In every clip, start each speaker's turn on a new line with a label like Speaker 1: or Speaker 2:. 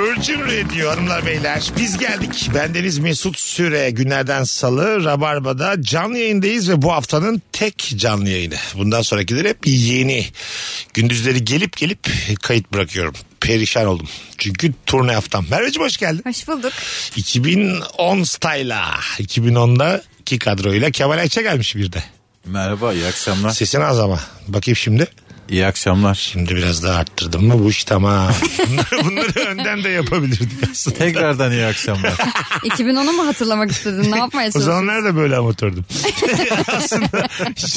Speaker 1: Virgin Radio hanımlar beyler biz geldik. Bendeniz Mesut Süre günlerden salı Rabarba'da canlı yayındayız ve bu haftanın tek canlı yayını. Bundan sonrakiler hep yeni. Gündüzleri gelip gelip kayıt bırakıyorum. Perişan oldum. Çünkü turne haftam. Merveciğim hoş geldin.
Speaker 2: Hoş bulduk.
Speaker 1: 2010 style'a. 2010'da ki kadroyla Kemal Ayça gelmiş bir de.
Speaker 3: Merhaba, iyi akşamlar.
Speaker 1: Sesin az ama. Bakayım şimdi.
Speaker 3: İyi akşamlar.
Speaker 1: Şimdi biraz daha arttırdım mı bu iş tamam. Bunları, bunları önden de yapabilirdik aslında.
Speaker 3: Tekrardan iyi akşamlar.
Speaker 2: 2010'u mu hatırlamak istedin? Ne yapmaya
Speaker 1: O
Speaker 2: çalışıyorsun?
Speaker 1: zamanlar da böyle amatördüm. Aslında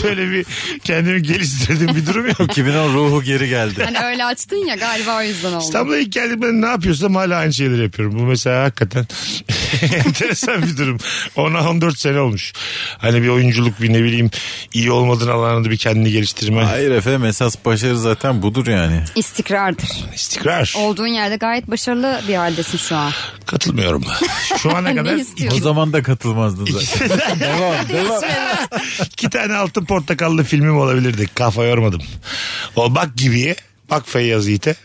Speaker 1: şöyle bir kendimi geliştirdiğim bir durum yok.
Speaker 3: 2010 ruhu geri geldi.
Speaker 2: Hani öyle açtın ya galiba o yüzden oldu.
Speaker 1: İstanbul'a ilk geldiğimde ne yapıyorsam hala aynı şeyleri yapıyorum. Bu mesela hakikaten enteresan bir durum. 10'a 14 sene olmuş. Hani bir oyunculuk bir ne bileyim iyi olmadığın alanında bir kendini geliştirme.
Speaker 3: Hayır efendim esas başarı zaten budur yani.
Speaker 2: İstikrardır.
Speaker 1: İstikrar.
Speaker 2: Olduğun yerde gayet başarılı bir haldesin şu an.
Speaker 1: Katılmıyorum. Şu ana
Speaker 2: Ne
Speaker 1: kadar
Speaker 2: istiyorsun?
Speaker 3: O zaman da katılmazdın zaten. devam devam.
Speaker 1: iki tane altın portakallı filmim olabilirdi. Kafa yormadım. O bak gibiye bak Feyyaz Yiğit'e.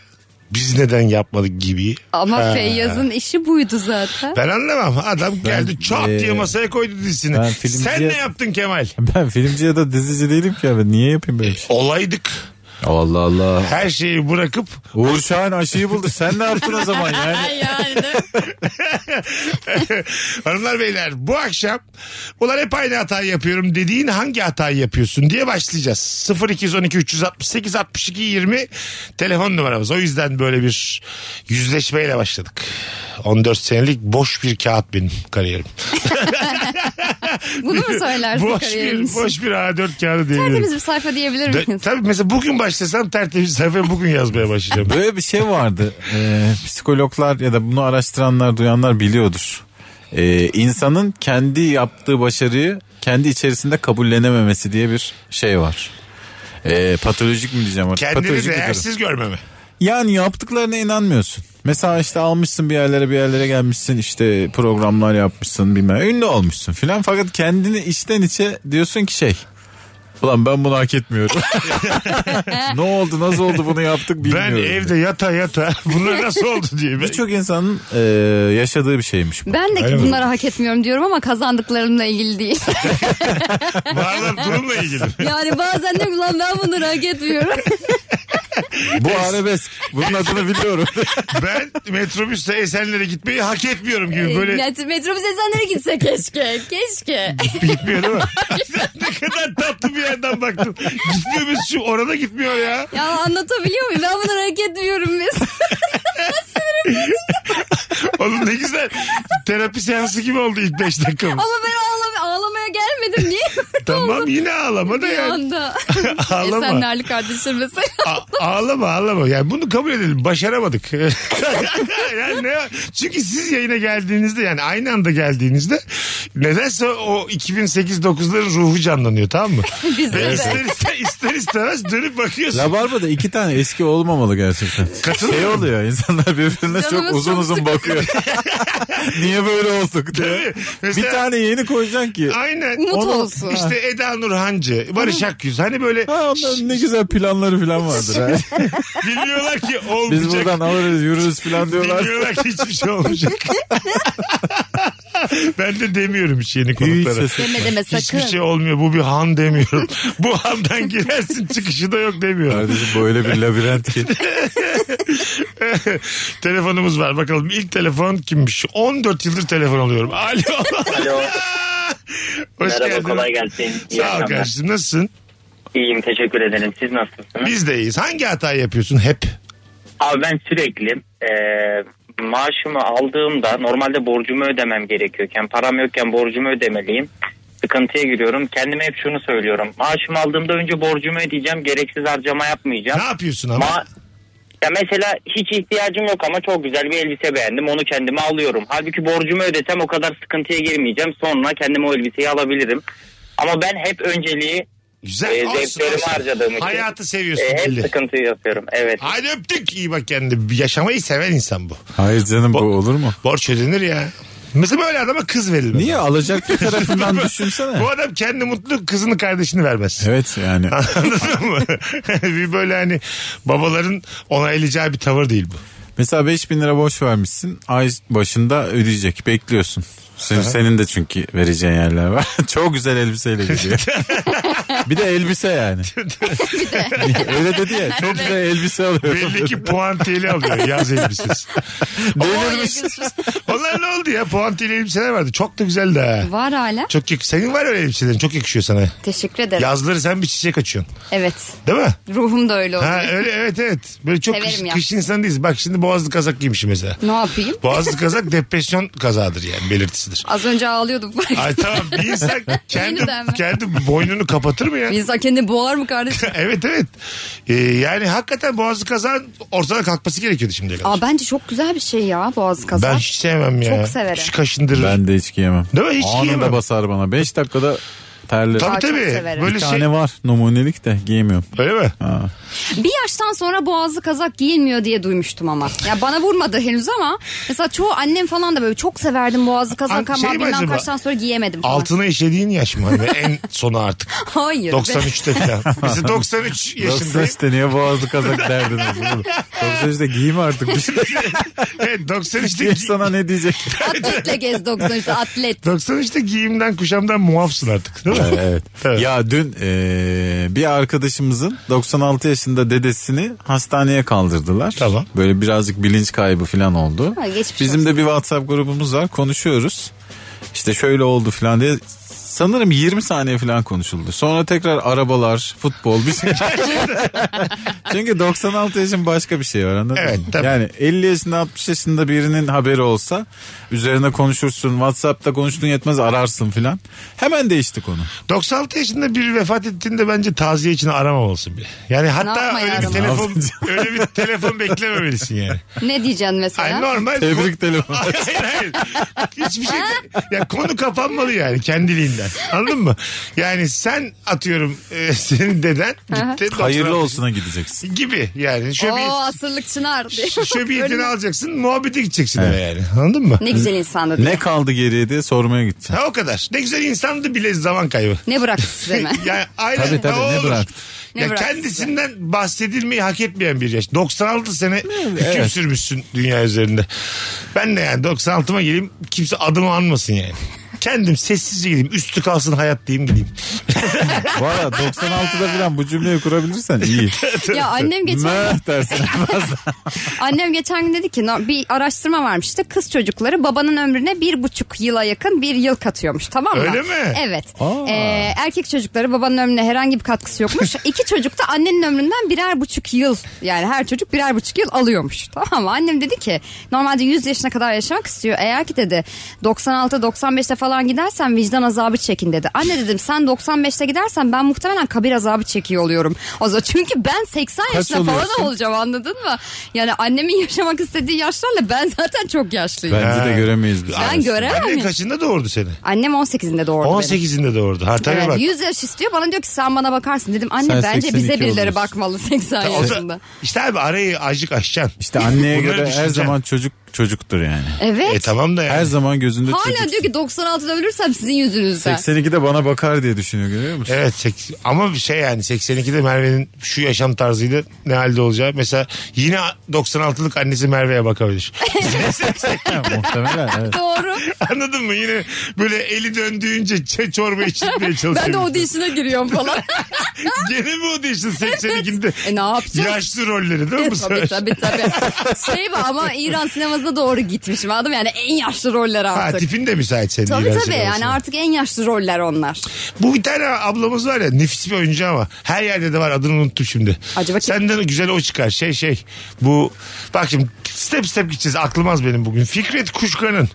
Speaker 1: Biz neden yapmadık gibiyi?
Speaker 2: Ama
Speaker 1: Ha.
Speaker 2: Feyyaz'ın işi buydu zaten.
Speaker 1: Ben anlamam. Adam geldi çat
Speaker 3: e,
Speaker 1: diye masaya koydu dizisini.
Speaker 3: ben filmciye-
Speaker 1: Sen ne yaptın Kemal?
Speaker 3: Ben filmci ya da dizici değilim ki abi. Niye yapayım böyle bir şey?
Speaker 1: Olaydık.
Speaker 3: Allah Allah.
Speaker 1: Her şeyi bırakıp
Speaker 3: Uğur Şahin aşıyı buldu. Sen ne yaptın o zaman yani?
Speaker 1: hanımlar beyler bu akşam ulan hep aynı hatayı yapıyorum dediğin hangi hatayı yapıyorsun diye başlayacağız. 0212 368 62 20 telefon numaramız. O yüzden böyle bir yüzleşmeyle başladık. 14 senelik boş bir kağıt benim kariyerim.
Speaker 2: Bunu mu söylersin
Speaker 1: boş
Speaker 2: kariyerin
Speaker 1: bir,
Speaker 2: için?
Speaker 1: boş bir A4 kağıdı diyebilirim.
Speaker 2: Tertemiz bir sayfa diyebilir
Speaker 1: De-
Speaker 2: miyiz?
Speaker 1: Tabii mesela bugün başlasam tertemiz sayfayı bugün yazmaya başlayacağım.
Speaker 3: Böyle bir şey vardı. Ee, psikologlar ya da bunu araştıranlar, duyanlar biliyordur. Ee, insanın kendi yaptığı başarıyı kendi içerisinde kabullenememesi diye bir şey var. Ee, patolojik mi diyeceğim artık?
Speaker 1: Kendini
Speaker 3: patolojik bir durum.
Speaker 1: değersiz görmeme.
Speaker 3: Yani yaptıklarına inanmıyorsun. Mesela işte almışsın bir yerlere bir yerlere gelmişsin işte programlar yapmışsın bilmem ünlü olmuşsun filan fakat kendini içten içe diyorsun ki şey Ulan ben bunu hak etmiyorum. ne oldu nasıl oldu bunu yaptık
Speaker 1: Ben
Speaker 3: bilmiyorum.
Speaker 1: evde yata yata bunlar nasıl oldu diye. Ben-
Speaker 3: Birçok insanın e, yaşadığı bir şeymiş bu.
Speaker 2: Ben de
Speaker 1: Öyle
Speaker 2: ki
Speaker 1: mi?
Speaker 2: bunları hak etmiyorum diyorum ama kazandıklarımla ilgili değil.
Speaker 1: Varlar durumla ilgili.
Speaker 2: yani bazen de ulan ben bunları hak etmiyorum.
Speaker 3: Bu arabesk. Bunun adını biliyorum.
Speaker 1: Ben metrobüste Esenler'e gitmeyi hak etmiyorum
Speaker 2: Ee,
Speaker 1: gibi böyle
Speaker 2: Met- Metrobüs esenlere gitse keşke. Keşke.
Speaker 1: gitmiyor değil mi? ne kadar tatlı bir yerden baktım. Gitmiyor biz şu orada gitmiyor ya.
Speaker 2: ya anlatabiliyor muyum? Ben bunları hak etmiyorum biz.
Speaker 1: Oğlum ne güzel. Terapi seansı gibi oldu ilk 5 dakikamız.
Speaker 2: Ama ben ağlam- ağlamaya gelmedim niye?
Speaker 1: Tamam yine ağlama da
Speaker 2: Bir
Speaker 1: yani.
Speaker 2: anda.
Speaker 1: Ağlama.
Speaker 2: Esenlerli kardeşim mesela.
Speaker 1: A- ağlama ağlama. Yani bunu kabul edelim. Başaramadık. yani ne, çünkü siz yayına geldiğinizde yani aynı anda geldiğinizde nedense o 2008-9'ların ruhu canlanıyor tamam mı?
Speaker 2: Bizde
Speaker 1: Ve
Speaker 2: de.
Speaker 1: ister, ister, ister istemez dönüp bakıyorsun.
Speaker 3: Rabarba'da iki tane eski olmamalı gerçekten. Şey oluyor insanlar birbirine çok
Speaker 2: Canımız
Speaker 3: uzun
Speaker 2: çok
Speaker 3: uzun
Speaker 2: sıkıldı.
Speaker 3: bakıyor. Niye böyle olduk diye.
Speaker 1: Tabii.
Speaker 3: Bir
Speaker 1: Mesela-
Speaker 3: tane yeni koyacaksın ki.
Speaker 1: Aynen.
Speaker 2: Umut
Speaker 1: Onu-
Speaker 2: olsun.
Speaker 1: İşte Eda Nurhancı, Barış Akyüz. Hani böyle
Speaker 3: Ha, onların ne güzel planları falan vardır. ha.
Speaker 1: bilmiyorlar ki
Speaker 3: Biz
Speaker 1: olmayacak.
Speaker 3: buradan alırız yürürüz falan diyorlar.
Speaker 1: Bilmiyorlar ki hiçbir şey olmayacak. ben de demiyorum hiç yeni konuklara.
Speaker 3: ses
Speaker 2: Deme deme
Speaker 1: Hiçbir
Speaker 2: sakın.
Speaker 1: şey olmuyor. Bu bir han demiyorum. Bu handan girersin çıkışı da yok demiyorum.
Speaker 3: Kardeşim böyle bir labirent ki.
Speaker 1: Telefonumuz var. Bakalım ilk telefon kimmiş? 14 yıldır telefon alıyorum. Alo.
Speaker 4: Alo.
Speaker 1: Hoş
Speaker 4: Merhaba
Speaker 1: geldin.
Speaker 4: kolay gelsin. İyi
Speaker 1: Sağ ol
Speaker 4: akşamlar.
Speaker 1: kardeşim. Nasılsın?
Speaker 4: İyiyim teşekkür ederim. Siz nasılsınız?
Speaker 1: Biz de iyiyiz. Hangi hatayı yapıyorsun hep?
Speaker 4: Abi ben sürekli e, maaşımı aldığımda normalde borcumu ödemem gerekiyorken param yokken borcumu ödemeliyim. Sıkıntıya giriyorum. Kendime hep şunu söylüyorum. Maaşımı aldığımda önce borcumu ödeyeceğim. Gereksiz harcama yapmayacağım.
Speaker 1: Ne yapıyorsun ama?
Speaker 4: Ma- ya mesela hiç ihtiyacım yok ama çok güzel bir elbise beğendim. Onu kendime alıyorum. Halbuki borcumu ödesem o kadar sıkıntıya girmeyeceğim. Sonra kendime o elbiseyi alabilirim. Ama ben hep önceliği
Speaker 1: Güzel.
Speaker 4: E,
Speaker 1: olsun,
Speaker 4: zevklerimi
Speaker 1: olsun.
Speaker 4: harcadığım için.
Speaker 1: Hayatı
Speaker 5: Ee,
Speaker 1: seviyorsun
Speaker 4: E, hep
Speaker 1: belli.
Speaker 4: sıkıntı yapıyorum. Evet.
Speaker 1: Hadi öptük. İyi bak kendine. Yaşamayı seven insan bu.
Speaker 3: Hayır canım bu olur mu?
Speaker 1: Borç ödenir ya. Mesela böyle adama kız verilmez.
Speaker 3: Niye alacak bir tarafından düşünsene.
Speaker 1: Bu adam kendi mutlu kızını kardeşini vermez.
Speaker 3: Evet yani.
Speaker 1: Anladın mı? bir böyle hani babaların onaylayacağı bir tavır değil bu.
Speaker 3: Mesela 5000 lira borç vermişsin. Ay başında ödeyecek. Bekliyorsun. Senin, senin de çünkü vereceğin yerler var. Çok güzel elbiseyle gidiyor. bir de elbise yani. Öyle dedi ya. Çok güzel elbise alıyorum.
Speaker 1: Belli ki puantiyeli alıyor yaz elbisesi.
Speaker 3: Delirmiş.
Speaker 1: Onlar ne oldu ya? Puantiyeli elbiseler vardı. Çok da güzeldi ha.
Speaker 2: Var hala.
Speaker 1: Çok yak- Senin var öyle elbiselerin. Çok yakışıyor sana.
Speaker 2: Teşekkür ederim.
Speaker 1: Yazları sen bir çiçek açıyorsun.
Speaker 2: Evet.
Speaker 1: Değil mi?
Speaker 2: Ruhum da öyle oldu.
Speaker 1: Ha öyle evet evet. Böyle çok
Speaker 2: Severim
Speaker 1: kış,
Speaker 2: ya.
Speaker 1: kış insan değiliz. Bak şimdi boğazlı kazak giymişim mesela.
Speaker 2: Ne yapayım?
Speaker 1: Boğazlı kazak depresyon kazağıdır yani belirtisidir.
Speaker 2: Az önce ağlıyordum.
Speaker 1: Ay tamam bir insan kendi,
Speaker 2: Yeniden mi?
Speaker 1: kendi boynunu kapatır mı ya?
Speaker 2: Bir İnsan kendini boğar mı kardeşim?
Speaker 1: evet evet. Ee, yani hakikaten boğazlı kazağın ortadan kalkması gerekiyordu şimdiye kadar.
Speaker 2: Aa bence çok güzel bir şey ya boğaz kazak.
Speaker 1: ben hiç sevmem ya.
Speaker 2: Çok severim.
Speaker 1: Hiç kaşındırır.
Speaker 3: Ben de hiç giyemem.
Speaker 1: Değil mi? Hiç
Speaker 3: Anında
Speaker 1: giyemem.
Speaker 3: basar bana. 5 dakikada terlerim.
Speaker 1: Tabii
Speaker 2: Aa, çok
Speaker 1: tabii.
Speaker 2: severim.
Speaker 1: Böyle
Speaker 3: bir
Speaker 1: şey.
Speaker 3: tane var numunelik de giyemiyorum.
Speaker 1: Öyle mi?
Speaker 2: Bir yaştan sonra boğazlı kazak giyilmiyor diye duymuştum ama. Ya bana vurmadı henüz ama mesela çoğu annem falan da böyle çok severdim boğazlı kazak
Speaker 1: An-
Speaker 2: ama
Speaker 1: şey mi
Speaker 2: bilmem
Speaker 1: acaba?
Speaker 2: kaçtan sonra giyemedim falan.
Speaker 1: Altına işlediğin yaş mı? Hani en sonu artık.
Speaker 2: Hayır.
Speaker 1: 93'te falan. Bizi 93 yaşındayız.
Speaker 3: 93'te niye boğazlı kazak derdiniz oğlum? 93'te giyim artık. Bir şey
Speaker 1: Evet 93'te
Speaker 3: Kim sana ne diyecek?
Speaker 2: Atletle gez 93'te atlet.
Speaker 1: 93'te giyimden kuşamdan muafsın artık değil
Speaker 3: Evet.
Speaker 1: mi? Evet.
Speaker 3: Ya dün eee, bir arkadaşımızın 96 yaşında dedesini hastaneye kaldırdılar.
Speaker 1: Tamam.
Speaker 3: Böyle birazcık bilinç kaybı falan oldu.
Speaker 2: Ha, geçmiş
Speaker 3: Bizim de bir WhatsApp grubumuz var. Konuşuyoruz. İşte şöyle oldu falan diye sanırım 20 saniye falan konuşuldu. Sonra tekrar arabalar, futbol bir şey. Çünkü 96 yaşın başka bir şey var anladın
Speaker 1: Evet,
Speaker 3: mı?
Speaker 1: tabii.
Speaker 3: Yani 50 yaşında 60 yaşında birinin haberi olsa üzerine konuşursun. Whatsapp'ta konuştuğun yetmez ararsın filan. Hemen değişti konu.
Speaker 1: 96 yaşında biri vefat ettiğinde bence taziye için aramamalısın bir. Yani hatta
Speaker 2: yapmaya
Speaker 1: öyle bir,
Speaker 2: aramalı?
Speaker 1: telefon, öyle bir telefon beklememelisin yani.
Speaker 2: Ne diyeceksin
Speaker 1: Ay,
Speaker 2: mesela?
Speaker 1: normal.
Speaker 3: Tebrik telefonu.
Speaker 1: hayır hayır. Hiçbir şey. Ya konu kapanmalı yani kendiliğinden. Anladın mı? Yani sen atıyorum e, senin deden gitti. 96
Speaker 3: Hayırlı olsuna gideceksin.
Speaker 1: Gibi yani.
Speaker 2: Oo
Speaker 1: Şöbiyet,
Speaker 2: asırlık çınar. diye.
Speaker 1: şöbiyetini alacaksın muhabbete gideceksin eve yani. Anladın mı?
Speaker 2: Ne güzel insandı. diye.
Speaker 3: Ne kaldı geriye diye sormaya gideceksin.
Speaker 1: Ha o kadar. Ne güzel insandı bile zaman kaybı.
Speaker 2: Ne bıraktı size mi?
Speaker 1: ya aynen
Speaker 3: Tabii, tabii,
Speaker 1: ne,
Speaker 3: ne
Speaker 1: olur.
Speaker 3: bıraktı?
Speaker 2: Ne
Speaker 1: ya
Speaker 2: bıraktı
Speaker 1: kendisinden bahsedilmeyi hak etmeyen bir yaş. 96 sene hüküm sürmüşsün dünya üzerinde. Ben de yani 96'ma geleyim kimse adımı anmasın yani. Kendim sessizce gideyim. Üstü kalsın hayat diyeyim gideyim.
Speaker 3: Bu arada 96'da falan bu cümleyi kurabilirsen iyi.
Speaker 2: ya annem geçen
Speaker 3: Meh dersin.
Speaker 2: annem geçen gün dedi ki "No- bir araştırma varmış işte kız çocukları babanın ömrüne bir buçuk yıla yakın bir yıl katıyormuş tamam mı?
Speaker 1: Öyle mi?
Speaker 2: Evet.
Speaker 3: Aa.
Speaker 2: Ee, erkek çocukları babanın ömrüne herhangi bir katkısı yokmuş. İki çocuk da annenin ömründen birer buçuk yıl yani her çocuk birer buçuk yıl alıyormuş tamam mı? Annem dedi ki normalde 100 yaşına kadar yaşamak istiyor. Eğer ki dedi 96-95'te falan gidersen vicdan azabı çekin dedi. Anne dedim sen 95'te gidersen ben muhtemelen kabir azabı çekiyor oluyorum. O zaman çünkü ben 80 yaşında
Speaker 3: oluyorsun?
Speaker 2: falan olacağım anladın mı? Yani annemin yaşamak istediği yaşlarla ben zaten çok yaşlıyım.
Speaker 3: Bence de göremeyiz biz.
Speaker 2: Ben göremem.
Speaker 1: Anne kaçında doğurdu seni?
Speaker 2: Annem 18'inde doğurdu beni.
Speaker 1: 18'inde doğurdu. Hartaya
Speaker 2: Evet,
Speaker 1: bak.
Speaker 2: 100 yaş istiyor bana diyor ki sen bana bakarsın dedim anne
Speaker 3: Sen
Speaker 2: bence
Speaker 3: 82
Speaker 2: bize birileri
Speaker 3: olursun.
Speaker 2: bakmalı 80
Speaker 1: O da-
Speaker 2: yaşında.
Speaker 1: İşte abi arayı acık aşacaksın.
Speaker 3: İşte anneye
Speaker 1: Bunları
Speaker 3: göre her
Speaker 1: düşüneceğim.
Speaker 3: zaman çocuk çocuktur yani.
Speaker 2: Evet.
Speaker 1: E tamam da yani.
Speaker 3: Her zaman gözünde
Speaker 2: Hala
Speaker 3: çocuk.
Speaker 2: diyor ki 96'da ölürsem sizin yüzünüzden.
Speaker 3: 82'de bana bakar diye düşünüyor görüyor musun?
Speaker 1: Evet sek- ama bir şey yani 82'de Merve'nin şu yaşam tarzıyla ne halde olacağı. Mesela yine 96'lık annesi Merve'ye bakabilir.
Speaker 3: Muhtemelen evet.
Speaker 2: Doğru.
Speaker 1: Anladın mı? Yine böyle eli döndüğünce ç- çorba içirmeye çalışıyor.
Speaker 2: Ben de o değişine giriyorum falan.
Speaker 1: Gene mi o değişti 82'de?
Speaker 2: E, ne yapacağız?
Speaker 1: Yaşlı rolleri değil mi bu
Speaker 2: tabii
Speaker 1: sefer?
Speaker 2: tabii tabii. Şey bu ama İran sinemasına doğru gitmişim adam yani en yaşlı roller
Speaker 1: Ha,
Speaker 2: artık.
Speaker 1: tipin de müsait senin.
Speaker 2: tabii
Speaker 1: İran
Speaker 2: tabii yani
Speaker 1: sinemasına.
Speaker 2: artık en yaşlı roller onlar.
Speaker 1: Bu bir tane ablamız var ya nefis bir oyuncu ama her yerde de var adını unuttum şimdi.
Speaker 2: Acaba kim?
Speaker 1: Senden güzel o çıkar şey şey bu bak şimdi step step gideceğiz aklımaz benim bugün. Fikret Kuşkan'ın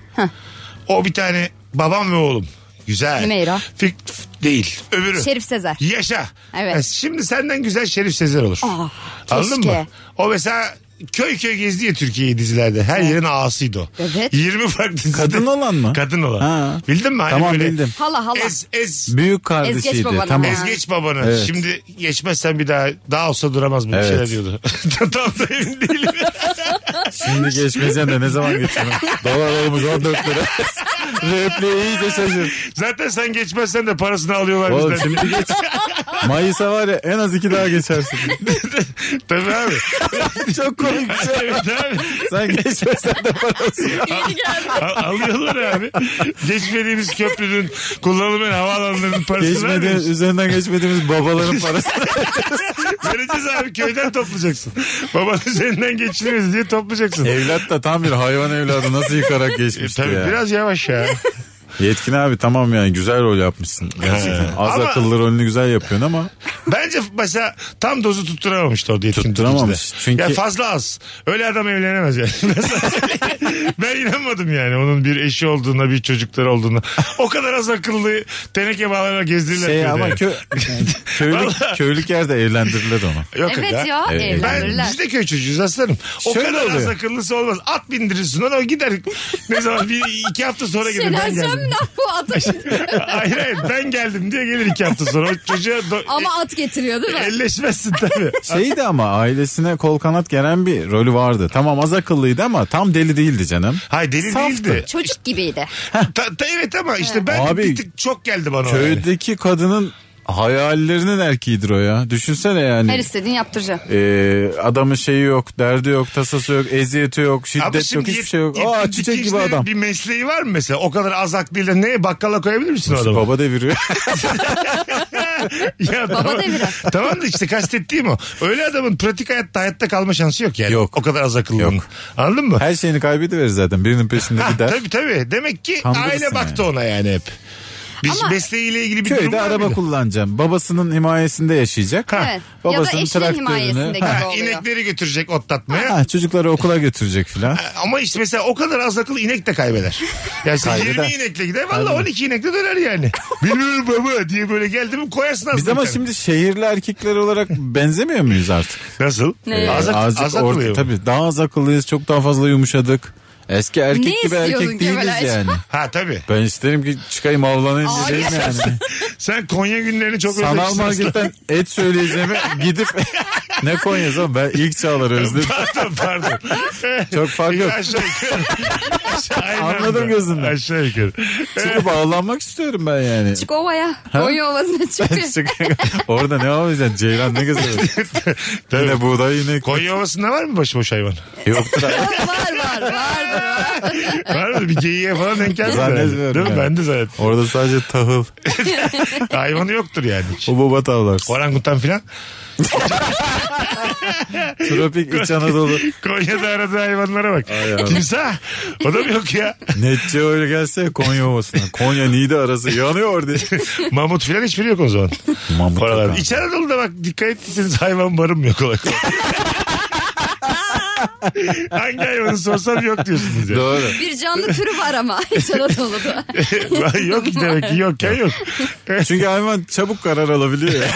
Speaker 1: o bir tane babam ve oğlum güzel.
Speaker 2: Hümeyra.
Speaker 1: Fik değil öbürü.
Speaker 2: Şerif Sezer.
Speaker 1: Yaşa. E,
Speaker 2: Evet.
Speaker 1: Yani şimdi senden güzel Şerif Sezer olur.
Speaker 2: Aa,
Speaker 1: Anladın
Speaker 2: keşke.
Speaker 1: mı? O mesela köy köy gezdi ya Türkiye'yi dizilerde. Her yerin ağasıydı o.
Speaker 2: Evet.
Speaker 1: 20 farklı dizide.
Speaker 3: Kadın olan mı?
Speaker 1: Kadın olan.
Speaker 3: Ha.
Speaker 1: Bildin mi? Hani
Speaker 3: Tamam
Speaker 1: böyle
Speaker 3: bildim.
Speaker 2: Hala hala.
Speaker 1: Ez, ez,
Speaker 3: Büyük
Speaker 2: Ezgeç
Speaker 3: kardeşiydi.
Speaker 2: babana
Speaker 3: Tamam.
Speaker 2: bak.
Speaker 1: Ezgeç babanı.
Speaker 3: Evet.
Speaker 1: Şimdi geçmezsen bir daha daha olsa duramaz bu bir
Speaker 3: Evet.
Speaker 1: şeyler diyordu. Tam da emin değilim.
Speaker 3: Şimdi geçmeyeceğim de ne zaman geçeceğim? Dolar olmuş 14 lira. Repliği iyice şaşır.
Speaker 1: Zaten sen geçmezsen de parasını alıyorlar
Speaker 3: Oğlum
Speaker 1: bizden.
Speaker 3: şimdi geç. Mayıs'a var ya en az iki daha geçersin.
Speaker 1: Tabii abi.
Speaker 3: Çok komik bir şey.
Speaker 1: Evet abi.
Speaker 3: Sen geçmesen de parası.
Speaker 1: Al- alıyorlar abi. Geçmediğimiz köprünün kullanılmayan havaalanlarının parasını
Speaker 3: Geçmediğimiz,
Speaker 1: vermiyoruz.
Speaker 3: üzerinden geçmediğimiz babaların parası.
Speaker 1: Vereceğiz abi köyden toplayacaksın. Babanın üzerinden geçiliriz diye toplayacaksın.
Speaker 3: Evlat da tam bir hayvan evladı nasıl yıkarak
Speaker 1: E,
Speaker 3: geçmişti
Speaker 1: tabii
Speaker 3: ya.
Speaker 1: biraz yavaş ya.
Speaker 3: Yetkin abi tamam yani güzel rol yapmışsın. Gerçekten. Az
Speaker 1: Ama-
Speaker 3: akıllı rolünü güzel yapıyorsun ama
Speaker 1: Bence mesela tam dozu tutturamamıştı orada yetkin
Speaker 3: Tutturamamış.
Speaker 1: tutucu da.
Speaker 3: Çünkü-
Speaker 1: Ya fazla az. Öyle adam evlenemez yani. Ben sana söyleyeyim. ben inanmadım yani onun bir eşi olduğuna, bir çocukları olduğuna. O kadar az akıllı teneke bağlarına gezdirirler.
Speaker 3: şey
Speaker 1: köyde.
Speaker 3: ama kö, köylük,
Speaker 1: Vallahi.
Speaker 3: köylük yerde evlendirirler onu.
Speaker 1: Yok aga.
Speaker 2: Evet ya
Speaker 3: Evet.
Speaker 1: Ben,
Speaker 2: evlenirler.
Speaker 1: biz de köy çocuğuyuz aslanım. O
Speaker 3: Şöyle
Speaker 1: kadar az
Speaker 3: oluyor.
Speaker 1: akıllısı olmaz. At bindirirsin ona o gider. Ne zaman bir iki hafta sonra gelir. Ben
Speaker 2: Senaryo
Speaker 1: geldim.
Speaker 2: ne bu atın?
Speaker 1: hayır hayır ben geldim diye gelir iki hafta sonra. O çocuğa do- e-
Speaker 2: Ama at getiriyor değil mi?
Speaker 1: elleşmezsin tabii.
Speaker 3: Şeydi ama ailesine kol kanat geren bir rolü vardı. Tamam az akıllıydı ama tam deli değildi canım.
Speaker 1: Hayır deli
Speaker 3: Saftı.
Speaker 1: değildi.
Speaker 2: Çocuk gibiydi.
Speaker 1: Ta, ta- evet ama işte ben
Speaker 3: Abi,
Speaker 1: bir tık çok geldi bana. o yani.
Speaker 3: Köydeki kadının hayallerinin erkeğidir o ya. Düşünsene yani.
Speaker 2: Her istediğini yaptıracağım.
Speaker 3: Ee, adamın şeyi yok, derdi yok, tasası yok, eziyeti yok,
Speaker 1: Ama
Speaker 3: şiddet yok,
Speaker 1: şimdi
Speaker 3: hiçbir şey yok.
Speaker 1: yet-
Speaker 3: Aa
Speaker 1: yetmiş
Speaker 3: çiçek gibi
Speaker 1: kişinin
Speaker 3: adam.
Speaker 1: Bir mesleği var mı mesela? O kadar az aklıyla neye bakkala koyabilir misin o adamı?
Speaker 3: Baba deviriyor.
Speaker 1: ya,
Speaker 2: Baba
Speaker 1: tamam,
Speaker 2: devire.
Speaker 1: tamam da işte kastettiğim o. Öyle adamın pratik hayatta hayatta kalma şansı yok yani.
Speaker 3: Yok.
Speaker 1: O kadar az akıllı. olmanın. Anladın mı?
Speaker 3: Her şeyini kaybediverir zaten. Birinin peşinde
Speaker 1: Ha,
Speaker 3: gider.
Speaker 1: tabii tabii. Demek ki
Speaker 3: Kandırırsın
Speaker 1: aile
Speaker 3: yani.
Speaker 1: baktı ona yani hep. Biz mesleğiyle ilgili bir durum
Speaker 3: Köyde
Speaker 1: var
Speaker 3: araba
Speaker 1: mıydı?
Speaker 3: kullanacağım. Babasının himayesinde yaşayacak.
Speaker 2: Evet. Ya da eşinin
Speaker 3: traktörünü-
Speaker 2: himayesinde
Speaker 3: Ha.
Speaker 2: gibi oluyor.
Speaker 1: İnekleri götürecek otlatmaya.
Speaker 3: Ha, çocukları okula götürecek filan.
Speaker 1: Ama işte mesela o kadar az akıllı inek de kaybeder. Ya sen
Speaker 3: Kaybeder.
Speaker 1: 20 inekle gider valla 12 inekle döner yani. Bilmiyorum baba diye böyle geldi mi koyarsın
Speaker 3: Biz
Speaker 1: aslında.
Speaker 3: ama şimdi şehirli erkekler olarak benzemiyor muyuz artık? Ee,
Speaker 1: Nasıl? Ee,
Speaker 2: Ne?
Speaker 1: Az, ak-
Speaker 3: Azıcık
Speaker 1: az
Speaker 3: orta-
Speaker 1: akıllı.
Speaker 3: tabii daha az akıllıyız, çok daha fazla yumuşadık. Eski erkek
Speaker 2: Ne
Speaker 3: gibi
Speaker 2: istiyordun
Speaker 3: erkek değiliz
Speaker 2: Kemal Ayça?
Speaker 3: yani.
Speaker 1: Ha tabii.
Speaker 3: Ben isterim ki çıkayım avlanayım
Speaker 2: Aa,
Speaker 3: gideyim yani.
Speaker 1: Sen Konya günlerini çok
Speaker 3: Sanal
Speaker 1: özlemişsin.
Speaker 3: marketten et söyleyeceğime gidip ne Konya'sı oğlum, ben ilk çağları özledim.
Speaker 1: Pardon pardon. Ee,
Speaker 3: Çok fark yok.
Speaker 1: Aşağı yukarı. Aşağı- aynı
Speaker 3: Anladım
Speaker 1: anda.
Speaker 3: gözünden.
Speaker 1: Aşağı yukarı.
Speaker 3: Çıkıp avlanmak istiyorum ben yani.
Speaker 2: Çık ovaya. Konya ovasına çıkıyor.
Speaker 3: Çık- Orada ne yapacaksın? Ceylan ne güzel.
Speaker 1: Tabii.
Speaker 3: Yine buğday yine
Speaker 1: Konya Ovası'nda var mı başıboş hayvan?
Speaker 3: yoktur.
Speaker 2: var var vardır var.
Speaker 1: Var mı? Bir geyiğe falan denk geldi.
Speaker 3: Zannetmiyorum
Speaker 1: Değil mi?
Speaker 3: yani.
Speaker 1: Ben de zannettim.
Speaker 3: Orada sadece tahıl.
Speaker 1: Hayvanı yoktur yani. hiç.
Speaker 3: O baba tavlarsın.
Speaker 1: Orangutan filan.
Speaker 3: Tropik İç Anadolu.
Speaker 1: Konya'da aradığı hayvanlara bak. Timsah. O da mı yok ya?
Speaker 3: Netçe öyle gelse ya Konya Ovası'na. Konya Niğde arası yanıyor diye.
Speaker 1: Mamut filan hiçbiri yok o zaman.
Speaker 3: Mamut yok
Speaker 1: Oralarda.
Speaker 3: abi.
Speaker 1: İç Anadolu'da bak dikkat ettiyseniz hayvan barınmıyor kolay kolay. Hangi hayvanı sorsam yok diyorsunuz ya.
Speaker 3: Doğru.
Speaker 2: Bir canlı türü var ama İç Anadolu'da.
Speaker 1: yok ki demek ki yok ya yok.
Speaker 3: Çünkü hayvan çabuk karar alabiliyor ya.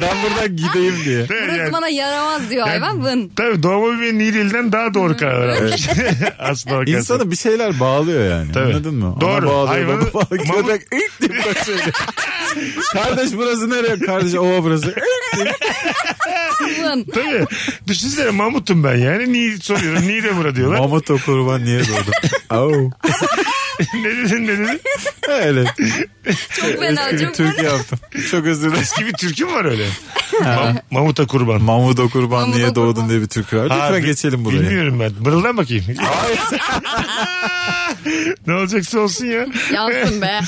Speaker 3: ben buradan gideyim diye.
Speaker 2: Burası bana yaramaz diyor hayvan vın.
Speaker 1: Tabii doğma bebeğin iyi değilden daha doğru karar almış. Aslında bakarsan.
Speaker 3: İnsanı bir şeyler bağlıyor yani.
Speaker 1: Tabii.
Speaker 3: Anladın mı? Ana
Speaker 1: Doğru.
Speaker 3: bağlıyor, baba
Speaker 1: Hayvanı-
Speaker 3: bağlıyor.
Speaker 1: Mamut-
Speaker 3: Köpek ilk deyip kaçıyor. Kardeş burası nereye? Kardeş ova burası. İlk deyip-
Speaker 2: Vın.
Speaker 1: Tabii. Düşünsene mamutum ben yani. Niye soruyorum? Niye de bura diyorlar.
Speaker 3: Mamut o kurban niye doğdu? Au.
Speaker 1: ne dedin ne dedin?
Speaker 3: Öyle.
Speaker 2: Çok fena
Speaker 3: Eski bir
Speaker 2: çok fena.
Speaker 3: türkü yaptım. Çok özür dilerim.
Speaker 1: Eski bir türkü mü var öyle? Mam- mamuta kurban.
Speaker 3: Mahmut o kurban
Speaker 2: Mahmut
Speaker 3: niye
Speaker 2: o
Speaker 3: doğdun
Speaker 2: kurban.
Speaker 3: diye bir türkü var. Lütfen
Speaker 1: Ha, bi-
Speaker 3: geçelim burayı.
Speaker 1: Bilmiyorum ben. Mırıldan bakayım. ne olacaksa olsun ya.
Speaker 2: Yansın be.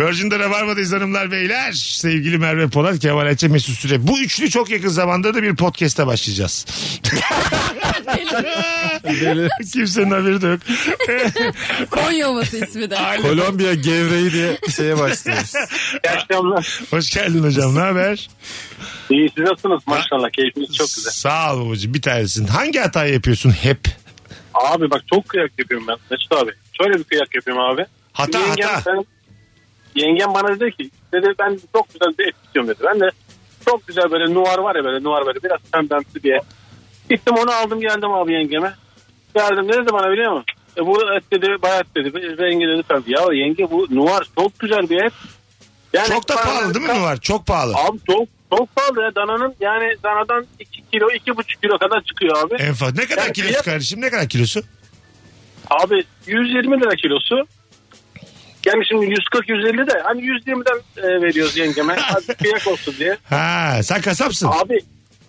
Speaker 1: Virgin'de Rabarba'dayız hanımlar beyler. Sevgili Merve Polat, Kemal Ayça, Mesut Süre. Bu üçlü çok yakın zamanda da bir podcast'e başlayacağız. Kimsenin haberi de yok.
Speaker 2: Konya ovası ismi de.
Speaker 3: Kolombiya gevreği diye şeye başlıyoruz.
Speaker 4: İyi akşamlar.
Speaker 1: Hoş geldin hocam. Ne haber?
Speaker 4: İyi siz nasılsınız maşallah keyfiniz çok güzel.
Speaker 1: Sağ ol babacığım. Bir tanesin. Hangi hatayı yapıyorsun hep?
Speaker 4: Abi bak çok kıyak yapıyorum ben Mesut abi. Şöyle bir kıyak yapıyorum abi.
Speaker 1: Hata,
Speaker 4: Şimdi yengem,
Speaker 1: hata.
Speaker 4: ben- yengem bana dedi ki dedi ben çok güzel bir et istiyorum dedi. Ben de çok güzel böyle nuvar var ya böyle nuvar böyle biraz pembemsi bir et.
Speaker 5: Gittim onu aldım geldim abi yengeme. Geldim ne dedi bana biliyor musun? E bu et dedi bayağı et dedi. Rengi dedi tabii. Ya yenge bu nuvar çok güzel bir et. Yani
Speaker 1: Çok da
Speaker 5: bana
Speaker 1: pahalı
Speaker 5: dedi,
Speaker 1: değil mi Nuvar? Çok pahalı.
Speaker 5: Abi çok çok pahalı ya dananın yani danadan 2 kilo 2,5 kilo kadar çıkıyor abi.
Speaker 1: En fazla. Ne kadar
Speaker 5: Yani
Speaker 1: kilosu
Speaker 5: fiyat-
Speaker 1: kardeşim? Ne kadar kilosu?
Speaker 5: Abi 120 lira kilosu. Yani şimdi 140-150 de hani 120'den e, veriyoruz yengeme. Hadi kıyak olsun diye.
Speaker 1: Ha sen kasapsın.
Speaker 5: Abi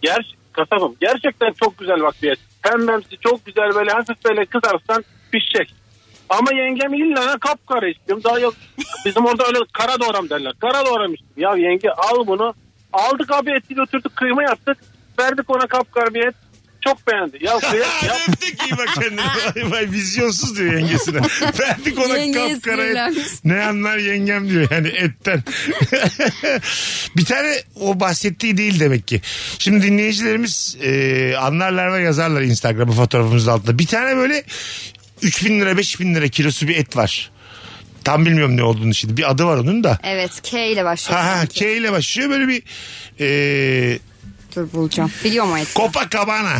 Speaker 5: ger kasabım gerçekten çok güzel bak bir et. Pembemsi çok güzel böyle hafif böyle kızarsan pişecek. Ama yengem illa kapkara istiyorum. Daha yok. Bizim orada öyle kara doğram derler. Kara doğram istiyorum. Ya yenge al bunu. Aldık abi eti götürdük kıyma yaptık. Verdik ona kapkara bir et. Çok beğendi. Ya kıyak yap.
Speaker 1: Öptük iyi bak kendine. Vay vay vizyonsuz diyor yengesine. Verdik ona
Speaker 2: Yengeye
Speaker 1: kapkara et.
Speaker 2: sinirlenmiş.
Speaker 1: Ne anlar yengem diyor yani etten. bir tane o bahsettiği değil demek ki. Şimdi dinleyicilerimiz e, anlarlar ve yazarlar Instagram'a fotoğrafımızın altında. Bir tane böyle 3000 lira 5000 lira kilosu bir et var. Tam bilmiyorum ne olduğunu şimdi. Bir adı var onun da.
Speaker 2: Evet K ile başlıyor.
Speaker 1: Ha ha
Speaker 2: sanki.
Speaker 1: K ile başlıyor böyle bir e,
Speaker 2: Dur bulacağım. Biliyorum o eti.
Speaker 1: Copacabana.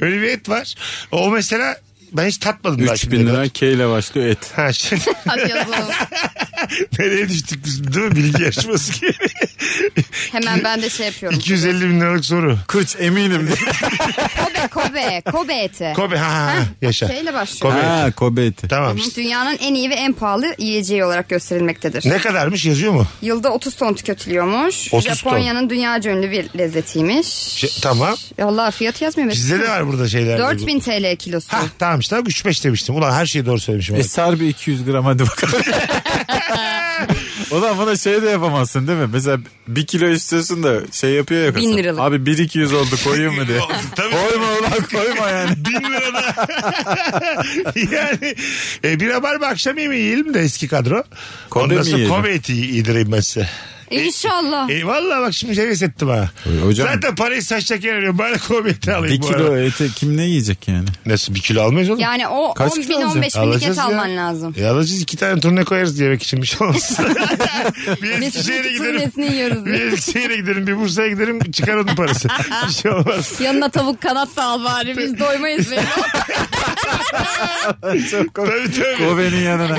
Speaker 1: Öyle bir et var. O mesela ben hiç tatmadım daha
Speaker 3: 3000
Speaker 1: şimdiye
Speaker 3: lira
Speaker 1: kadar.
Speaker 3: K ile başlıyor et.
Speaker 1: Ha şimdi
Speaker 2: Hadi yazalım.
Speaker 1: nereye düştük biz değil mi? Bilgi yarışması gibi.
Speaker 2: Hemen ben de şey yapıyorum.
Speaker 1: 250 bin liralık soru.
Speaker 3: Kıç eminim.
Speaker 2: Kobe, Kobe, Kobe eti.
Speaker 1: Kobe ha, ha, ha. yaşa.
Speaker 2: K ile başlıyor.
Speaker 1: Kobe.
Speaker 3: ha Kobe eti.
Speaker 1: Tamam
Speaker 2: Hı,
Speaker 1: işte.
Speaker 2: Dünyanın en iyi ve en pahalı yiyeceği olarak gösterilmektedir.
Speaker 1: Ne kadarmış yazıyor mu?
Speaker 2: Yılda 30 ton tüketiliyormuş.
Speaker 1: 30 ton.
Speaker 2: Japonya'nın dünyaca ünlü bir lezzetiymiş.
Speaker 1: Şey, tamam.
Speaker 2: Allah fiyatı yazmıyor.
Speaker 1: Bizde de var burada şeyler.
Speaker 2: 4000 TL kilosu.
Speaker 1: Ha tamam işte 3-5 demiştim. Ulan her şeyi doğru söylemişim.
Speaker 3: E sar bir 200 gram hadi bakalım. Ulan buna şey de yapamazsın değil mi? Mesela bir kilo istiyorsun da şey yapıyor ya. kasap.
Speaker 2: liralık.
Speaker 3: Abi 1-200 oldu koyayım mı diye.
Speaker 1: Tabii.
Speaker 3: koyma ulan koyma yani.
Speaker 1: Bin lirada. yani e, bir haber akşam yemeği yiyelim de eski kadro.
Speaker 3: Kobe
Speaker 1: Ondan
Speaker 3: mi
Speaker 1: sonra
Speaker 3: yiyelim?
Speaker 1: Kobe eti yedireyim ben size.
Speaker 2: İnşallah.
Speaker 1: E valla bak şimdi heves ettim ha.
Speaker 3: E, hocam-
Speaker 1: Zaten parayı saçacak yer arıyorum. Bari kovbeti alayım
Speaker 3: Bir
Speaker 1: bu arada.
Speaker 3: kilo eti kim ne yiyecek yani?
Speaker 1: Nasıl bir kilo almayız oğlum?
Speaker 2: Yani o
Speaker 3: Kaç
Speaker 2: 10
Speaker 3: kilo
Speaker 2: bin
Speaker 3: alacaksın?
Speaker 2: 15 binlik
Speaker 1: Alacağız
Speaker 2: et
Speaker 1: ya.
Speaker 2: alman lazım.
Speaker 1: E alacağız iki tane turne koyarız yemek için bir şey olmaz. bir Eskişehir'e
Speaker 2: Mesut'un
Speaker 1: giderim.
Speaker 2: turnesini yiyoruz.
Speaker 1: Bir Eskişehir'e giderim. Bir Bursa'ya giderim. Çıkar onun parası. bir şey olmaz.
Speaker 2: Yanına tavuk kanat da al bari biz doymayız. be.
Speaker 3: Çok komik.
Speaker 1: Tabii tabii.
Speaker 3: Kobe'nin yanına.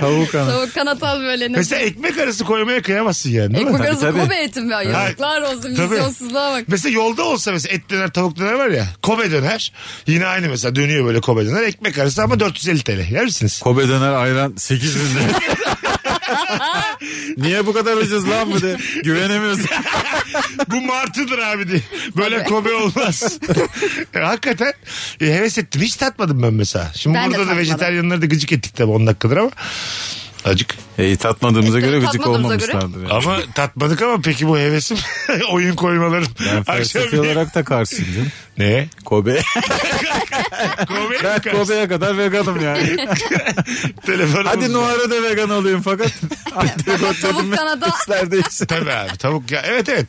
Speaker 3: Tavuk ana.
Speaker 2: tavuk kanat al böyle. E,
Speaker 1: Mesela ekmek arası koymaya kıyamazsın yani değil
Speaker 2: Ekmek
Speaker 1: mi?
Speaker 2: arası
Speaker 3: Tabii, tabii.
Speaker 2: Kobe etim ya. Yazıklar olsun
Speaker 1: Tabii.
Speaker 2: vizyonsuzluğa bak.
Speaker 1: Mesela yolda olsa mesela et döner tavuk döner var ya Kobe döner yine aynı mesela dönüyor böyle Kobe döner ekmek arası ama 450 TL yer misiniz?
Speaker 3: Kobe döner ayran 8 bin lira. Niye bu kadar ucuz lan bu de? Güvenemiyorsun.
Speaker 1: Bu martıdır abi diye. Böyle Kobe olmaz. E, Hakikaten e, heves ettim. Hiç tatmadım ben mesela. Şimdi
Speaker 2: Ben de
Speaker 1: burada da
Speaker 2: tatmadım.
Speaker 1: vejetaryenleri de gıcık ettik tabii 10 dakikadır ama. Acık.
Speaker 3: İyi tatmadığımıza
Speaker 1: E,
Speaker 3: göre gıcık
Speaker 2: Tatmadığımıza göre.
Speaker 3: olmamışlardır. Yani.
Speaker 1: Ama tatmadık ama peki bu hevesim oyun koymalarım.
Speaker 3: Ben
Speaker 1: Akşam
Speaker 3: felsefi olarak da karşıyım canım.
Speaker 1: Ne?
Speaker 3: Kobe.
Speaker 1: Kobe mi
Speaker 3: Ben
Speaker 1: karşı?
Speaker 3: Kobe'ye kadar veganım yani.
Speaker 1: Telefonumuz
Speaker 3: Hadi
Speaker 1: var.
Speaker 3: Noara da vegan olayım fakat. Antrikotladım
Speaker 2: Tavuk kanadı al.
Speaker 3: işler değişti.
Speaker 1: E, Tabii abi tavuk ya. Evet evet.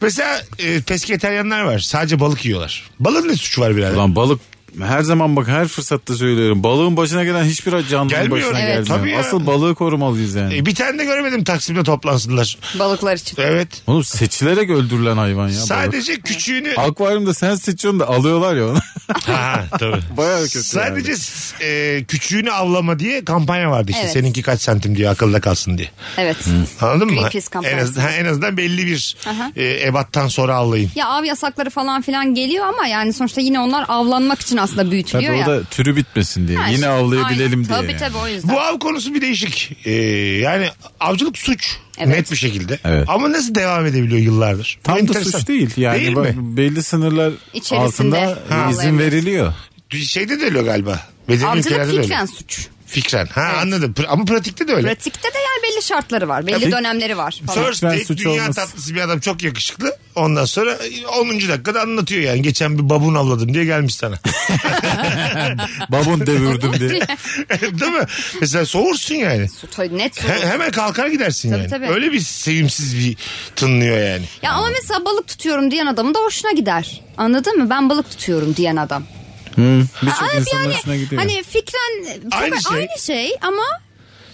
Speaker 1: Mesela e, pesketeryanlar var. Sadece balık yiyorlar. Balığın ne suçu var birader?
Speaker 3: Ulan balık her zaman bak her fırsatta söylüyorum. Balığın başına gelen hiçbir canlının
Speaker 1: Gelmiyor.
Speaker 3: başına
Speaker 1: Evet.
Speaker 3: gelmiyor.
Speaker 1: Tabii ya.
Speaker 3: Asıl balığı korumalıyız yani.
Speaker 1: E, bir tane de göremedim Taksim'de toplansınlar.
Speaker 2: Balıklar için.
Speaker 1: Evet.
Speaker 3: Oğlum seçilerek öldürülen hayvan ya. Sadece...
Speaker 1: Sadece küçüğünü
Speaker 3: Akvaryumda sen seçiyorsun da alıyorlar ya onu.
Speaker 1: Ha tabii.
Speaker 3: Bayağı kötü
Speaker 1: Sadece
Speaker 3: yani.
Speaker 1: s- e, küçüğünü avlama diye kampanya vardı işte.
Speaker 2: Evet.
Speaker 1: Seninki kaç santim diye akılda kalsın diye.
Speaker 2: Evet.
Speaker 1: Anladın mı?
Speaker 2: Greenpeace
Speaker 1: En,
Speaker 2: kampanyası.
Speaker 1: az, ha, en azından belli bir
Speaker 2: Aha.
Speaker 1: e, ebattan sonra avlayın.
Speaker 2: Ya av yasakları falan filan geliyor ama yani sonuçta yine onlar avlanmak için aslında
Speaker 3: Tabii
Speaker 2: büyütülüyor
Speaker 3: o
Speaker 2: ya.
Speaker 3: da türü bitmesin diye.
Speaker 2: Ha,
Speaker 3: Yine
Speaker 2: işte,
Speaker 3: avlayabilelim
Speaker 2: aynen.
Speaker 3: diye.
Speaker 2: Tabii
Speaker 3: yani.
Speaker 2: tabii o yüzden.
Speaker 1: Bu av konusu bir değişik. E, yani avcılık suç.
Speaker 2: Evet.
Speaker 1: Net bir şekilde.
Speaker 3: Evet.
Speaker 1: Ama nasıl devam edebiliyor yıllardır? Bu
Speaker 3: Tam da
Speaker 1: enteresan.
Speaker 3: suç değil. Yani
Speaker 1: Değil
Speaker 3: bak,
Speaker 1: mi?
Speaker 3: belli sınırlar
Speaker 2: İçerisinde
Speaker 3: altında
Speaker 2: Ha.
Speaker 3: izin veriliyor.
Speaker 1: Şeyde de öyle galiba. Medeni
Speaker 2: Avcılık
Speaker 1: ülkelerde de öyle.
Speaker 2: fikren suç.
Speaker 1: Fikren. Ha anladım. Pra- Ama pratikte de öyle.
Speaker 2: Pratikte de yani belli şartları var. Belli
Speaker 3: Tabii.
Speaker 2: dönemleri var falan.
Speaker 1: First
Speaker 3: Ben
Speaker 1: date
Speaker 3: suç
Speaker 1: dünya
Speaker 3: olmaz.
Speaker 1: tatlısı bir adam çok yakışıklı. Ondan sonra 10. dakikada anlatıyor yani. Geçen bir babun avladım diye gelmiş sana.
Speaker 3: Babun devirdim diye.
Speaker 1: Değil mi? Mesela soğursun yani.
Speaker 2: Su- Net su.
Speaker 1: He- hemen kalkar gidersin
Speaker 2: Tabii,
Speaker 1: yani.
Speaker 2: tabii.
Speaker 1: Öyle bir sevimsiz bir tınlıyor yani.
Speaker 2: Ya ama mesela balık tutuyorum diyen adamın da hoşuna gider. Anladın mı? Ben balık tutuyorum diyen adam.
Speaker 3: Birçok
Speaker 2: Abi
Speaker 3: insanın
Speaker 2: yani
Speaker 3: hoşuna gidiyor.
Speaker 2: hani fikren
Speaker 1: Aynı
Speaker 2: aynı,
Speaker 1: şey.
Speaker 2: şey. aynı şey ama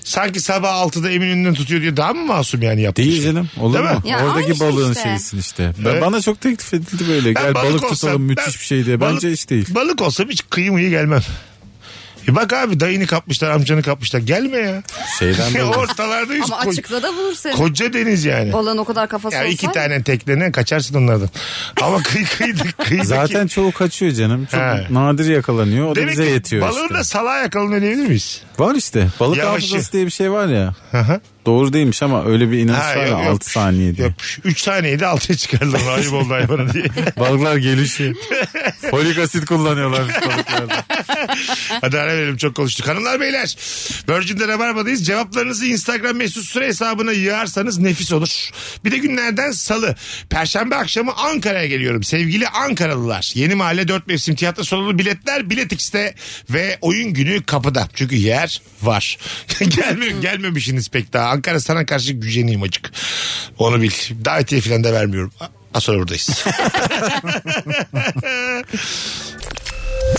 Speaker 1: Sanki sabah 6'da Eminönü'nden tutuyor diye daha mı masum yani yaptığı
Speaker 3: Değil
Speaker 1: şey?
Speaker 3: canım olur
Speaker 1: Değil
Speaker 3: mu?
Speaker 1: mi?
Speaker 2: Ya
Speaker 3: Oradaki
Speaker 2: aynı şey
Speaker 3: balığın
Speaker 2: işte.
Speaker 3: şeysin işte. Ben-
Speaker 1: Evet.
Speaker 3: Bana çok teklif edildi böyle.
Speaker 1: Ben
Speaker 3: Gel balık,
Speaker 1: olsam-
Speaker 3: tutalım müthiş
Speaker 1: ben-
Speaker 3: bir şey diye. Bence
Speaker 1: balık-
Speaker 3: hiç değil.
Speaker 1: Balık olsam hiç kıyımıyı gelmem. E bak abi dayını kapmışlar amcanı kapmışlar gelme ya.
Speaker 3: Şeyden
Speaker 1: Ya
Speaker 3: dolayı.
Speaker 1: Ortalardayız.
Speaker 2: Ama
Speaker 1: Ko-
Speaker 2: açıkta da bulur seni.
Speaker 1: koca deniz yani.
Speaker 2: Olan o kadar kafası
Speaker 1: Ya
Speaker 2: olsaydı.
Speaker 1: iki tane teknene kaçarsın onlardan. Ama kıyı kıyıda kıyıdaki...
Speaker 3: Zaten çoğu kaçıyor canım. Çok
Speaker 1: He.
Speaker 3: nadir yakalanıyor. O da
Speaker 1: Demek
Speaker 3: bize
Speaker 1: ki
Speaker 3: yetiyor
Speaker 1: balığın
Speaker 3: işte.
Speaker 1: da salağa yakalanıyor diyebilir miyiz?
Speaker 3: Var işte. Balık
Speaker 1: Yavaşı.
Speaker 3: hafızası diye bir şey var ya.
Speaker 1: Hı hı.
Speaker 3: Doğru değilmiş ama öyle bir inanç
Speaker 1: Ha,
Speaker 3: var
Speaker 1: yok-
Speaker 3: ya 6
Speaker 1: yokmuş.
Speaker 3: saniye diye.
Speaker 1: Yokmuş. 3 saniyede 6'ya çıkardılar. Ayıp oldu hayvana diye.
Speaker 3: Balıklar gelişiyor. Folik asit kullanıyorlar balıklarda.
Speaker 1: Hadi ara verelim çok konuştuk. Hanımlar beyler Virgin'de Rabarba'dayız. Cevaplarınızı Instagram mesut süre hesabına yığarsanız nefis olur. Bir de günlerden salı. Perşembe akşamı Ankara'ya geliyorum. Sevgili Ankaralılar. Yeni Mahalle 4 Mevsim Tiyatro Salonu biletler Bilet X'te ve oyun günü kapıda. Çünkü yer var. Gelme, gelmemişsiniz pek daha. Ankara sana karşı güceniyim acık. Onu bil. Davetiye falan da vermiyorum. Az sonra buradayız.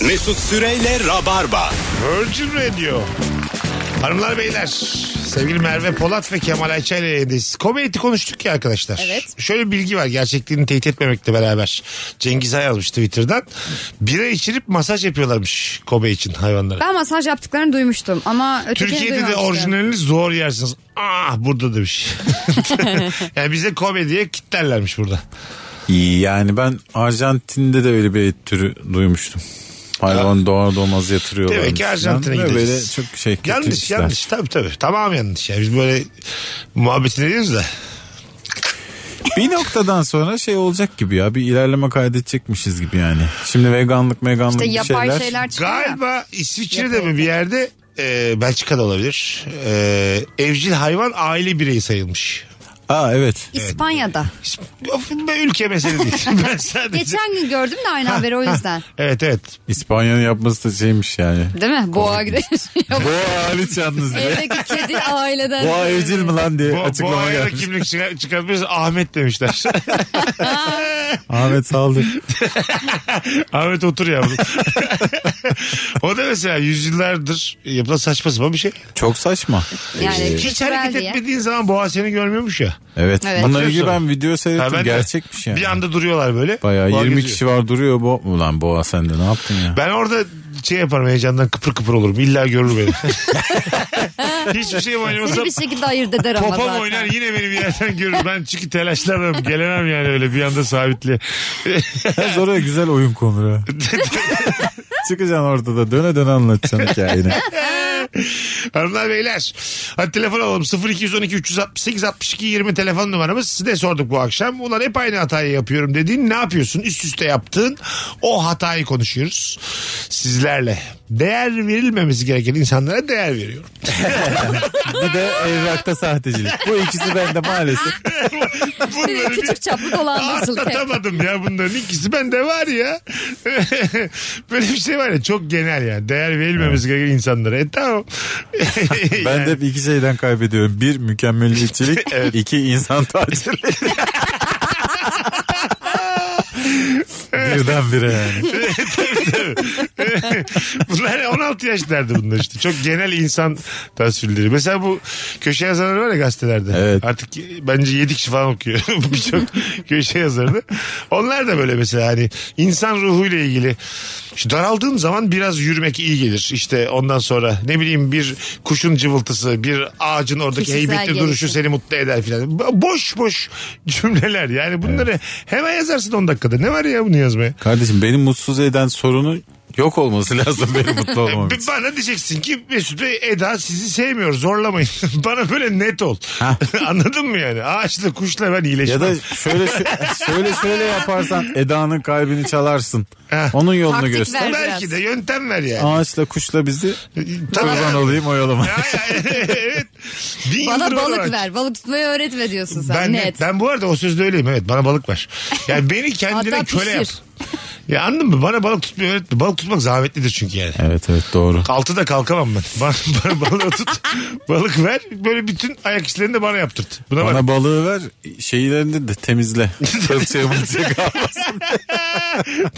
Speaker 6: Mesut Süreyle Rabarba.
Speaker 1: Virgin Radio. Hanımlar beyler sevgili Merve Polat ve Kemal Ayça ile yayındayız. Komedi konuştuk ya arkadaşlar.
Speaker 2: Evet.
Speaker 1: Şöyle bir bilgi var gerçekliğini teyit etmemekle beraber. Cengiz Han yazmış Twitter'dan. Bira içirip masaj yapıyorlarmış Kobe için hayvanlara.
Speaker 2: Ben masaj yaptıklarını duymuştum ama ötekini
Speaker 1: Türkiye'de de
Speaker 2: duymamıştım.
Speaker 1: orijinalini zor yersiniz. Ah burada demiş. yani bize Kobe diye kitlerlermiş burada.
Speaker 3: Yani ben Arjantin'de de öyle bir et türü duymuştum. Hayvan doğar doğmaz yatırıyorlar.
Speaker 1: Demek ki Arjantin'e
Speaker 3: Böyle
Speaker 1: gideceğiz.
Speaker 3: çok şey kötü
Speaker 1: yanlış
Speaker 3: işler.
Speaker 1: yanlış tabii tabii. Tamam yanlış. Yani biz böyle muhabbetini ediyoruz da.
Speaker 3: Bir noktadan sonra şey olacak gibi ya bir ilerleme kaydedecekmişiz gibi yani. Şimdi veganlık veganlık
Speaker 2: İşte
Speaker 3: bir
Speaker 2: yapay
Speaker 3: şeyler.
Speaker 2: şeyler, çıkıyor ya.
Speaker 1: Galiba İsviçre'de mi bir yerde e, Belçika'da olabilir. E, evcil hayvan aile bireyi sayılmış.
Speaker 3: Aa evet.
Speaker 2: İspanya'da.
Speaker 1: Of, be, ülke mesele değil. ben sadece...
Speaker 2: Geçen gün gördüm de aynı haberi o yüzden.
Speaker 1: Evet evet.
Speaker 3: İspanya'nın yapması da şeymiş yani.
Speaker 2: Değil mi? Boğa güreşi. Yok,
Speaker 3: Boğa hariç yalnız diye.
Speaker 2: Evdeki kedi aileden.
Speaker 3: Boğa evcil mi lan diye
Speaker 1: Bu, bu
Speaker 3: açıklama
Speaker 1: ayda
Speaker 3: E, gelmiş.
Speaker 1: kimlik çıkar, çıkartmıyoruz Ahmet demişler.
Speaker 3: Ahmet saldı.
Speaker 1: Ahmet otur yavrum. o da mesela yüzyıllardır yapılan saçma sapan bir şey.
Speaker 3: Çok saçma.
Speaker 2: Yani
Speaker 3: Ee,
Speaker 1: Hiç hareket
Speaker 2: kültürel diye.
Speaker 1: etmediğin zaman boğa seni görmüyormuş ya.
Speaker 3: Evet.
Speaker 2: Evet.
Speaker 3: Bununla ilgili ben video
Speaker 1: Ha,
Speaker 3: seyrettim.
Speaker 1: ben de-
Speaker 3: Gerçekmiş yani.
Speaker 1: Bir anda duruyorlar böyle.
Speaker 3: Bayağı
Speaker 1: Boğa
Speaker 3: 20
Speaker 1: geziyor.
Speaker 3: kişi var duruyor bu. Ulan boğa sende ne yaptın ya?
Speaker 1: Ben orada şey yaparım heyecandan kıpır kıpır olurum. İlla görür beni. Hiçbir şey oynamasa
Speaker 2: Seni bir şekilde ayırt eder ama
Speaker 1: popom
Speaker 2: zaten.
Speaker 1: oynar yine beni bir yerden görür. Ben çünkü telaşlanırım. Gelemem yani öyle bir anda sabitli.
Speaker 3: Her oraya güzel oyun konur ha. Çıkacaksın ortada döne döne anlatacaksın hikayeni.
Speaker 1: Hanımlar beyler. Hadi telefon alalım. 0212 368 62 20 telefon numaramız. Size sorduk bu akşam. Ulan hep aynı hatayı yapıyorum dediğin ne yapıyorsun? Üst üste yaptığın o hatayı konuşuyoruz. Sizlerle. Değer verilmemesi gereken insanlara değer veriyorum.
Speaker 3: Bir de evrakta sahtecilik. Bu ikisi bende maalesef.
Speaker 2: Bir de
Speaker 1: Bunları bir-
Speaker 2: Küçük çaplı dolandırıcılık. hep.
Speaker 1: Atlatamadım ya bunların ikisi bende var ya. Böyle bir şey var ya çok genel ya. Değer verilmemiz gereken insanlara. E tamam.
Speaker 3: Ben de hep iki şeyden kaybediyorum. Bir mükemmeliyetçilik, iki insan tacili. Birden bire yani.
Speaker 1: bunlar 16 yaş derdi bunlar işte. Çok genel insan tasvirleri. Mesela bu köşe yazarları var ya gazetelerde.
Speaker 3: Evet.
Speaker 1: Artık bence 7 kişi falan okuyor. Birçok köşe yazarını. Onlar da böyle mesela hani insan ruhuyla ilgili. Şu daraldığım zaman biraz yürümek iyi gelir. İşte ondan sonra ne bileyim bir kuşun cıvıltısı, bir ağacın oradaki
Speaker 2: Kişisel
Speaker 1: heybetli
Speaker 2: gelişim.
Speaker 1: duruşu seni mutlu eder filan. Bo- Boş boş cümleler. Yani bunları hemen yazarsın 10 dakikada. Ne var ya bunu yazmaya?
Speaker 3: Kardeşim benim mutsuz eden sorunu yok olması lazım benim mutlu olmam
Speaker 1: Bir
Speaker 3: için.
Speaker 1: Bana diyeceksin ki Mesut Bey Eda sizi sevmiyor zorlamayın. bana böyle net ol. Anladın mı yani? Ağaçla kuşla ben
Speaker 3: Ya
Speaker 1: iyileşmem.
Speaker 3: da şöyle şö- şöyle şöyle yaparsan Eda'nın kalbini çalarsın.
Speaker 1: Heh.
Speaker 3: Onun yolunu
Speaker 2: Taktik
Speaker 3: göster.
Speaker 2: ver.
Speaker 1: Belki
Speaker 2: biraz.
Speaker 1: de yöntem ver yani.
Speaker 3: Ağaçla kuşla bizi
Speaker 1: Tabii.
Speaker 3: kurban olayım oyalama.
Speaker 1: Ya, ya, evet. Bin
Speaker 2: Bana
Speaker 1: yıldır var o ağaç.
Speaker 2: balık ver. Balık tutmayı öğretme diyorsun sen.
Speaker 1: Ben,
Speaker 2: Net.
Speaker 1: ben bu arada o sözde öyleyim evet bana balık ver. Yani beni kendine
Speaker 2: Hatta
Speaker 1: köle yap.
Speaker 2: pişir.
Speaker 1: Ya anladın mı? Bana balık tutmayı öğretme. Balık tutmak zahmetlidir çünkü yani.
Speaker 3: Evet evet doğru.
Speaker 1: Altıda kalkamam ben. Bana, bana balığı tut. balık ver. Böyle bütün ayak işlerini de bana yaptırt. Buna bak.
Speaker 3: Bana balığı ver şeylerini de temizle. Fırçaya mırçaya kalmaz.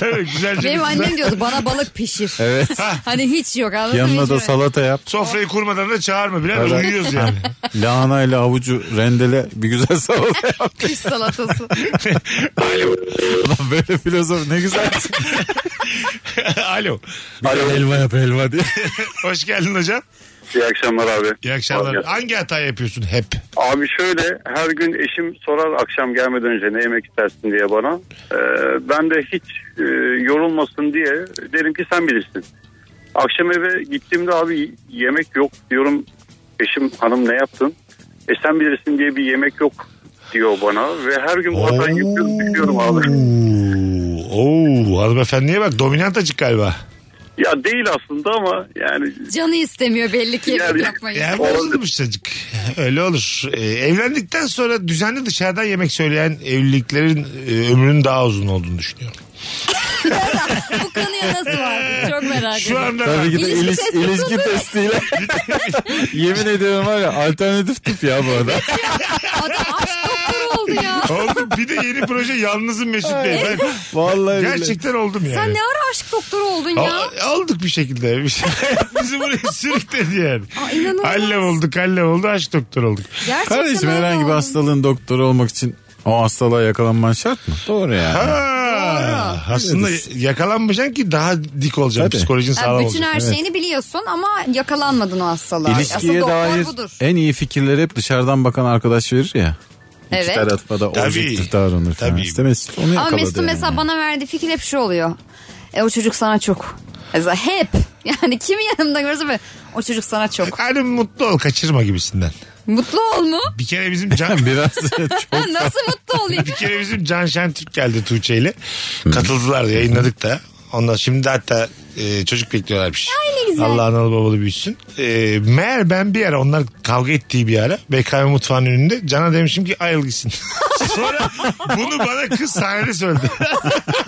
Speaker 1: Tabii güzelce.
Speaker 2: Benim
Speaker 1: bir-
Speaker 2: annem diyordu bana balık pişir.
Speaker 3: Evet.
Speaker 2: Hani hiç yok anladın mı?
Speaker 3: Yanına
Speaker 2: Hiç
Speaker 3: da
Speaker 2: böyle.
Speaker 3: salata yap.
Speaker 1: Sofrayı kurmadan da çağırma. Biraz
Speaker 3: Evet.
Speaker 1: uyuyoruz yani.
Speaker 3: Lahana ile havucu rendele bir güzel salata yap.
Speaker 2: Kış salatası.
Speaker 3: Ulan Böyle filozof ne güzel.
Speaker 1: Alo.
Speaker 3: Bir de Elma yap elma diye.
Speaker 1: Hoş geldin hocam.
Speaker 7: İyi akşamlar abi.
Speaker 1: İyi akşamlar. Hangi hata yapıyorsun hep?
Speaker 7: Abi şöyle her gün eşim sorar akşam gelmeden önce ne yemek istersin diye bana. Ee, ben de hiç e, yorulmasın diye derim ki sen bilirsin. Akşam eve gittiğimde abi yemek yok diyorum. Eşim hanım ne yaptın? E sen bilirsin diye bir yemek yok diyor bana. Ve her gün bu hatayı yapıyorum düşüyorum abi.
Speaker 1: Oo, Oo, hanımefendiye bak dominant açık galiba.
Speaker 7: Ya değil aslında ama yani
Speaker 2: Canı istemiyor belli ki yemek
Speaker 7: Yani-
Speaker 2: yapmayı.
Speaker 1: Yani bozulmuş çocuk. Öyle olur. Ee, evlendikten sonra düzenli dışarıdan yemek söyleyen evliliklerin e, ömrünün daha uzun olduğunu düşünüyorum.
Speaker 2: Bu konuya nasıl vardı? Çok merak
Speaker 1: Şu
Speaker 2: ediyorum.
Speaker 1: anda
Speaker 3: Tabii ki de
Speaker 2: İlişki
Speaker 3: iliş,
Speaker 2: testi
Speaker 3: ilişki testiyle. Yemin ediyorum var ya alternatif tip ya bu arada.
Speaker 2: Adam aşk doktoru oldu ya.
Speaker 1: Oğlum bir de yeni proje yalnızım Mesut Bey. Ben
Speaker 3: Vallahi billahi.
Speaker 1: gerçekten oldum yani.
Speaker 2: Sen ne ara aşk doktoru oldun ya?
Speaker 1: Al- e, aldık bir şekilde. Bir şey- Bizi buraya sürükledi yani.
Speaker 2: Aa, inanılmaz.
Speaker 1: Hallem olduk, hallem oldu, aşk doktor olduk.
Speaker 2: Gerçekten
Speaker 3: Kardeşim
Speaker 2: öyle
Speaker 3: herhangi bir
Speaker 2: oldu.
Speaker 3: hastalığın doktoru olmak için o hastalığa yakalanman şart mı? Doğru yani.
Speaker 1: Ha, aslında yakalanmayacaksın ki daha dik olacaksın.
Speaker 3: Tabii.
Speaker 1: Psikolojin
Speaker 2: Yani
Speaker 1: sağlam
Speaker 2: bütün
Speaker 1: olacak.
Speaker 2: her şeyini biliyorsun ama yakalanmadın o hastalığa.
Speaker 3: İlişkiye
Speaker 2: Asıl doktor
Speaker 3: dair
Speaker 2: budur.
Speaker 3: en iyi fikirleri hep dışarıdan bakan arkadaş verir ya. İki
Speaker 2: Evet.
Speaker 3: tarafa da
Speaker 1: Tabii.
Speaker 3: objektif davranır falan.
Speaker 1: Tabii.
Speaker 3: İşte Mesut onu
Speaker 2: Ama
Speaker 3: yakaladı.
Speaker 2: Mesut'un
Speaker 3: yani.
Speaker 2: mesela bana verdiği fikir hep şu oluyor. E o çocuk sana çok. Mesela hep. Yani kimi yanımda görürse böyle o çocuk sana çok.
Speaker 1: Hani mutlu ol kaçırma gibisinden.
Speaker 2: Mutlu ol mu?
Speaker 1: Bir kere bizim can...
Speaker 3: Biraz çok
Speaker 2: Ha, Nasıl mutlu olayım?
Speaker 1: bir kere bizim Can Şentürk geldi Tuğçe ile. Katıldılar da yayınladık da. Ondan şimdi de hatta e, çocuk bekliyorlarmış. Ay
Speaker 2: güzel.
Speaker 1: Allah analı babalı büyüsün. E, meğer ben bir ara onlar kavga ettiği bir ara BKM mutfağının önünde Can'a demişim ki ayrıl gitsin. Sonra bunu bana kız sahnede söyledi.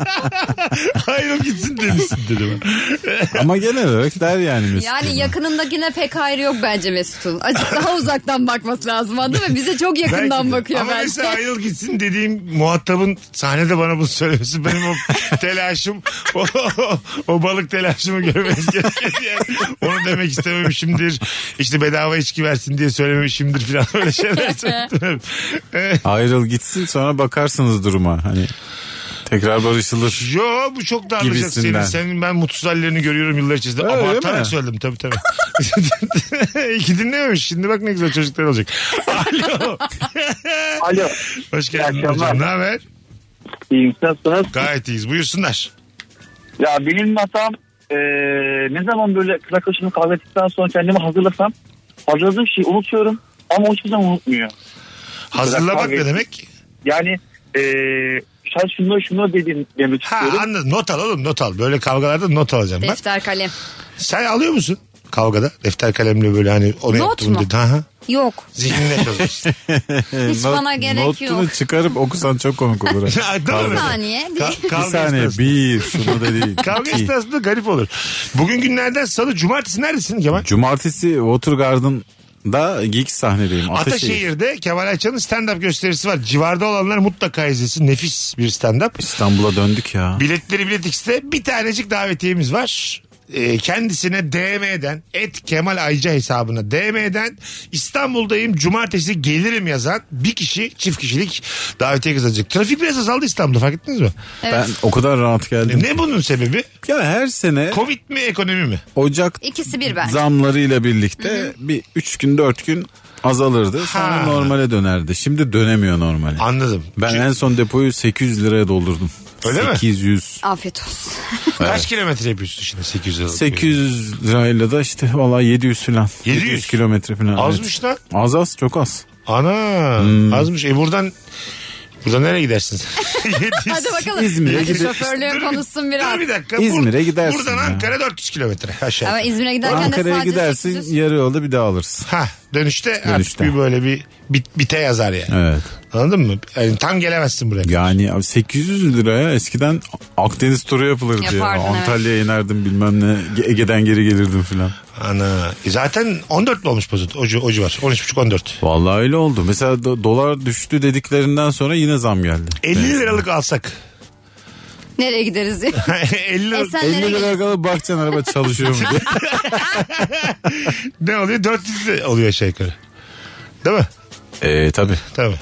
Speaker 1: ayrıl gitsin demişsin dedi bana.
Speaker 3: ama genel olarak der yani Mesut.
Speaker 2: Yani
Speaker 3: buna.
Speaker 2: yakınındakine pek hayrı yok bence Mesut'un. Azıcık daha uzaktan bakması lazım anladın mı? Bize çok
Speaker 1: Belki
Speaker 2: yakından
Speaker 1: de.
Speaker 2: bakıyor
Speaker 1: Ama
Speaker 2: bence.
Speaker 1: mesela ayrıl gitsin dediğim muhatabın sahnede bana bunu söylemesi benim o telaşım o, o- o balık telaşımı görmeniz gerekir. Yani onu demek istememişimdir. İşte bedava içki versin diye söylememişimdir falan öyle şeyler söyledim. Ee,
Speaker 3: Ayrıl gitsin sonra bakarsınız duruma. Hani tekrar barışılır.
Speaker 1: Yo bu çok darlayacak
Speaker 3: Gibisinden.
Speaker 1: seni. Senin ben mutsuz hallerini görüyorum yıllar içerisinde.
Speaker 3: Öyle mi?
Speaker 1: Abartarak söyledim tabii tabii. İyi ki dinlememiş. Şimdi bak ne güzel çocuklar olacak. Alo.
Speaker 5: Alo.
Speaker 1: Hoş geldin
Speaker 5: İyi akşamlar.
Speaker 1: hocam. Ne haber?
Speaker 5: İyiyim nasılsınız?
Speaker 1: Gayet iyiyiz. Buyursunlar.
Speaker 5: Ya benim hatam e, ne zaman böyle kız arkadaşımla kahve ettikten sonra kendimi hazırlasam hazırladığım şeyi unutuyorum ama o hiçbir zaman unutmuyor.
Speaker 1: Hazırlamak
Speaker 5: Kavga
Speaker 1: ne
Speaker 5: ettim.
Speaker 1: demek?
Speaker 5: Yani e, sen şunları şunları dedin demek
Speaker 1: Ha
Speaker 5: istiyorum.
Speaker 1: anladım. Not al oğlum not al. Böyle kavgalarda not alacağım ben.
Speaker 2: Defter kalem.
Speaker 1: Sen alıyor musun kavgada? Defter kalemle böyle hani onu
Speaker 2: Not
Speaker 1: yaptım
Speaker 2: mu?
Speaker 1: dedi. Ha, ha.
Speaker 2: Yok.
Speaker 1: Zihnine yazıyorsun.
Speaker 2: Hiç bana gerek
Speaker 3: E, Notunu
Speaker 2: yok.
Speaker 3: çıkarıp okusan çok komik olur.
Speaker 1: Ya, değil mi?
Speaker 2: Bir saniye. Bir-
Speaker 1: Ka-
Speaker 3: bir
Speaker 1: kavga
Speaker 3: saniye
Speaker 1: esnasında.
Speaker 3: bir şunu da değil.
Speaker 1: Kavga
Speaker 3: iki.
Speaker 1: esnasında garip olur. Bugün günlerden salı cumartesi neredesin Kemal?
Speaker 3: Cumartesi Watergarden'da geek sahnedeyim. Ataşehir.
Speaker 1: Ataşehir'de Kemal Ayça'nın stand-up gösterisi var. Civarda olanlar mutlaka izlesin. Nefis bir stand-up.
Speaker 3: İstanbul'a döndük ya.
Speaker 1: Biletleri Bilet X'te bir tanecik davetiyemiz var. Ee, kendisine DM'den et Kemal Ayca hesabına DM'den İstanbul'dayım cumartesi gelirim yazan bir kişi çift kişilik davetiye kazanacak. Trafik biraz azaldı İstanbul'da fark ettiniz mi?
Speaker 3: Ben o kadar rahat geldim.
Speaker 1: Ne bunun sebebi?
Speaker 3: Ya her sene
Speaker 1: Covid mi ekonomi mi?
Speaker 3: Ocak
Speaker 2: İkisi bir bence.
Speaker 3: zamlarıyla birlikte bir 3 gün 4 gün azalırdı. Sonra
Speaker 1: Ha.
Speaker 3: normale dönerdi. Şimdi dönemiyor normale.
Speaker 1: Anladım.
Speaker 3: Ben en son depoyu 800 liraya doldurdum.
Speaker 1: Öyle mi?
Speaker 3: 800.
Speaker 2: Afiyet olsun.
Speaker 1: Kaç kilometre yapıyorsun şimdi 800 liralık?
Speaker 3: 800 lirayla da işte valla 700 falan.
Speaker 1: 700
Speaker 3: kilometre falan.
Speaker 1: Azmış lan.
Speaker 3: Az az çok az.
Speaker 1: Ana azmış. E buradan Burada nereye gidersiniz?
Speaker 2: Hadi bakalım.
Speaker 3: İzmir'e
Speaker 2: Hadi
Speaker 3: gidip-
Speaker 2: Şoförlüğü konuşsun biraz.
Speaker 1: Dur bir dakika.
Speaker 3: İzmir'e gidersin
Speaker 1: Buradan
Speaker 3: ya.
Speaker 1: Ankara 400 kilometre aşağı.
Speaker 2: Ama
Speaker 1: yukarı.
Speaker 2: İzmir'e giderken de
Speaker 3: Ankara'ya
Speaker 2: sadece
Speaker 3: gidersin
Speaker 2: sekiz yüz-
Speaker 3: yarı yolda bir daha alırsın.
Speaker 1: Ha dönüşte, artık
Speaker 3: Dönüşte.
Speaker 1: bir böyle bir bit, bite yazar yani.
Speaker 3: Evet.
Speaker 1: Anladın mı? Yani tam gelemezsin buraya.
Speaker 3: Yani abi 800 liraya eskiden Akdeniz turu yapılırdı. diye.
Speaker 2: Yapardın, evet.
Speaker 3: Antalya'ya inerdim bilmem ne. Ge- Ege'den geri gelirdim filan.
Speaker 1: Ana. E zaten 14 mi olmuş pozit? Ocu, ocu var. 13,5-14.
Speaker 3: Vallahi öyle oldu. Mesela do- dolar düştü dediklerinden sonra yine zam geldi.
Speaker 1: 50 liralık alsak.
Speaker 2: Nereye gideriz diye.
Speaker 1: 50
Speaker 2: E
Speaker 1: liralık.
Speaker 2: sen
Speaker 3: 50
Speaker 2: nereye
Speaker 3: liraya
Speaker 2: gidersin?
Speaker 3: kadar bakacaksın araba çalışıyor mu diye.
Speaker 1: Ne oluyor? 400 lira oluyor aşağı yukarı. Değil mi?
Speaker 3: Eee E, tabii.
Speaker 1: Tabii.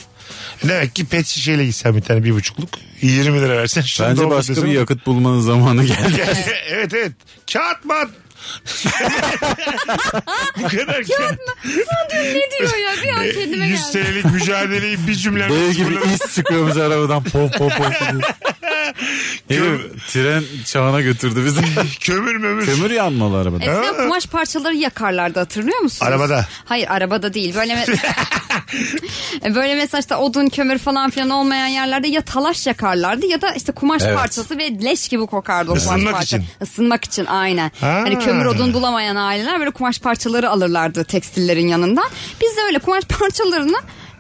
Speaker 1: Demek ki pet şişeyle gitsen bir tane bir buçukluk 20 lira versen şunu
Speaker 3: Bence
Speaker 1: doldur
Speaker 3: başka
Speaker 1: desem-
Speaker 3: bir yakıt bulmanın zamanı geldi.
Speaker 1: evet evet. Kağıt mı? at? Bu kadar kağıt
Speaker 2: Ne diyor ya bir an kendime
Speaker 1: 100
Speaker 2: geldim.
Speaker 1: senelik mücadeleyi bir cümlemle
Speaker 3: Dev gibi is çıkıyormuş arabadan pop pop pop. diye. Herif tren çağına götürdü bizi.
Speaker 1: Kömür mömür.
Speaker 3: Kömür yanmalı arabada.
Speaker 2: Eskiden kumaş parçaları yakarlardı hatırlıyor musunuz?
Speaker 1: Arabada.
Speaker 2: Hayır arabada değil. Böyle me- böyle mesela işte odun kömür falan filan olmayan yerlerde ya talaş yakarlardı ya da işte kumaş
Speaker 3: Evet.
Speaker 2: parçası ve leş gibi kokardı o kumaş
Speaker 1: Isınmak
Speaker 2: parça.
Speaker 1: için.
Speaker 2: Isınmak için aynen.
Speaker 1: Ha.
Speaker 2: Hani kömür odun bulamayan aileler böyle kumaş parçaları alırlardı tekstillerin yanından. Biz de öyle kumaş parçalarını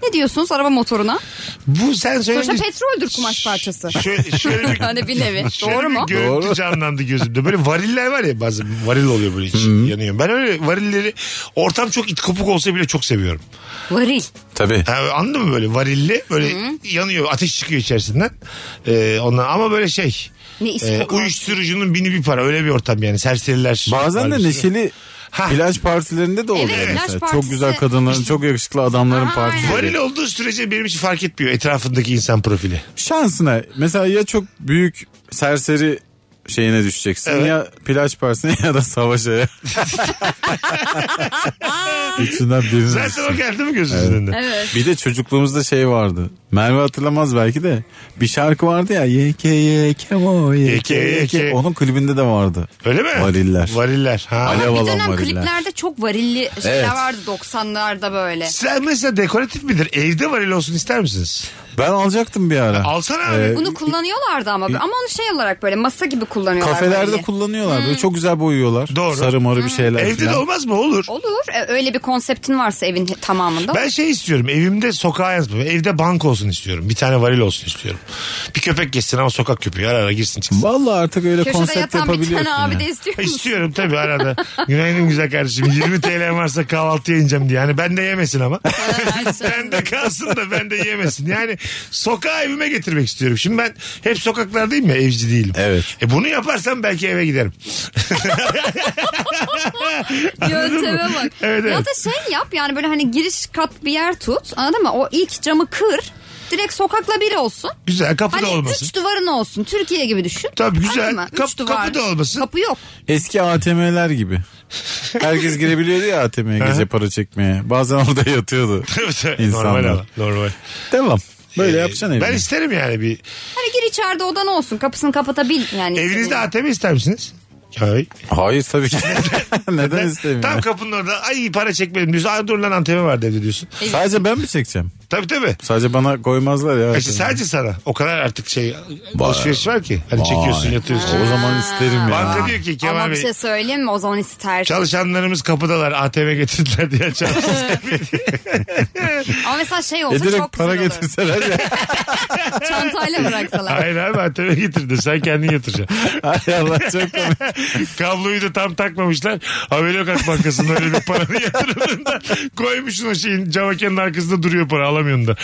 Speaker 2: ne diyorsunuz araba motoruna?
Speaker 1: Bu sen
Speaker 2: Sonuçta
Speaker 1: söyleyince
Speaker 2: petroldür kumaş parçası.
Speaker 1: Ee, Şöyle, şöyle bir
Speaker 2: hani bir nevi.
Speaker 1: şöyle
Speaker 2: Doğru
Speaker 1: bir
Speaker 2: mu?
Speaker 1: görüntü
Speaker 3: Doğru.
Speaker 1: canlandı gözümde. Böyle variller var ya bazı varil oluyor böyle içi yanıyor. Ben öyle varilleri ortam çok it kopuk olsa bile çok seviyorum.
Speaker 2: Varil.
Speaker 3: Tabii.
Speaker 1: Ha, anladın mı böyle varilli böyle yanıyor ateş çıkıyor içerisinden. Ee, ondan ama böyle şey
Speaker 2: Ne is
Speaker 1: e,
Speaker 2: kokar.
Speaker 1: uyuşturucunun bini bir para öyle bir ortam yani serseriler.
Speaker 3: Bazen de
Speaker 1: var bir sürü.
Speaker 3: neşeli
Speaker 1: Ha.
Speaker 3: ilaç partilerinde de oluyor
Speaker 2: Evet, ilaç
Speaker 3: mesela.
Speaker 2: partisi-
Speaker 3: Çok güzel kadınların, çok yakışıklı adamların
Speaker 2: Aha,
Speaker 3: partileri.
Speaker 1: Varil olduğu sürece benim için fark etmiyor etrafındaki insan profili.
Speaker 3: Şansına mesela ya çok büyük serseri şeyine düşeceksin
Speaker 1: Evet.
Speaker 3: ya plaj partisine ya da savaşa. İçinden birine
Speaker 1: Zaten o
Speaker 3: düşeceksin.
Speaker 1: geldi mi gözünüzün önünde?
Speaker 3: Bir de çocukluğumuzda şey vardı. Merve hatırlamaz belki de. Bir şarkı vardı ya. Yeke yeke o yeke
Speaker 1: Yeke, yeke.
Speaker 3: yeke. Onun klibinde de vardı.
Speaker 1: Öyle mi?
Speaker 3: Variller.
Speaker 1: Variller. Ha.
Speaker 3: Alev
Speaker 2: Bir
Speaker 3: alan
Speaker 2: dönem
Speaker 3: variller.
Speaker 2: kliplerde çok varilli şeyler
Speaker 3: Evet.
Speaker 2: vardı 90'larda böyle.
Speaker 1: Sen mesela dekoratif midir? Evde varil olsun ister misiniz?
Speaker 3: Ben alacaktım bir ara.
Speaker 1: Alsana abi.
Speaker 3: Ee,
Speaker 2: Bunu kullanıyorlardı ama ama onu şey olarak böyle masa gibi kullanıyorlar.
Speaker 3: Kafelerde
Speaker 2: böyle.
Speaker 3: kullanıyorlar.
Speaker 2: Hmm.
Speaker 3: Böyle çok güzel boyuyorlar.
Speaker 1: Doğru.
Speaker 3: Sarı marı bir şeyler.
Speaker 1: Evde
Speaker 3: filan.
Speaker 1: de olmaz mı? Olur.
Speaker 2: Olur. E, Öyle bir konseptin varsa evin tamamında.
Speaker 1: Ben şey istiyorum. Evimde sokağa yansıtmam. Evde bank olsun istiyorum. Bir tane varil olsun istiyorum. Bir köpek geçsin ama sokak köpeği. Ara ara girsin çıksın.
Speaker 3: Vallahi artık öyle
Speaker 2: Köşede
Speaker 3: konsept
Speaker 2: yatan bir
Speaker 3: yapabiliyorsun.
Speaker 2: tane abi
Speaker 3: ya.
Speaker 2: de istiyor musun?
Speaker 1: İstiyorum tabii arada. Günaydın güzel kardeşim. 20 TL varsa kahvaltıya ineceğim diye. Yani ben de yemesin ama. ben de kalsın da ben de yemesin. Yani sokağa evime getirmek istiyorum. Şimdi ben hep sokaklardayım ya evci değilim.
Speaker 3: Evet.
Speaker 1: E bunu yaparsam belki eve giderim.
Speaker 2: Yönteme bak.
Speaker 1: Evet,
Speaker 2: Ya
Speaker 1: evet.
Speaker 2: da şey yap yani böyle hani giriş kat bir yer tut. Anladın mı? O ilk camı kır. Direkt sokakla bir olsun.
Speaker 1: Güzel kapı
Speaker 2: Hani
Speaker 1: da olmasın.
Speaker 2: üç duvarın olsun. Türkiye gibi düşün.
Speaker 1: Tabii, güzel.
Speaker 2: Anladın mı? Üç
Speaker 1: Kap-
Speaker 2: duvar.
Speaker 1: kapı da olmasın.
Speaker 2: Kapı yok.
Speaker 3: Eski ATM'ler gibi. Herkes girebiliyordu ya ATM'ye gece para çekmeye. Bazen orada yatıyordu
Speaker 1: normal
Speaker 3: insanlar.
Speaker 1: ama, normal.
Speaker 3: Devam. Böyle
Speaker 1: Ee,
Speaker 3: yapacaksın evine.
Speaker 1: Ben isterim yani bir.
Speaker 2: Hani gir içeride odan olsun. Kapısını kapatabil yani.
Speaker 1: Evinizde ATM ister misiniz? Ay.
Speaker 3: Hayır tabii ki. Neden istemiyorum?
Speaker 1: Tam kapının orada ay para çekmedim diyorsun. Ay dur lan ATM var evde diyorsun.
Speaker 2: E-
Speaker 3: Sadece ben mi çekeceğim?
Speaker 1: Tabii tabii.
Speaker 3: Sadece bana koymazlar ya.
Speaker 1: İşte sadece sana. O kadar artık şey alışveriş var ki. Hani
Speaker 3: Vay.
Speaker 1: çekiyorsun yatıyorsun.
Speaker 3: O zaman isterim ya.
Speaker 1: Banka diyor ki
Speaker 2: Ama
Speaker 1: Kemal
Speaker 2: bir
Speaker 1: Bey
Speaker 2: şey söyleyeyim mi? O zaman ister.
Speaker 1: çalışanlarımız kapıdalar ATM getirdiler diye çarpsın.
Speaker 2: Ama mesela şey
Speaker 3: E
Speaker 2: olsa çok
Speaker 3: direkt
Speaker 2: güzel
Speaker 3: para
Speaker 2: olur.
Speaker 3: getirseler ya.
Speaker 2: Çantayla bıraksalar.
Speaker 1: Hayır abi ATM getirdi sen kendin yatıracaksın.
Speaker 3: Hay Allah çok komik.
Speaker 1: Kabloyu da tam takmamışlar. Avelokak Bankası'nın öyle bir paranı yatırımında koymuşsun o şeyin cavakenin arkasında duruyor para alamıyorsun da.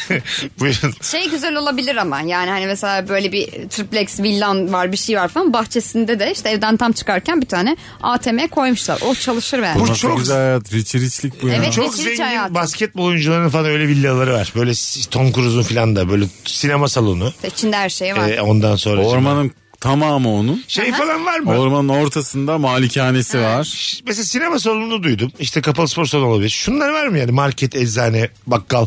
Speaker 1: Buyurun.
Speaker 2: Şey güzel olabilir ama yani hani mesela böyle bir triplex villan var bir şey var falan bahçesinde de işte evden tam çıkarken bir tane ATM koymuşlar. O çalışır yani.
Speaker 1: Bu
Speaker 3: Nasıl
Speaker 1: çok-
Speaker 3: güzel hayat. Rich richlik bu ya.
Speaker 2: Evet.
Speaker 1: Çok
Speaker 2: Geçici
Speaker 1: zengin
Speaker 2: hayatım.
Speaker 1: basketbol oyuncularının falan öyle villaları var. Böyle Tom Cruise'un falan da böyle sinema salonu.
Speaker 3: E,
Speaker 2: İşte İçinde her şey var.
Speaker 1: Ee, ondan sonra.
Speaker 3: Ormanın Tamamı onun.
Speaker 1: Şey falan var mı?
Speaker 3: Ormanın ortasında malikanesi var.
Speaker 1: Ş- Mesela sinema salonunu duydum. İşte kapalı spor salonu olabilir. Şunlar var mı yani? Market, eczane, bakkal.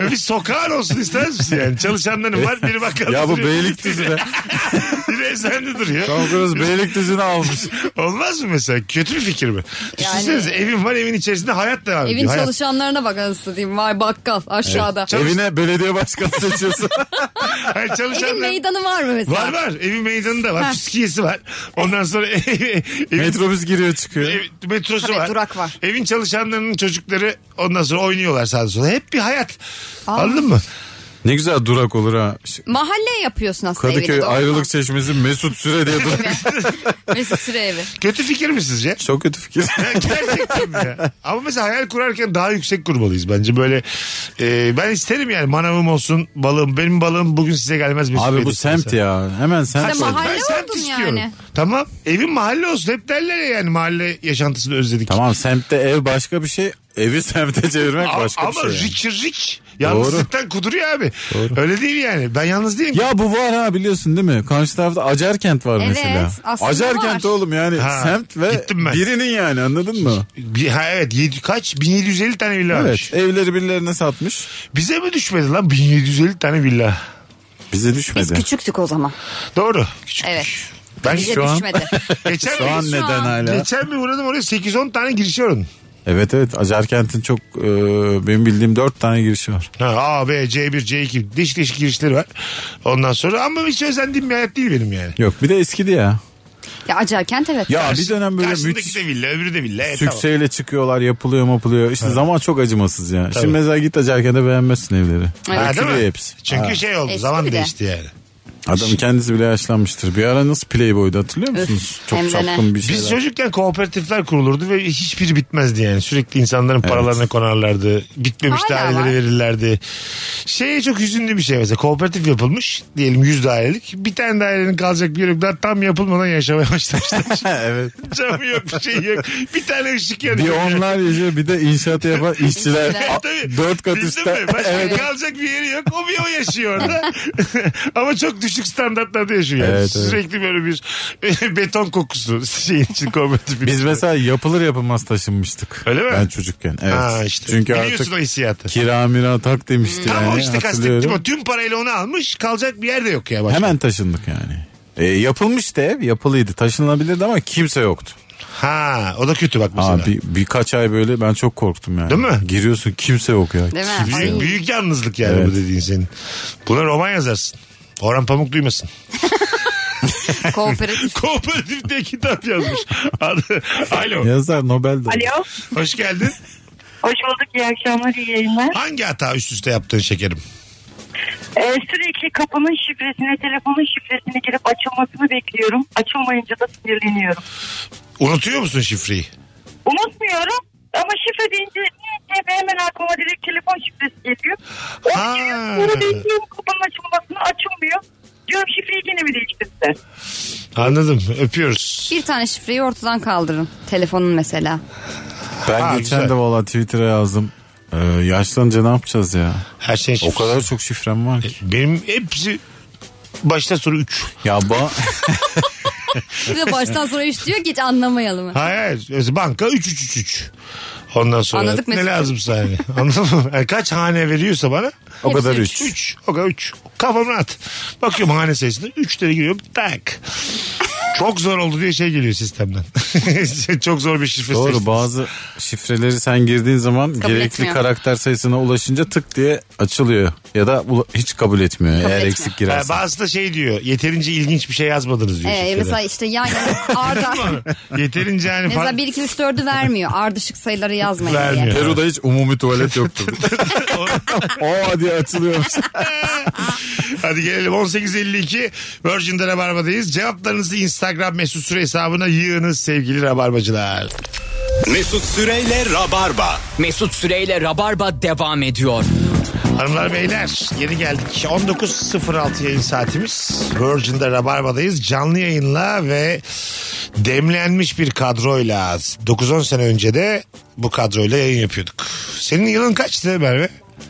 Speaker 1: bir sokağın olsun ister misin yani? Çalışanların var. Biri bakkal
Speaker 3: Ya bu
Speaker 1: duruyor.
Speaker 3: Beylikdüzü'de.
Speaker 1: Biri eczane duruyor.
Speaker 3: Tom Cruise Beylikdüzü'nü almış.
Speaker 1: Olmaz mı mesela? Kötü bir fikir mi? Düşünsenize evin var evin içerisinde hayat devam ediyor.
Speaker 2: Evin
Speaker 1: Hayat.
Speaker 2: çalışanlarına bak anasını diyeyim. Vay bakkal aşağıda.
Speaker 3: Evine belediye başkanı seçiyorsun.
Speaker 1: Hayat çalışanlar-
Speaker 2: Evin meydanı var mı mesela?
Speaker 1: Var var. Evin meydanı da var. Püskiyesi var. Ondan sonra evin
Speaker 3: Metrobüs giriyor çıkıyor.
Speaker 1: Ev- metrosu
Speaker 2: Tabii,
Speaker 1: var.
Speaker 2: durak var.
Speaker 1: Evin çalışanlarının çocukları ondan sonra oynuyorlar sağda sola. Hep bir hayat. Anladın mı?
Speaker 3: Ne güzel durak olur ha. Ş-
Speaker 2: Mahalle yapıyorsun aslında evini,
Speaker 3: Kadıköy
Speaker 2: doğru mu?
Speaker 3: ayrılık çeşmesi Mesut Süre diye durak.
Speaker 2: Mesut Süre evi.
Speaker 1: Kötü fikir mi sizce?
Speaker 3: Çok kötü fikir.
Speaker 1: Gerçekten mi ya? Ama mesela hayal kurarken daha yüksek kurmalıyız bence. Böyle e, ben isterim yani manavım olsun balığım. Benim balığım bugün size gelmez. Mesut
Speaker 3: Abi
Speaker 1: Bey
Speaker 3: bu
Speaker 1: desin
Speaker 3: semt
Speaker 1: mesela.
Speaker 3: ya. Hemen
Speaker 1: Ben
Speaker 3: semt.
Speaker 2: İşte
Speaker 3: oldu.
Speaker 2: mahalle
Speaker 1: semt
Speaker 2: oldun
Speaker 1: istiyorum.
Speaker 2: yani.
Speaker 1: Tamam. Evin mahalle olsun. Hep derler ya yani mahalle yaşantısını özledik.
Speaker 3: Tamam semtte ev başka bir şey. Evi semte çevirmek
Speaker 1: Ama,
Speaker 3: başka
Speaker 1: ama
Speaker 3: bir şey. yani.
Speaker 1: rich rich. Yalnızlıktan kuduruyor abi. Öyle değil yani. Ben yalnız değilim.
Speaker 3: Ya bu var ha biliyorsun değil mi? Karşı tarafta Acarkent var
Speaker 2: Evet,
Speaker 3: mesela.
Speaker 2: aslında
Speaker 3: Acarkent
Speaker 2: var.
Speaker 3: oğlum yani
Speaker 1: Ha,
Speaker 3: semt ve
Speaker 1: gittim ben.
Speaker 3: birinin yani anladın mı?
Speaker 1: Bir, ha evet yedi, kaç? 1750 tane villa varmış.
Speaker 3: Evet evleri birilerine satmış.
Speaker 1: Bize mi düşmedi lan 1750 tane villa?
Speaker 3: Bize
Speaker 2: Biz
Speaker 3: düşmedi.
Speaker 2: küçüktük o zaman.
Speaker 1: Doğru. Küçük.
Speaker 2: Evet.
Speaker 1: Ben
Speaker 2: Bize
Speaker 3: şu an-
Speaker 2: düşmedi.
Speaker 1: geçen
Speaker 3: Şu an
Speaker 1: bir,
Speaker 3: neden hala?
Speaker 1: geçen bir uğradım oraya 8-10 tane girişi var onun.
Speaker 3: Evet evet Acarkent'in çok e, benim bildiğim dört tane girişi var.
Speaker 1: Ha, A, B, C1, C2 diş diş girişleri var. Ondan sonra ama hiç özendiğim bir hayat değil benim yani.
Speaker 3: Yok bir de eskidi ya.
Speaker 2: ya Acarkent evet.
Speaker 3: Ya bir dönem böyle
Speaker 1: Karşındaki
Speaker 3: müthiş
Speaker 1: de villa öbürü de villa. E, tamam.
Speaker 3: sükseyle çıkıyorlar yapılıyor yapılıyor. İşte zaman çok acımasız ya. Şimdi mesela git Acarkent'e beğenmezsin evleri.
Speaker 1: Ha,
Speaker 3: Dökülüyor
Speaker 1: değil mi?
Speaker 3: hepsi.
Speaker 1: Çünkü şey oldu
Speaker 2: Eski
Speaker 1: zaman
Speaker 2: bir de.
Speaker 1: değişti yani.
Speaker 3: Adam kendisi bile yaşlanmıştır. Bir ara nasıl Playboy'du hatırlıyor musunuz?
Speaker 2: Öf, hem
Speaker 3: çok
Speaker 2: de ne.
Speaker 3: çapkın bir şeyler.
Speaker 1: Biz çocukken kooperatifler kurulurdu ve hiçbiri bitmezdi yani. Sürekli insanların paralarını konarlardı. Bitmemiş
Speaker 2: Hala
Speaker 1: daireleri
Speaker 2: var.
Speaker 1: verirlerdi. Şeye çok hüzünlü bir şey mesela. Kooperatif yapılmış diyelim 100 dairelik. Bir tane dairenin kalacak bir yer yok. Daha tam yapılmadan yaşamaya başlamışlar.
Speaker 3: evet.
Speaker 1: Camı yok bir şey yok. Bir tane ışık
Speaker 3: Bir
Speaker 1: yanıyor. E,
Speaker 3: onlar yaşıyor bir de inşaat yapan işçiler.
Speaker 2: İşçiler.
Speaker 3: A-
Speaker 1: Tabii.
Speaker 3: Dört kat
Speaker 1: Bildin
Speaker 3: üstte.
Speaker 1: mi? Başka
Speaker 3: evet.
Speaker 1: kalacak bir yeri yok. O bir o yaşıyor orada. Ama çok düşük standartlarda yaşıyor. Yani.
Speaker 3: Evet, evet.
Speaker 1: Sürekli böyle bir beton kokusu şeyin için kooperatifin.
Speaker 3: Biz
Speaker 1: içinde.
Speaker 3: mesela yapılır yapılmaz taşınmıştık.
Speaker 1: Öyle mi?
Speaker 3: Ben çocukken. Evet.
Speaker 1: Ha işte.
Speaker 3: Çünkü
Speaker 1: Biliyorsun
Speaker 3: artık
Speaker 1: o hissiyatı.
Speaker 3: kira mira tak demişti
Speaker 1: Tam o
Speaker 3: yani.
Speaker 1: işte kastettim
Speaker 3: hatırlıyorum.
Speaker 1: o. Tüm parayla onu almış kalacak bir yerde yok ya. Başka.
Speaker 3: Hemen taşındık yani. E, yapılmıştı ev yapılıydı taşınabilirdi ama kimse yoktu.
Speaker 1: Ha o da kötü bak mesela.
Speaker 3: Abi birkaç ay böyle ben çok korktum yani.
Speaker 1: Değil mi?
Speaker 3: Giriyorsun kimse yok ya.
Speaker 2: Değil mi?
Speaker 3: Kimse
Speaker 2: Ay.
Speaker 1: Büyük, büyük yalnızlık yani
Speaker 3: Evet.
Speaker 1: bu dediğin senin. Buna roman yazarsın. Orhan Pamuk duymasın.
Speaker 2: Kooperatif.
Speaker 1: Kooperatif diye kitap yazmış. Adı- Alo.
Speaker 3: Yazar Nobel de.
Speaker 8: Alo.
Speaker 1: Hoş geldin.
Speaker 8: Hoş bulduk. iyi akşamlar. iyi yayınlar.
Speaker 1: Hangi hata üst üste yaptın şekerim?
Speaker 8: Ee, sürekli kapının şifresine, telefonun şifresine girip açılmasını bekliyorum. Açılmayınca da sinirleniyorum.
Speaker 1: Unutuyor musun şifreyi?
Speaker 8: Unutmuyorum. Ama şifre deyince niyeyse hemen aklıma direkt telefon şifresi geliyor. O
Speaker 1: Ha.
Speaker 8: Onu bekliyorum kapının açılmasını açılmıyor. Diyorum şifreyi gene mi değiştirdiler?
Speaker 1: Anladım. Öpüyoruz.
Speaker 2: Bir tane şifreyi ortadan kaldırın. Telefonun mesela.
Speaker 3: Ben
Speaker 1: Ha,
Speaker 3: geçen
Speaker 1: güzel.
Speaker 3: de valla Twitter'a yazdım. Ee, yaşlanınca ne yapacağız ya?
Speaker 1: Her şey
Speaker 3: O
Speaker 1: şifre.
Speaker 3: kadar çok şifrem var ki.
Speaker 1: Benim hepsi başta soru 3.
Speaker 3: Ya ba
Speaker 2: Bir de baştan sonra iş diyor ki hiç anlamayalım.
Speaker 1: Hayır. hayır. Banka 3 3 3 3. Ondan sonra
Speaker 2: Anladık
Speaker 1: ne
Speaker 2: Mesut'cum.
Speaker 1: lazımsa yani. Anladın mı? Yani kaç hane veriyorsa bana
Speaker 3: o kadar
Speaker 2: Hepsi
Speaker 3: üç.
Speaker 1: 3. O kadar 3. Kafam rahat. Bakıyorum hane sayısına 3 lira giriyorum. Tak. Çok zor oldu diye şey geliyor sistemden. Çok zor bir şifre
Speaker 3: Doğru
Speaker 1: seçtim.
Speaker 3: bazı şifreleri sen girdiğin zaman
Speaker 2: Kabul
Speaker 3: gerekli
Speaker 2: etmiyor.
Speaker 3: karakter sayısına ulaşınca tık diye açılıyor. Ya da ula- hiç kabul etmiyor eğer
Speaker 2: etmiyor.
Speaker 3: eksik
Speaker 1: Ha,
Speaker 3: girersen.
Speaker 1: bazısı da şey diyor. Yeterince ilginç bir şey yazmadınız diyor.
Speaker 2: Ee,
Speaker 1: şifrede.
Speaker 2: mesela işte yan yana arda.
Speaker 1: Yeterince hani
Speaker 2: mesela
Speaker 1: falan
Speaker 2: 1, 2, 3, 4'ü vermiyor. Ardışık sayıları yazmayın
Speaker 1: vermiyor.
Speaker 2: diye.
Speaker 3: Peru'da hiç umumi tuvalet yoktu. o diye açılıyormuş.
Speaker 1: Hadi gelelim 18.52 Virgin'de Rabarba'dayız. Cevaplarınızı Instagram mesut süre hesabına yığınız sevgili Rabarbacılar.
Speaker 6: Mesut Süreyle Rabarba.
Speaker 9: Mesut Süreyle Rabarba devam ediyor.
Speaker 1: Hanımlar beyler yeni geldik. 19.06 yayın saatimiz. Virgin'de Rabarba'dayız. Canlı yayınla ve demlenmiş bir kadroyla 9-10 sene önce de bu kadroyla yayın yapıyorduk. Senin yılın kaçtı Merve?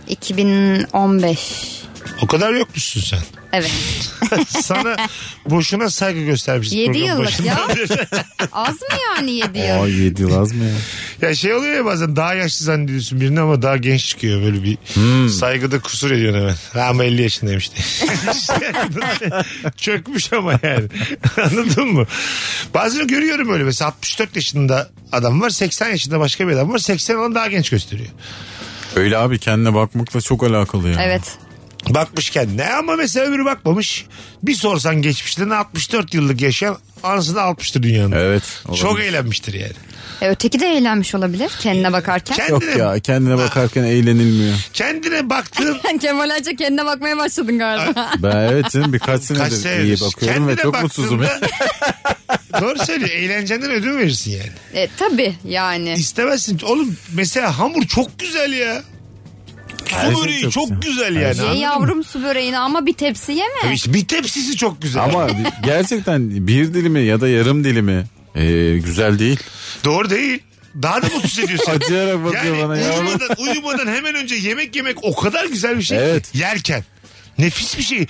Speaker 2: 2015.
Speaker 1: O kadar yokmuşsun sen.
Speaker 2: Evet.
Speaker 1: Sana boşuna saygı göstermişiz.
Speaker 2: 7
Speaker 1: programın
Speaker 2: yıllık
Speaker 1: başında.
Speaker 2: ya. Az mı yani 7 yıl?
Speaker 3: Ay yedi az mı ya?
Speaker 1: Ya şey oluyor ya bazen daha yaşlı zannediyorsun birini ama daha genç çıkıyor böyle bir
Speaker 3: Hmm.
Speaker 1: saygıda kusur ediyorsun hemen. Ha ama 50 yaşındaymış diye. Çökmüş ama yani. Anladın mı? Bazen görüyorum öyle mesela 64 yaşında adam var 80 yaşında başka bir adam var 80 olan daha genç gösteriyor.
Speaker 3: Öyle abi kendine bakmakla çok alakalı ya.
Speaker 2: Evet.
Speaker 1: Bakmış kendine ama mesela öbürü bakmamış. Bir sorsan geçmişte ne 64 yıllık yaşayan anasını almıştır dünyanın.
Speaker 3: Evet.
Speaker 1: Çok
Speaker 3: olabilir.
Speaker 1: eğlenmiştir yani.
Speaker 2: E, öteki de eğlenmiş olabilir kendine bakarken.
Speaker 1: Kend-
Speaker 3: Yok ya kendine bakarken eğlenilmiyor.
Speaker 1: Kendine baktığın
Speaker 2: Kemal Ayça kendine bakmaya başladın galiba.
Speaker 3: Ben evet canım birkaç senedir
Speaker 1: Kaç senedir?
Speaker 3: iyi bakıyorum ve
Speaker 1: Kendine
Speaker 3: çok mutsuzum. ya.
Speaker 1: baktığında- Doğru söylüyor. Eğlencenden ödün verirsin yani.
Speaker 2: e, tabii yani.
Speaker 1: İstemezsin. Oğlum mesela hamur çok güzel ya.
Speaker 3: Her
Speaker 1: Su
Speaker 3: şey
Speaker 1: böreği çok,
Speaker 3: çok şey.
Speaker 1: güzel yani.
Speaker 2: Ye
Speaker 1: anladın mı?
Speaker 2: yavrum su böreğini ama bir tepsi yeme.
Speaker 1: İşte bir tepsisi çok güzel.
Speaker 3: Ama gerçekten bir dilimi ya da yarım dilimi e, güzel değil.
Speaker 1: Doğru değil. Daha da mutsuz ediyor seni.
Speaker 3: Acıyarak bakıyor
Speaker 1: Yani
Speaker 3: bana ya.
Speaker 1: uyumadan, uyumadan hemen önce yemek yemek o kadar güzel bir şey. ki.
Speaker 3: Evet.
Speaker 1: Yerken. Nefis bir şey.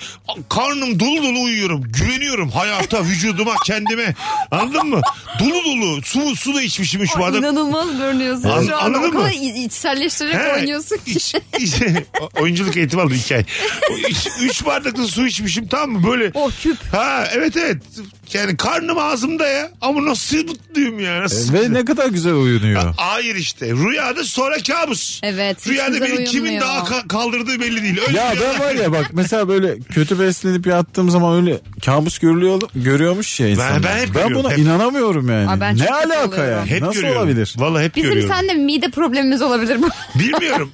Speaker 1: Karnım dolu dolu uyuyorum. Güveniyorum hayata, vücuduma, kendime. Anladın mı? Dolu dolu. Su, su da içmişim şu adam.
Speaker 2: İnanılmaz görünüyorsun.
Speaker 1: An-
Speaker 2: Şu anda
Speaker 1: anladın
Speaker 2: o kadar
Speaker 1: mı?
Speaker 2: i- içselleştirerek
Speaker 1: He,
Speaker 2: oynuyorsun ki.
Speaker 1: iç- iç- O- oyunculuk eğitimi aldım iki ay. O Üç, üç bardaklı su içmişim tamam mı böyle.
Speaker 2: Oh, küp.
Speaker 1: Ha evet evet. Yani karnım ağzımda ya. Ama nasıl mutluyum ya. Nasıl
Speaker 3: Ve
Speaker 1: güzel.
Speaker 3: ne kadar güzel uyunuyor.
Speaker 1: Hayır işte. Rüyada sonra kabus.
Speaker 2: Evet, hiç
Speaker 1: Rüyada
Speaker 2: güzel
Speaker 1: beni kimin
Speaker 2: uyumuyor.
Speaker 1: daha ka- kaldırdığı belli değil. Öyle
Speaker 3: Ya
Speaker 1: rüyalar-
Speaker 3: ben var ya bak mesela böyle kötü beslenip yattığım zaman öyle kabus görülüyor, görüyormuş ya insanlar.
Speaker 1: ben hep
Speaker 3: ben
Speaker 1: görüyorum,
Speaker 3: buna
Speaker 1: hep.
Speaker 3: inanamıyorum yani.
Speaker 2: Aa, ben çok
Speaker 3: ne
Speaker 2: kötü
Speaker 3: alaka
Speaker 2: oluyorum.
Speaker 3: yani?
Speaker 1: Hep
Speaker 3: Nasıl
Speaker 1: görüyorum.
Speaker 3: olabilir?
Speaker 1: Vallahi hep
Speaker 2: Bizim
Speaker 1: görüyorum.
Speaker 2: seninle mide problemimiz olabilir bu.
Speaker 1: Bilmiyorum.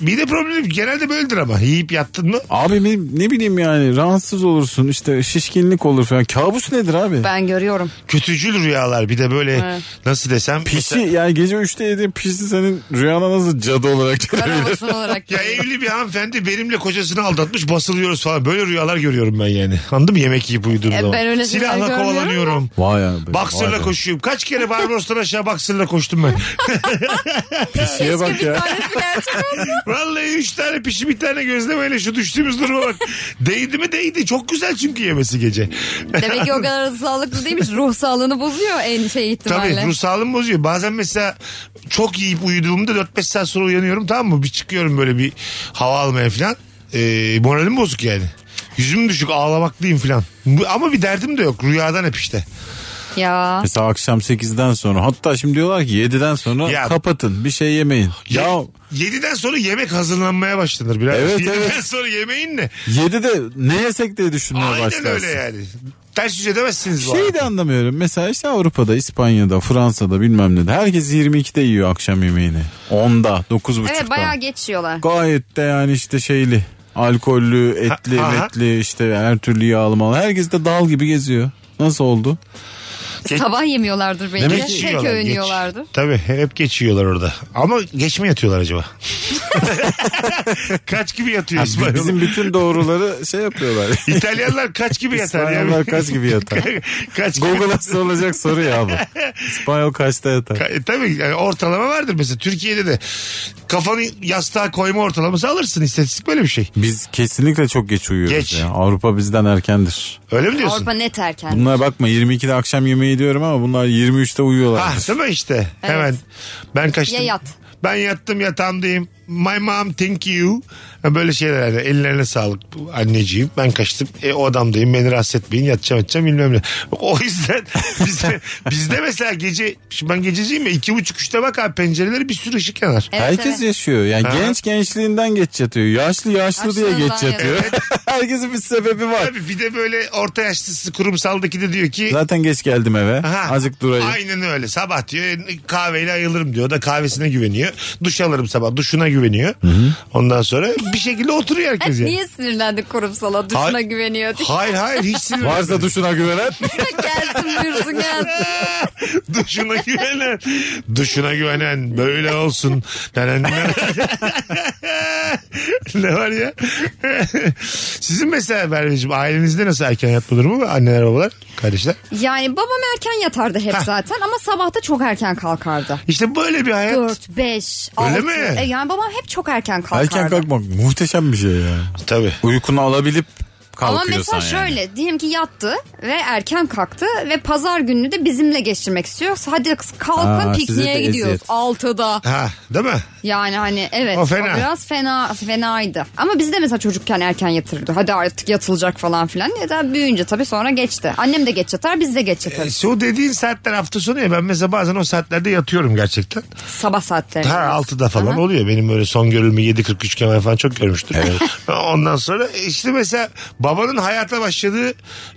Speaker 1: Mide problemi genelde böyledir ama. Yiyip yattın mı?
Speaker 3: Abi ne, ne bileyim yani rahatsız olursun işte şişkinlik olur falan. Kabus nedir abi?
Speaker 2: Ben görüyorum.
Speaker 1: Kötücül rüyalar bir de böyle
Speaker 2: Evet.
Speaker 1: nasıl desem.
Speaker 3: Pişi
Speaker 1: Mesela-
Speaker 3: yani gece 3'te yediğin pişi senin rüyana nasıl cadı olarak gelebilir?
Speaker 2: Karabasan olarak.
Speaker 1: Ya
Speaker 2: görüyorum.
Speaker 1: evli bir hanımefendi benimle kocasını aldatmış basılıyoruz falan. Böyle rüyalar görüyorum ben yani. Anladın mı? Yemek yiyip uyuduğum
Speaker 2: E,
Speaker 1: zaman.
Speaker 2: ben öyle şeyler
Speaker 1: Silahla
Speaker 2: görmüyorum
Speaker 1: kovalanıyorum.
Speaker 3: Vay abi. vay
Speaker 1: Baksırla
Speaker 3: be.
Speaker 1: koşuyorum. Kaç kere Barbaros'tan aşağı baksırla koştum ben.
Speaker 3: Pişiye bak
Speaker 2: Bir
Speaker 3: ya.
Speaker 2: tanesi gerçek olsun.
Speaker 1: Vallahi üç tane pişi bir tane gözlemeyle şu düştüğümüz duruma bak. değdi mi değdi. Çok güzel çünkü yemesi gece.
Speaker 2: Demek ki o kadar sağlıklı değilmiş. Ruh sağlığını bozuyor en şey ihtimalle.
Speaker 1: Tabii ruh sağlığımı bozuyor. Bazen mesela çok yiyip uyuduğumda 4-5 saat sonra uyanıyorum tamam mı? Bir çıkıyorum böyle bir hava almaya falan. Ee, moralim bozuk yani. Yüzüm düşük ağlamaklıyım falan. Bu- Ama bir derdim de yok. Rüyadan hep işte.
Speaker 2: Ya.
Speaker 3: Mesela akşam 8'den sonra hatta şimdi diyorlar ki 7'den sonra
Speaker 1: Ya-
Speaker 3: kapatın bir şey yemeyin.
Speaker 1: Ya,
Speaker 3: Ya
Speaker 1: 7'den sonra yemek hazırlanmaya başlanır biraz.
Speaker 3: Evet,
Speaker 1: 7'den
Speaker 3: evet.
Speaker 1: sonra yemeğin ne?
Speaker 3: 7'de ne yesek diye düşünmeye
Speaker 1: Aynen
Speaker 3: başlarsın.
Speaker 1: öyle yani. Ters yüz edemezsiniz bu
Speaker 3: Şeyi
Speaker 1: arada.
Speaker 3: de anlamıyorum. Mesela işte Avrupa'da, İspanya'da, Fransa'da bilmem ne. de Herkes 22'de yiyor akşam yemeğini. 10'da, 9.30'da.
Speaker 2: Evet bayağı geçiyorlar.
Speaker 3: Gayet de yani işte şeyli. Alkollü, etli,
Speaker 1: Ha- aha.
Speaker 3: metli işte her türlü yağlı mal. Herkes de dal gibi geziyor. Nasıl oldu?
Speaker 1: Geç-
Speaker 2: Sabah yemiyorlardır belki.
Speaker 3: Demek
Speaker 2: Demek
Speaker 3: ki
Speaker 2: Tek
Speaker 1: geç.
Speaker 2: öğün yiyorlardır.
Speaker 1: Tabii hep geç yiyorlar orada. Ama geç mi yatıyorlar acaba? kaç gibi yatıyor İsmail?
Speaker 3: Bizim bütün doğruları şey yapıyorlar.
Speaker 1: İtalyanlar kaç gibi yatar ya?
Speaker 3: İspanyollar kaç gibi yatar?
Speaker 1: kaç gibi?
Speaker 3: Google'a sorulacak soru ya bu. İspanyol kaçta yatar?
Speaker 1: Ka- e, Tabii yani ortalama vardır mesela Türkiye'de de kafanı yastığa koyma ortalaması alırsın istatistik böyle bir şey.
Speaker 3: Biz kesinlikle çok geç uyuyoruz
Speaker 1: Geç.
Speaker 3: ya. Avrupa bizden erkendir.
Speaker 1: Öyle mi diyorsun?
Speaker 2: Avrupa net erken.
Speaker 3: Bunlar bakma 22'de akşam yemeği diyorum ama bunlar 23'te uyuyorlar.
Speaker 1: Ha, değil mi işte? Hemen. Ben kaçtım.
Speaker 2: Ya yat.
Speaker 1: Ben yattım yatağımdayım. My mom thank you. Ha, Böyle şeyler yani. Ellerine sağlık anneciğim. Ben kaçtım. E, o adamdayım. Beni rahatsız etmeyin. Yatacağım yatacağım bilmem ne. O yüzden bizde, bizde mesela gece şimdi ben gececiyim ya. iki buçuk üçte bak abi pencereleri bir sürü ışık yanar.
Speaker 2: Evet,
Speaker 3: Herkes
Speaker 2: evet.
Speaker 3: yaşıyor. Yani
Speaker 1: Ha.
Speaker 3: genç gençliğinden geç yatıyor. Yaşlı yaşlı diye
Speaker 2: Yaşlılığından
Speaker 3: geç yatıyor. Herkesin bir sebebi var.
Speaker 1: Tabii bir de böyle orta yaşlısı kurumsaldaki de diyor ki
Speaker 3: Zaten geç geldim eve.
Speaker 1: Aha.
Speaker 3: Azıcık durayım.
Speaker 1: Aynen öyle. Sabah diyor e, kahveyle ayılırım diyor. O da kahvesine güveniyor. Duş alırım sabah. Duşuna güveniyor. Ondan sonra bir şekilde oturuyor herkes yani.
Speaker 2: Niye sinirlendik kurumsala? Duşuna
Speaker 1: Hayır.
Speaker 2: güveniyor. diye.
Speaker 1: Hayır hayır hiç sinir.
Speaker 3: Varsa duşuna güvenen.
Speaker 2: gelsin buyursun gelsin.
Speaker 1: Duşuna güvenen. Duşuna güvenen. Böyle olsun. Denen- ne var ya? Sizin mesela Merveciğim ailenizde nasıl erken yatma durumu var? Anneler babalar kardeşler.
Speaker 2: Yani babam erken yatardı hep zaten ama sabah da çok erken kalkardı.
Speaker 1: İşte böyle bir hayat.
Speaker 2: 4, 5, 6.
Speaker 1: Öyle mi?
Speaker 2: E, yani babam hep çok erken kalkardı.
Speaker 3: Erken kalkmak muhteşem bir şey ya.
Speaker 1: Tabii.
Speaker 3: Uykunu alabilip
Speaker 2: Ama
Speaker 3: kalkıyorsan
Speaker 2: mesela
Speaker 3: yani.
Speaker 2: şöyle diyelim ki yattı ve erken kalktı ve pazar gününü de bizimle geçirmek istiyor. Hadi kalkın
Speaker 3: Aa, size de
Speaker 2: pikniğe gidiyoruz.
Speaker 3: eziyet.
Speaker 2: Altıda.
Speaker 1: Ha, değil mi?
Speaker 2: Yani hani evet
Speaker 1: O fena.
Speaker 2: biraz fena fenaydı. Ama biz de mesela çocukken erken yatırırdı. Hadi artık yatılacak falan filan. Ya da büyüyünce tabii sonra geçti. Annem de geç yatar biz de geç yatarız.
Speaker 1: İşte o dediğin saatler hafta sonu ya ben mesela bazen o saatlerde yatıyorum gerçekten.
Speaker 2: Sabah saatleri.
Speaker 1: Her altıda falan oluyor. Benim böyle son görülme 7.43 kemer falan çok görmüştüm. Ondan sonra işte mesela babanın hayata başladığı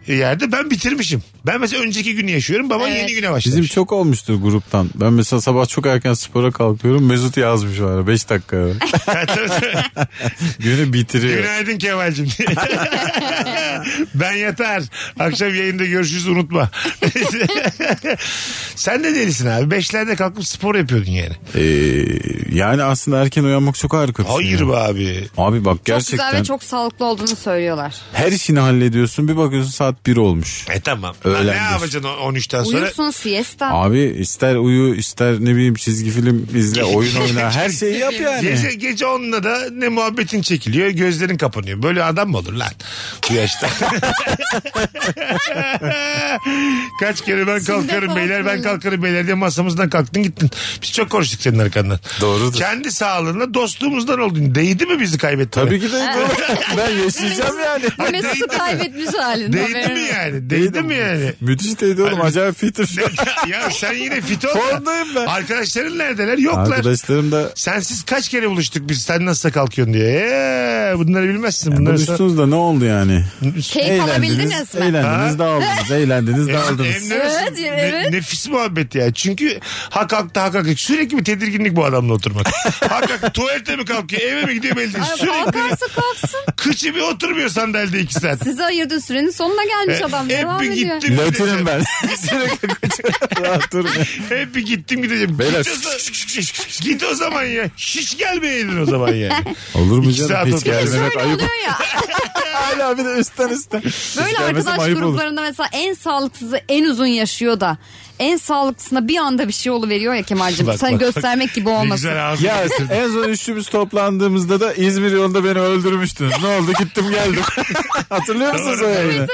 Speaker 1: yerde ben bitirmişim. Ben mesela önceki günü yaşıyorum. Baba yeni güne başlamış.
Speaker 3: Bizim çok olmuştur gruptan. Ben mesela sabah çok erken spora kalkıyorum. Mesut yazmış bana 5 dakika. evvel. Günü bitiriyor.
Speaker 1: Günaydın Kemal'cim. ben yatar. Akşam yayında görüşürüz unutma. Sen de delisin abi. Beşlerde kalkıp spor yapıyordun yani.
Speaker 3: Ee, yani aslında erken uyanmak çok harika bir şey.
Speaker 1: Hayır be abi.
Speaker 3: Abi bak
Speaker 2: Çok
Speaker 3: gerçekten
Speaker 2: güzel ve çok sağlıklı olduğunu söylüyorlar.
Speaker 3: her işini hallediyorsun. Bir bakıyorsun saat 1 olmuş.
Speaker 1: E tamam.
Speaker 3: Öğlen
Speaker 1: Lan ne
Speaker 3: diyorsun.
Speaker 1: yapacaksın o- 13'ten sonra?
Speaker 2: Uyursun siesta.
Speaker 3: Abi ister uyu ister ne bileyim çizgi film izle oyun oyna her şeyi yap yani.
Speaker 1: Gece, gece onunla da ne muhabbetin çekiliyor gözlerin kapanıyor. Böyle adam mı olur lan bu yaşta? Kaç kere ben kalkarım
Speaker 2: falan
Speaker 1: beyler ben
Speaker 2: söyle.
Speaker 1: kalkarım beyler diye masamızdan kalktın gittin. Biz çok konuştuk senin arkandan.
Speaker 3: Doğrudur.
Speaker 1: Kendi sağlığına dostluğumuzdan oldun. Değdi mi bizi kaybettiğine?
Speaker 3: Tabii ki de ben yaşayacağım yani.
Speaker 2: Mesut'u kaybetmiş halin.
Speaker 1: Değdi
Speaker 2: haberin
Speaker 1: mi
Speaker 2: yok.
Speaker 1: yani? Değdi mi yani?
Speaker 3: Müthiş dedi oğlum acayip fitim.
Speaker 1: ya sen yine fit ol. da.
Speaker 3: Formdayım ben.
Speaker 1: Arkadaşların neredeler? Yoklar.
Speaker 3: Arkadaşlarım da
Speaker 1: Sensiz kaç kere buluştuk biz sen nasıl kalkıyorsun diye. Ee, bunları bilmezsin. bunları sana-
Speaker 3: buluştunuz da ne oldu yani?
Speaker 2: Keyif alabildiniz mi?
Speaker 3: Eğlendiniz dağıldınız. Eğlendiniz dağıldınız.
Speaker 1: Hem neresi-
Speaker 2: Evet,
Speaker 1: ne-
Speaker 2: evet.
Speaker 1: nefis muhabbet ya. Çünkü hak hakta hak hak. Sürekli bir tedirginlik bu adamla oturmak. hak hak tuvalete mi kalkıyor eve mi gidiyor belli değil.
Speaker 2: Ay,
Speaker 1: Sürekli
Speaker 2: Kalkarsa kalksın.
Speaker 1: kıçı bir oturmuyor sandalyede iki saat. E,
Speaker 2: Size ayırdığı sürenin sonuna gelmiş adam.
Speaker 1: Hep
Speaker 2: Devam
Speaker 1: bir şey
Speaker 2: ediyor.
Speaker 1: gittim
Speaker 3: Lötürüm
Speaker 1: gideceğim.
Speaker 3: ben. Sürekli
Speaker 1: şey
Speaker 3: koşuyorum. Rahat durmuyor.
Speaker 1: Hep bir gittim gideceğim.
Speaker 3: Beyler.
Speaker 1: Git, o zaman, git o zaman ya. Hiç gelmeyeydin o zaman yani.
Speaker 3: Olur mu
Speaker 1: İki saat
Speaker 3: canım? Hiç
Speaker 1: oturuyor.
Speaker 3: gelmemek
Speaker 2: Şöyle
Speaker 3: ayıp.
Speaker 2: oluyor ya.
Speaker 3: Hala bir de üstten üstten.
Speaker 2: Böyle arkadaş gruplarında mesela en sağlıksızı en uzun yaşıyor da en sağlıklısına bir anda bir şey oluveriyor ya Kemal'cim.
Speaker 1: Bak,
Speaker 2: Sen
Speaker 1: bak, bak.
Speaker 2: göstermek gibi
Speaker 1: Ne
Speaker 2: olmasın.
Speaker 1: güzel ağzını
Speaker 3: Ya en son üçümüz toplandığımızda da İzmir yolunda beni öldürmüştünüz. Ne oldu gittim geldim. Hatırlıyor musunuz o
Speaker 1: Doğru.
Speaker 3: yayını?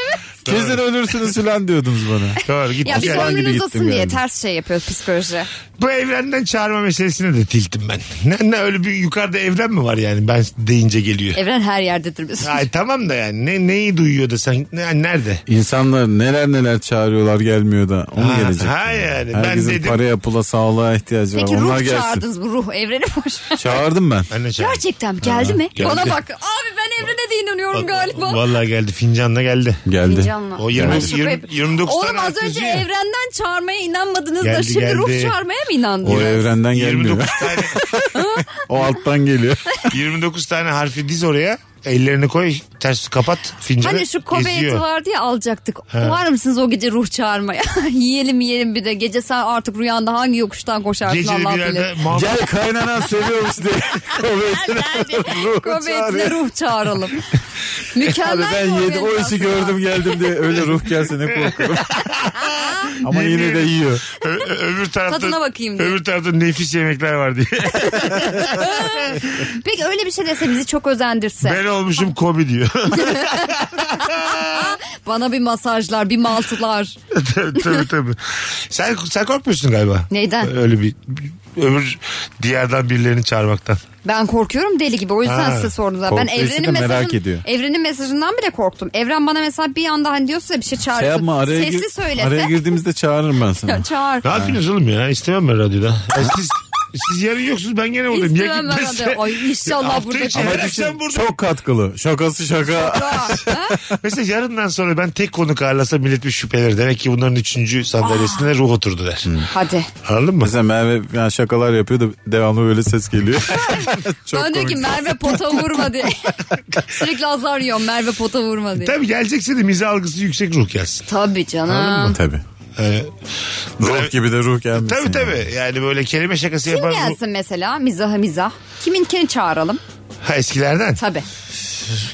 Speaker 3: Kesin ölürsünüz filan diyordunuz bana.
Speaker 1: Doğru git.
Speaker 2: Ya bir
Speaker 3: Aslan
Speaker 2: de
Speaker 3: gibi
Speaker 2: ömrün
Speaker 3: gittim
Speaker 2: uzasın diye
Speaker 3: yani.
Speaker 2: ters şey yapıyoruz psikoloji.
Speaker 1: Bu evrenden çağırma meselesine de tiltim ben. Ne, ne öyle bir yukarıda evren mi var yani ben deyince geliyor.
Speaker 2: Evren her yerdedir biz.
Speaker 1: Ay tamam da yani ne, neyi duyuyor da sen ne, nerede?
Speaker 3: İnsanlar neler neler çağırıyorlar gelmiyor da. Onu
Speaker 1: Ha,
Speaker 3: gelecek.
Speaker 1: ha yani. Ben
Speaker 3: Herkesin
Speaker 1: dedim-
Speaker 3: paraya pula sağlığa ihtiyacı var.
Speaker 2: Peki
Speaker 3: Onlar
Speaker 2: ruh
Speaker 3: gelsin.
Speaker 2: çağırdınız bu ruh evreni boş ver.
Speaker 3: Çağırdım ben.
Speaker 1: Ben de şey- çağırdım.
Speaker 2: Gerçekten mi? geldi mi?
Speaker 3: geldi.
Speaker 2: Bana bak abi ben evrene de inanıyorum galiba.
Speaker 1: Vallahi geldi fincanla geldi.
Speaker 3: Geldi.
Speaker 2: Fincanla.
Speaker 1: O yirmi-
Speaker 2: Ben şaka
Speaker 1: yirmi-
Speaker 2: yapıyorum.
Speaker 1: 29
Speaker 2: Oğlum
Speaker 1: tane
Speaker 2: az
Speaker 1: artık
Speaker 2: önce
Speaker 1: ya.
Speaker 2: evrenden çağırmaya inanmadınız da
Speaker 1: Geldi,
Speaker 2: şimdi ruh
Speaker 1: geldi.
Speaker 2: çağırmaya mı
Speaker 3: O
Speaker 2: inandınız?
Speaker 3: evrenden gelmiyor.
Speaker 1: 29 tane,
Speaker 3: o alttan geliyor.
Speaker 1: 29 tane harfi diz oraya. Ellerini koy ters kapat fincanı.
Speaker 2: Hani şu Kobe eti
Speaker 1: geziyor.
Speaker 2: vardı ya alacaktık. Var mısınız o gece ruh çağırmaya? yiyelim yiyelim bir de. Gece sen artık rüyanda hangi yokuştan koşarsın
Speaker 1: Geceli
Speaker 2: Allah
Speaker 1: bir
Speaker 2: bilir.
Speaker 1: yerde Mahmut
Speaker 3: Gel kaynanan seviyormuş diye.
Speaker 2: Kobe etine ruh çağıralım. Mükemmel
Speaker 3: ben
Speaker 2: Kobe
Speaker 3: yedim o
Speaker 2: eti
Speaker 3: işi
Speaker 2: aslında.
Speaker 3: gördüm geldim diye öyle ruh gelse ne korkuyorum. Ama yine de yiyor.
Speaker 1: ö- ö- öbür tarafta
Speaker 2: Tadına bakayım diye.
Speaker 1: öbür tarafta nefis yemekler var diye.
Speaker 2: Peki öyle bir şey dese bizi çok özendirse.
Speaker 1: ben olmuşum Kobe diyor.
Speaker 2: Bana bir masajlar, bir maltılar.
Speaker 1: tabii tabii. Sen, sen korkmuyorsun galiba.
Speaker 2: Neyden?
Speaker 1: Öyle bir öbür diyardan birilerini çağırmaktan.
Speaker 2: Ben korkuyorum deli gibi. O yüzden
Speaker 1: Ha,
Speaker 2: size sordum zaten. Ben
Speaker 3: korktuğu için de
Speaker 2: evrenin
Speaker 3: merak ediyor.
Speaker 2: mesajın, evrenin mesajından bile korktum. Evren bana mesela bir anda hani diyorsa bir şey çağırsın.
Speaker 3: Şey yapma araya,
Speaker 2: sesli
Speaker 3: gir-
Speaker 2: söylese.
Speaker 3: araya girdiğimizde çağırırım ben sana.
Speaker 2: Çağır.
Speaker 1: Ne yapıyorsunuz oğlum ya? İstemem ben radyoda. Ya siz, siz yarın yoksunuz ben gene buradayım. Ya
Speaker 2: İstemem ben
Speaker 1: gitmezse-
Speaker 2: radyo. Ay inşallah
Speaker 1: Hafta
Speaker 2: burada
Speaker 1: içi
Speaker 2: Ama
Speaker 1: her
Speaker 2: düşün,
Speaker 1: akşam burada.
Speaker 3: Çok katkılı. Şakası şaka.
Speaker 1: Mesela yarından sonra ben tek konuk ağırlasam millet bir şüpheler. Demek ki bunların üçüncü
Speaker 2: Ah.
Speaker 1: sandalyesinde ruh oturdu der.
Speaker 2: Hmm. Hadi.
Speaker 1: Anladın mı?
Speaker 3: Mesela Merve yani şakalar yapıyor da devamlı böyle ses geliyor. Çok
Speaker 2: ben diyor ki
Speaker 3: komik.
Speaker 2: Merve pota vurma diye. Sürekli azar yiyorum Merve pota vurma diye.
Speaker 1: Tabii gelecekse de mize algısı yüksek ruh gelsin.
Speaker 2: Tabii canım.
Speaker 3: Tabii.
Speaker 1: Ee, böyle-
Speaker 3: Ruh gibi de ruh gelmesin.
Speaker 1: Tabii
Speaker 3: yani.
Speaker 1: tabii. Yani böyle kelime şakası
Speaker 2: Kim
Speaker 1: yapan ruh-
Speaker 2: gelsin mesela mizaha mizah? Kimin kim çağıralım?
Speaker 1: Ha, eskilerden.
Speaker 2: Tabii.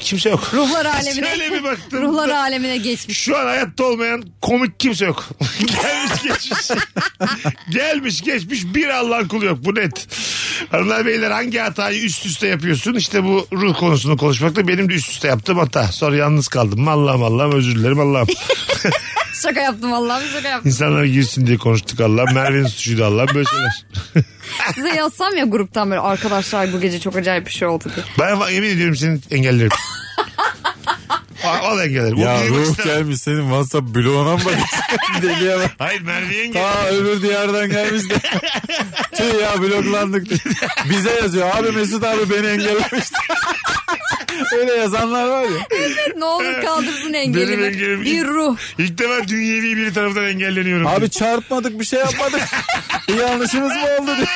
Speaker 1: Kimse yok.
Speaker 2: Ruhlar alemine.
Speaker 1: Şöyle bir baktım.
Speaker 2: Ruhlar alemine geçmiş.
Speaker 1: Şu an hayatta olmayan komik kimse yok. Gelmiş geçmiş. Gelmiş geçmiş bir Allah'ın kulu yok. Bu net. Hanımlar beyler hangi hatayı üst üste yapıyorsun? İşte bu ruh konusunu konuşmakta benim de üst üste yaptığım hata. Sonra yalnız kaldım. Allah'ım Allah'ım özür dilerim Allah'ım.
Speaker 2: Şaka yaptım Allah'ım şaka yaptım.
Speaker 1: İnsanlar girsin diye konuştuk Allah'ım. Merve'nin suçuydu Allah'ım böyle şeyler.
Speaker 2: Size yazsam ya gruptan böyle arkadaşlar bu gece çok acayip bir şey oldu diye.
Speaker 1: Ben va- yemin ediyorum seni engellerim. Al engellerim. O
Speaker 3: Ya
Speaker 1: duymak
Speaker 3: ruh
Speaker 1: istemem.
Speaker 3: gelmiş senin WhatsApp bloğuna mı bakacaksın? Deliye bak.
Speaker 1: Hayır Merve'yi engellerim.
Speaker 3: Ta öbür diyardan gelmiş de. Tüh ya bloklandık. diye. Bize yazıyor. Abi Mesut abi beni engellemişti. Öyle yazanlar var ya.
Speaker 2: Ne olur
Speaker 1: Benim
Speaker 2: kaldırsın
Speaker 1: şey.
Speaker 2: engelimi.
Speaker 1: engelim-
Speaker 2: Bir ruh.
Speaker 1: İlk defa dünyevi biri tarafından engelleniyorum.
Speaker 3: Abi çarpmadık bir şey yapmadık. Bir yanlışımız mı oldu diye.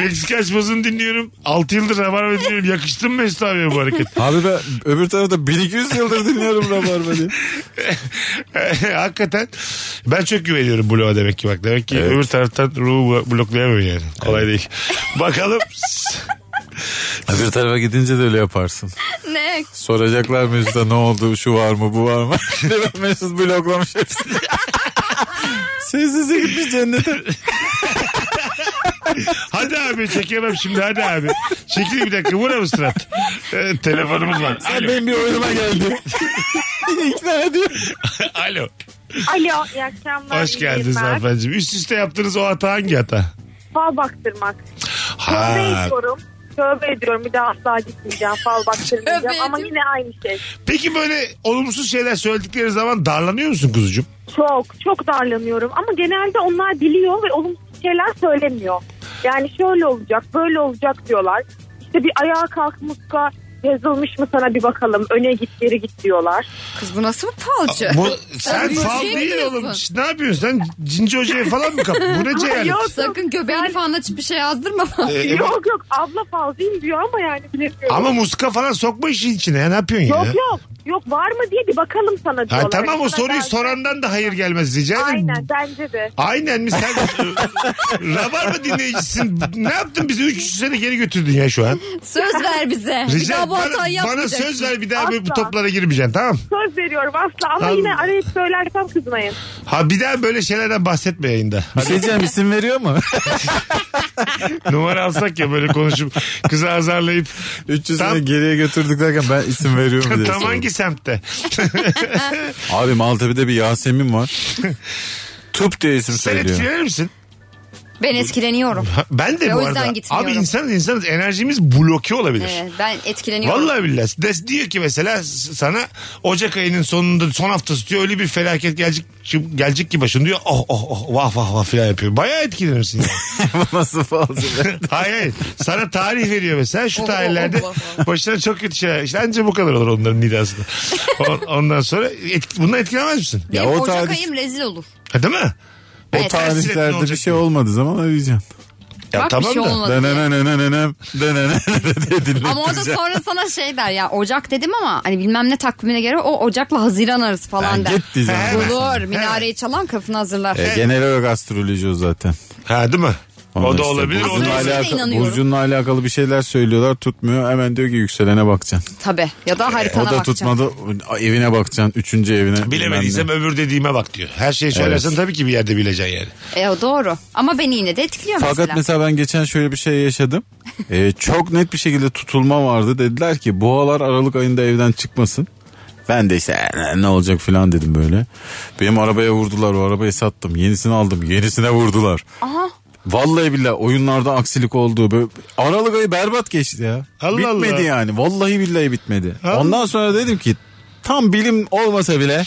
Speaker 1: Meksika açmasını dinliyorum. 6 yıldır Rabarba dinliyorum. Yakıştı mı Mesut abiye bu hareket?
Speaker 3: Abi ben öbür tarafta 1200 yıldır dinliyorum Rabarba diye. şey
Speaker 1: Hakikaten ben çok güveniyorum bloğa demek ki bak. Demek ki
Speaker 3: Evet.
Speaker 1: öbür taraftan ruhu blo- bloklayamıyor yani. Kolay değil. Bakalım.
Speaker 3: Öbür tarafa gidince de öyle yaparsın.
Speaker 2: Ne?
Speaker 3: Soracaklar Mesut'a ne oldu şu var mı bu var mı? Demek Mesut bloklamış hepsini. Sessize gitmiş cennete.
Speaker 1: hadi abi çekemem şimdi hadi abi. Çekil bir dakika vur abi surat. Ee, telefonumuz var. Alo.
Speaker 3: Benim bir oyunuma geldi. İkna ediyor.
Speaker 1: Alo.
Speaker 8: Alo iyi akşamlar.
Speaker 1: Hoş
Speaker 8: iyi
Speaker 1: geldiniz
Speaker 8: günler.
Speaker 1: hanımefendiciğim. Üst üste yaptığınız o hata hangi hata?
Speaker 8: Fal baktırmak. Tövbe
Speaker 1: Ha.
Speaker 8: ediyorum. Tövbe ediyorum bir daha asla gitmeyeceğim. Fal baktırmayacağım
Speaker 2: Tövbe
Speaker 8: ama
Speaker 2: ediyorum.
Speaker 8: yine aynı şey.
Speaker 1: Peki böyle olumsuz şeyler söyledikleri zaman darlanıyor musun kuzucuğum?
Speaker 8: Çok çok darlanıyorum ama genelde onlar biliyor ve olumsuz şeyler söylemiyor. Yani şöyle olacak böyle olacak diyorlar. İşte bir ayağa kalkmışsa yazılmış mı sana bir bakalım öne git geri git diyorlar.
Speaker 2: Kız bu nasıl bir falcı?
Speaker 1: Bu, sen
Speaker 2: bu
Speaker 1: fal
Speaker 2: şey mi
Speaker 1: değil
Speaker 2: diyorsun?
Speaker 1: oğlum. Şş, Ne yapıyorsun sen? Cinci hocaya falan mı kaptın? Bu ne cehalet?
Speaker 8: Yok,
Speaker 2: Sakın göbeğini falan açıp bir şey yazdırma. bana.
Speaker 1: Ee, e bak-
Speaker 8: Yok yok abla fal değil diyor ama yani bilemiyorum.
Speaker 1: ama muska falan sokma işin içine ya. Ne yapıyorsun
Speaker 8: Yok
Speaker 1: ya?
Speaker 8: yok yok var mı diye bir bakalım sana diyorlar.
Speaker 1: Ha, tamam o
Speaker 8: Sana
Speaker 1: soruyu
Speaker 8: belki-
Speaker 1: sorandan da hayır gelmez rica ederim.
Speaker 8: Aynen bence de.
Speaker 1: Aynen mi sen Rabarba dinleyicisin. Ne yaptın bizi 300 sene geri götürdün ya şu an.
Speaker 2: Söz ver bize. bir
Speaker 1: Rica
Speaker 2: daha bu hatayı
Speaker 1: bana, bana
Speaker 2: yapmayacaksın.
Speaker 1: söz ver bir daha böyle bu
Speaker 8: Asla.
Speaker 1: toplara girmeyeceksin tamam
Speaker 8: Söz veriyorum asla ama
Speaker 1: Tamam.
Speaker 8: yine arayıp söylersem kızmayın.
Speaker 1: Ha bir daha böyle şeylerden bahsetme yayında.
Speaker 3: Bir şey diyeceğim isim veriyor mu?
Speaker 1: Numara alsak ya böyle konuşup kızı azarlayıp
Speaker 3: 300
Speaker 1: Tam-
Speaker 3: sene geriye götürdük derken ben isim veriyorum diye.
Speaker 1: tam
Speaker 3: sordum.
Speaker 1: hangi semtte?
Speaker 3: Abi Maltepe'de bir Yasemin var. Tup diye isim
Speaker 1: Sen
Speaker 3: söylüyor.
Speaker 1: etkilenir misin?
Speaker 2: Ben etkileniyorum.
Speaker 1: Ha, Ben de
Speaker 2: Ve
Speaker 1: bu
Speaker 2: E, o yüzden
Speaker 1: arada.
Speaker 2: gitmiyorum.
Speaker 1: Abi insanız insanız enerjimiz bloke olabilir.
Speaker 2: Evet, "Ee, ben etkileniyorum.
Speaker 1: Vallahi billahi. Des diyor ki mesela s- sana Ocak ayının sonunda son haftası diyor öyle bir felaket gelecek ki- gelecek ki başın diyor. Oh oh oh vah vah vah filan yapıyor. Bayağı etkilenirsin yani.
Speaker 3: Bu Nasıl falcı?
Speaker 1: hayır hayır. Sana tarih veriyor mesela şu
Speaker 2: Oh,
Speaker 1: tarihlerde
Speaker 2: oh, oh, oh,
Speaker 1: başına çok kötü şeyler. İşte anca bu kadar olur onların nidasında. On- ondan sonra et, bundan etkilenmez misin?
Speaker 2: Benim
Speaker 3: Ya o
Speaker 2: Ocak
Speaker 3: tarih-
Speaker 2: ayım rezil olur.
Speaker 1: Ha, değil mi?
Speaker 3: O
Speaker 2: Evet,
Speaker 1: tarihlerde
Speaker 3: tarihlerde
Speaker 1: olacak
Speaker 3: bir şey
Speaker 1: bu.
Speaker 3: olmadığı zaman arayacağım.
Speaker 1: Ya
Speaker 2: Bak
Speaker 1: tamam
Speaker 2: bir şey
Speaker 1: da.
Speaker 2: olmadı. diye.
Speaker 3: Dönenenenenenen, dönenenenenen diye
Speaker 2: Ama o da
Speaker 3: dinlettireceğim.
Speaker 2: sonra sana şey der ya Ocak dedim ama hani bilmem ne takvimine göre o Ocak'la Haziran arası falan
Speaker 3: Ben
Speaker 2: der.
Speaker 3: git diyeceğim.
Speaker 1: Hemen.
Speaker 2: Olur minareyi çalan kapını hazırlar.
Speaker 3: E, genel olarak astroloji o zaten.
Speaker 1: Ha değil mi?
Speaker 3: Onlar
Speaker 1: o da
Speaker 3: işte
Speaker 1: olabilir. O
Speaker 3: Burcunla
Speaker 2: Astrolojiye de
Speaker 1: da
Speaker 3: alakalı,
Speaker 2: inanıyorum.
Speaker 3: burcunla alakalı bir şeyler söylüyorlar tutmuyor. Hemen diyor ki yükselene bakacaksın.
Speaker 2: Tabii ya da
Speaker 3: o
Speaker 2: haritana
Speaker 3: da
Speaker 2: bakacaksın.
Speaker 3: tutmadı evine bakacaksın. Üçüncü evine. bilmem ne.
Speaker 1: Bilemediysem öbür dediğime bak diyor. Her şeyi söylersen tabii ki bir yerde bileceksin yani.
Speaker 2: E, o doğru ama beni yine de etkiliyor
Speaker 3: Fakat
Speaker 2: mesela.
Speaker 3: mesela ben geçen şöyle bir şey yaşadım. Ee, çok net bir şekilde tutulma vardı. Dediler ki boğalar Aralık ayında evden çıkmasın. Ben de işte "E, ne olacak falan dedim böyle. Benim arabaya vurdular o arabayı sattım. Yenisini aldım yenisine vurdular.
Speaker 2: Aha.
Speaker 3: Vallahi billahi oyunlarda aksilik oldu. Böyle Aralık ayı berbat geçti ya.
Speaker 1: Allah
Speaker 3: bitmedi
Speaker 1: Allah.
Speaker 3: yani. Vallahi billahi bitmedi.
Speaker 1: Allah.
Speaker 3: Ondan sonra dedim ki tam bilim olmasa bile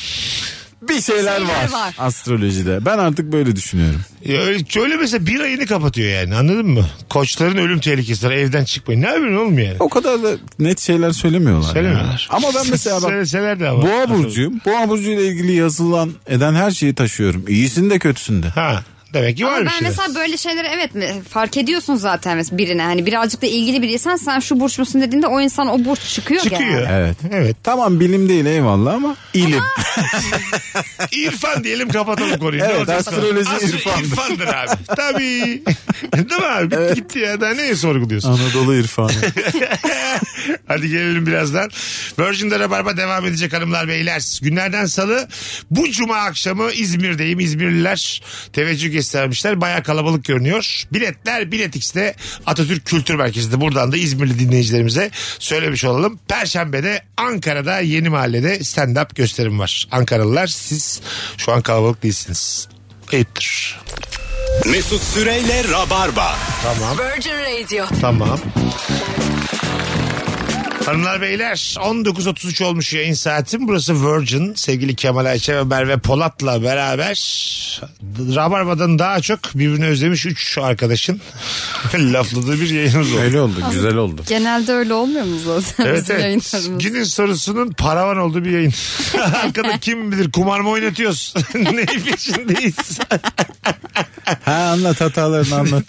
Speaker 3: bir şeyler,
Speaker 2: Şeyler
Speaker 3: var,
Speaker 2: var.
Speaker 3: astrolojide. Ben artık böyle düşünüyorum.
Speaker 1: Ya öyle, öyle mesela bir ayını kapatıyor yani anladın mı? Koçların ölüm tehlikesi var evden çıkmayın. Ne yapıyorsun oğlum yani?
Speaker 3: O kadar da net şeyler söylemiyorlar. ya.
Speaker 1: Söylemiyorlar.
Speaker 3: Ama ben mesela bak
Speaker 1: Söyleseler de ama.
Speaker 3: Boğa burcuyum. Boğa burcuyla ilgili yazılan eden her şeyi taşıyorum. İyisini de kötüsünü de.
Speaker 1: Ha. Demek ki
Speaker 2: Ama
Speaker 1: var bir
Speaker 2: ben
Speaker 1: şey.
Speaker 2: mesela böyle şeyleri evet mi fark ediyorsun zaten mes- birine hani birazcık da ilgili biriysen sen şu burç musun dediğinde o insan o burç çıkıyor, genelde.
Speaker 3: Evet.
Speaker 1: Evet.
Speaker 3: Tamam bilim değil eyvallah ama ilim.
Speaker 1: İrfan diyelim kapatalım konuyu. Ne
Speaker 3: Evet,
Speaker 1: olacak?
Speaker 3: astroloji
Speaker 1: Aslı
Speaker 3: İrfan'dır.
Speaker 1: İrfan'dır abi. Tabii. Değil mi abi? Bitti gitti ya. Daha neyi sorguluyorsun?
Speaker 3: Anadolu irfanı.
Speaker 1: Hadi gelelim birazdan. Virgin'de Rabarba devam edecek hanımlar beyler. Günlerden salı bu cuma akşamı İzmir'deyim. İzmirliler teveccüh göstermişler. Baya kalabalık görünüyor. Biletler Bilet X'de Atatürk Kültür Merkezi'nde. Buradan da İzmirli dinleyicilerimize söylemiş olalım. Perşembe'de Ankara'da Yeni Mahalle'de stand-up gösterim var. Ankaralılar siz şu an kalabalık değilsiniz. Ayıptır.
Speaker 6: Mesut Süreyle Rabarba.
Speaker 1: Tamam.
Speaker 10: Virgin Radio.
Speaker 1: Tamam. Hanımlar beyler 19.33 olmuş yayın saatim. Burası Virgin. Sevgili Kemal Ayça ve Merve Polat'la beraber Rabarba'dan daha çok birbirini özlemiş 3 arkadaşın lafladığı bir yayınımız oldu.
Speaker 3: Öyle oldu güzel oldu.
Speaker 2: Genelde öyle olmuyor mu zaten
Speaker 1: Evet
Speaker 2: bizim
Speaker 1: evet.
Speaker 2: yayınlarımız?
Speaker 1: Günün sorusunun paravan olduğu bir yayın. Arkada kim bilir kumar mı oynatıyoruz? Neyin peşindeyiz?
Speaker 3: Ha anlat hatalarını anlat.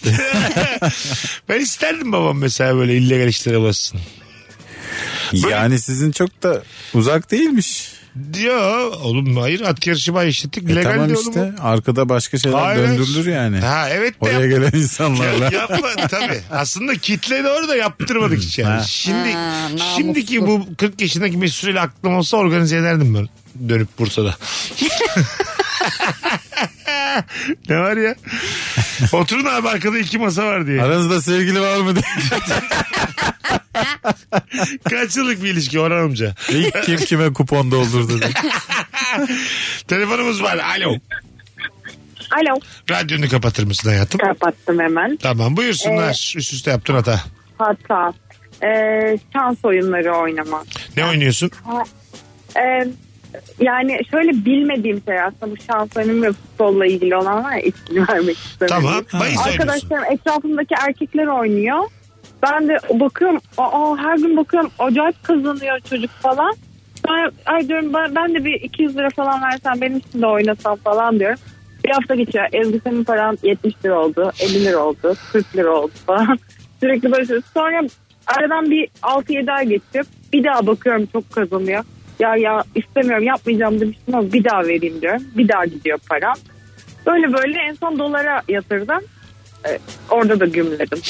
Speaker 1: ben isterdim babam mesela böyle illegal işlere bassın.
Speaker 3: yani sizin çok da uzak değilmiş.
Speaker 1: Diyor oğlum hayır at yarışı bayağı işlettik.
Speaker 3: E
Speaker 1: Legal
Speaker 3: tamam
Speaker 1: diyor oğlum.
Speaker 3: işte arkada başka şeyler
Speaker 1: Hayır.
Speaker 3: döndürülür yani.
Speaker 1: Ha evet de
Speaker 3: Oraya
Speaker 1: yap-
Speaker 3: gelen insanlarla.
Speaker 1: Yapma tabii. Aslında kitle de orada yaptırmadık hiç yani. Şimdi
Speaker 2: Ha, namuslu.
Speaker 1: şimdiki bu 40 yaşındaki Mesut Süreyli aklım olsa organize ederdim ben dönüp Bursa'da. ne var ya? Oturun abi arkada iki masa var diye.
Speaker 3: Aranızda sevgili var mı diye.
Speaker 1: Kaç yıllık bir ilişki Orhan amca.
Speaker 3: İlk kim kime kupon doldurdu diye.
Speaker 1: Telefonumuz var. Alo.
Speaker 8: Alo.
Speaker 1: Radyonu kapatır mısın hayatım?
Speaker 8: Kapattım hemen. Ee,
Speaker 1: Tamam buyursunlar. Üst üste yaptın hata.
Speaker 8: Hatta ee, şans oyunları oynamak.
Speaker 1: Ne oynuyorsun?
Speaker 8: Ee, yani şöyle bilmediğim şey aslında bu şans oyunu ve futbolla ilgili olan var ya ismini vermek istemiyorum.
Speaker 1: Tamam. Bahis oynuyorsun.
Speaker 8: Arkadaşlarım etrafımdaki erkekler oynuyor. Ben de bakıyorum aa, her gün bakıyorum acayip kazanıyor çocuk falan. Ben, ay diyorum ben, ben de bir 200 lira falan versen benim için de oynasam falan diyorum. Bir hafta geçiyor. Ezgi senin paran 70 lira oldu, 50 lira oldu, 40 lira oldu falan. Sürekli böyle şey. Sonra aradan bir 6-7 ay geçiyor. Bir daha bakıyorum çok kazanıyor. Ya ya istemiyorum yapmayacağım demiştim ama bir daha vereyim diyorum. Bir daha gidiyor param. Böyle böyle en son dolara yatırdım. Ee, orada da gümledim.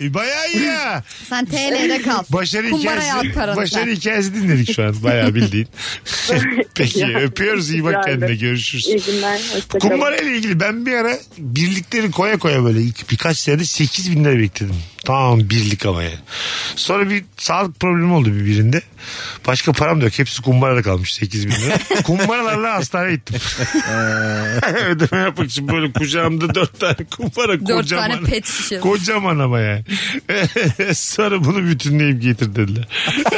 Speaker 1: E, Bayağı iyi ya.
Speaker 2: Sen TL'de kal.
Speaker 1: Başarı
Speaker 2: Kumbaraya at
Speaker 1: hikayesi,
Speaker 2: paranı
Speaker 1: başarı
Speaker 2: sen.
Speaker 1: hikayesi dinledik şu an. Bayağı bildiğin. Peki
Speaker 8: Ya,
Speaker 1: öpüyoruz iyi bak
Speaker 8: güzeldi.
Speaker 1: kendine görüşürüz.
Speaker 8: İyi günler. Hoşçakalın.
Speaker 1: Kumbara ile ilgili ben bir ara birlikleri koya koya böyle ilk birkaç senede 8 bin lira bekledim. Tamam birlik ama yani. Sonra bir sağlık problemi oldu bir birinde. Başka param da yok. Hepsi kumbarada kalmış 8 bin lira. Kumbaralarla hastaneye gittim. Ödeme yapmak için böyle kucağımda 4 tane kumbara kocaman.
Speaker 2: Dört tane pet şişe.
Speaker 1: Kocaman ama yani. Sonra bunu bütünleyip getir dediler.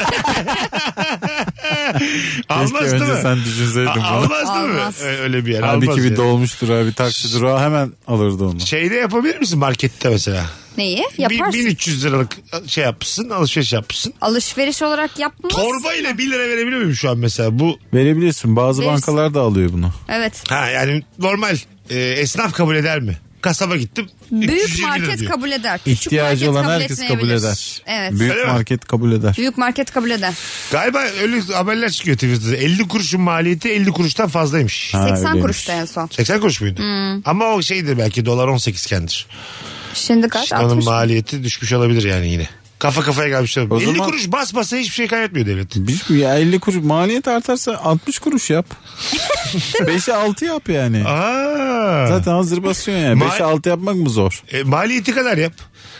Speaker 3: Keşke
Speaker 1: Almaz değil
Speaker 3: önce
Speaker 1: mi?
Speaker 3: sen düşünseydin
Speaker 1: A-
Speaker 3: bunu.
Speaker 1: Almaz değil mi?
Speaker 2: Almaz.
Speaker 1: Ee, Öyle bir yer. Almaz
Speaker 3: Halbuki bir
Speaker 1: yani.
Speaker 3: dolmuş durağı bir taksi durağı hemen alırdı onu.
Speaker 1: Şeyde yapabilir misin markette mesela?
Speaker 2: Neyi?
Speaker 1: Bir-
Speaker 2: Yaparsın.
Speaker 1: 1300 liralık şey yapmışsın alışveriş yapmışsın.
Speaker 2: Alışveriş olarak yapmaz.
Speaker 1: Torba ile 1 lira verebiliyor muyum şu an mesela bu?
Speaker 3: Verebiliyorsun bazı
Speaker 2: Verirsin.
Speaker 3: bankalar da alıyor bunu.
Speaker 2: Evet.
Speaker 1: Ha yani normal e, esnaf kabul eder mi? Kasaba gittim.
Speaker 2: Büyük
Speaker 1: 320 lira
Speaker 2: market
Speaker 1: diyor.
Speaker 2: kabul eder. Küçük
Speaker 3: İhtiyacı
Speaker 2: market
Speaker 3: olan herkes kabul
Speaker 2: etmeyebilir.
Speaker 3: eder.
Speaker 2: Evet.
Speaker 3: Büyük
Speaker 1: Öyle mi?
Speaker 3: market kabul eder.
Speaker 2: Büyük market kabul eder.
Speaker 1: Galiba öyle haberler çıkıyor Twitter'da. 50 kuruşun maliyeti 50 kuruştan fazlaymış.
Speaker 3: Ha,
Speaker 2: 80
Speaker 3: öyleymiş.
Speaker 2: kuruşta en son.
Speaker 1: 80 kuruş muydu?
Speaker 2: Hmm.
Speaker 1: Ama o şeydir belki dolar 18 kendir.
Speaker 2: Şimdi kaç?
Speaker 1: İşte onun
Speaker 2: 60
Speaker 1: maliyeti düşmüş olabilir yani yine. Kafa kafaya gelmiş olabilir.
Speaker 3: O
Speaker 1: 50
Speaker 3: zaman-
Speaker 1: kuruş bas basa hiçbir şey kaybetmiyor devlet.
Speaker 3: Biz bu ya 50 kuruş maliyet artarsa 60 kuruş yap. 5'e 6 yap yani.
Speaker 1: Aa.
Speaker 3: Zaten hazır basıyorsun yani.
Speaker 1: Ma-
Speaker 3: 5'e 6 yapmak mı zor?
Speaker 1: E, maliyeti kadar yap.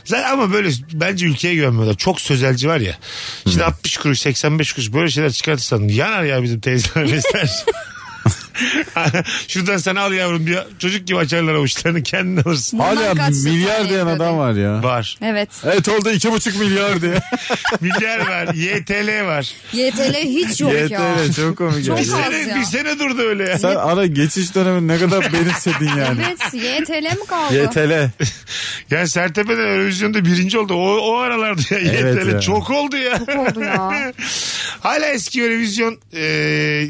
Speaker 1: Zaten ama böyle bence ülkeye güvenmiyorlar. Çok sözelci var ya.
Speaker 3: Hmm.
Speaker 1: Şimdi 60 kuruş 85 kuruş böyle şeyler çıkartırsan yanar ya bizim teyzeler. Şuradan sen al yavrum diyor. Çocuk gibi açarlar avuçlarını kendin alırsın.
Speaker 2: Bundan
Speaker 3: Hala
Speaker 2: kaç yıl
Speaker 3: milyar
Speaker 2: maliyet
Speaker 3: diyen adam
Speaker 2: ödedin?
Speaker 3: var ya.
Speaker 1: Var.
Speaker 2: Evet.
Speaker 3: Evet oldu 2,5 milyar diye.
Speaker 1: Milyar var. YTL var.
Speaker 2: YTL hiç yok ya.
Speaker 3: YTL çok komik.
Speaker 2: Çok
Speaker 3: ya.
Speaker 1: Bir
Speaker 2: az
Speaker 1: sene,
Speaker 2: ya.
Speaker 3: şey
Speaker 1: bir sene durdu öyle ya.
Speaker 3: Sen ara geçiş dönemi ne kadar benimsedin yani.
Speaker 2: Evet YTL mi kaldı?
Speaker 3: YTL.
Speaker 1: Yani Sertepe'de Eurovizyon'da birinci oldu. O, o aralarda ya.
Speaker 3: Evet
Speaker 1: YTL
Speaker 3: ya.
Speaker 1: çok oldu ya.
Speaker 2: oldu ya.
Speaker 1: Hala eski Eurovizyon e,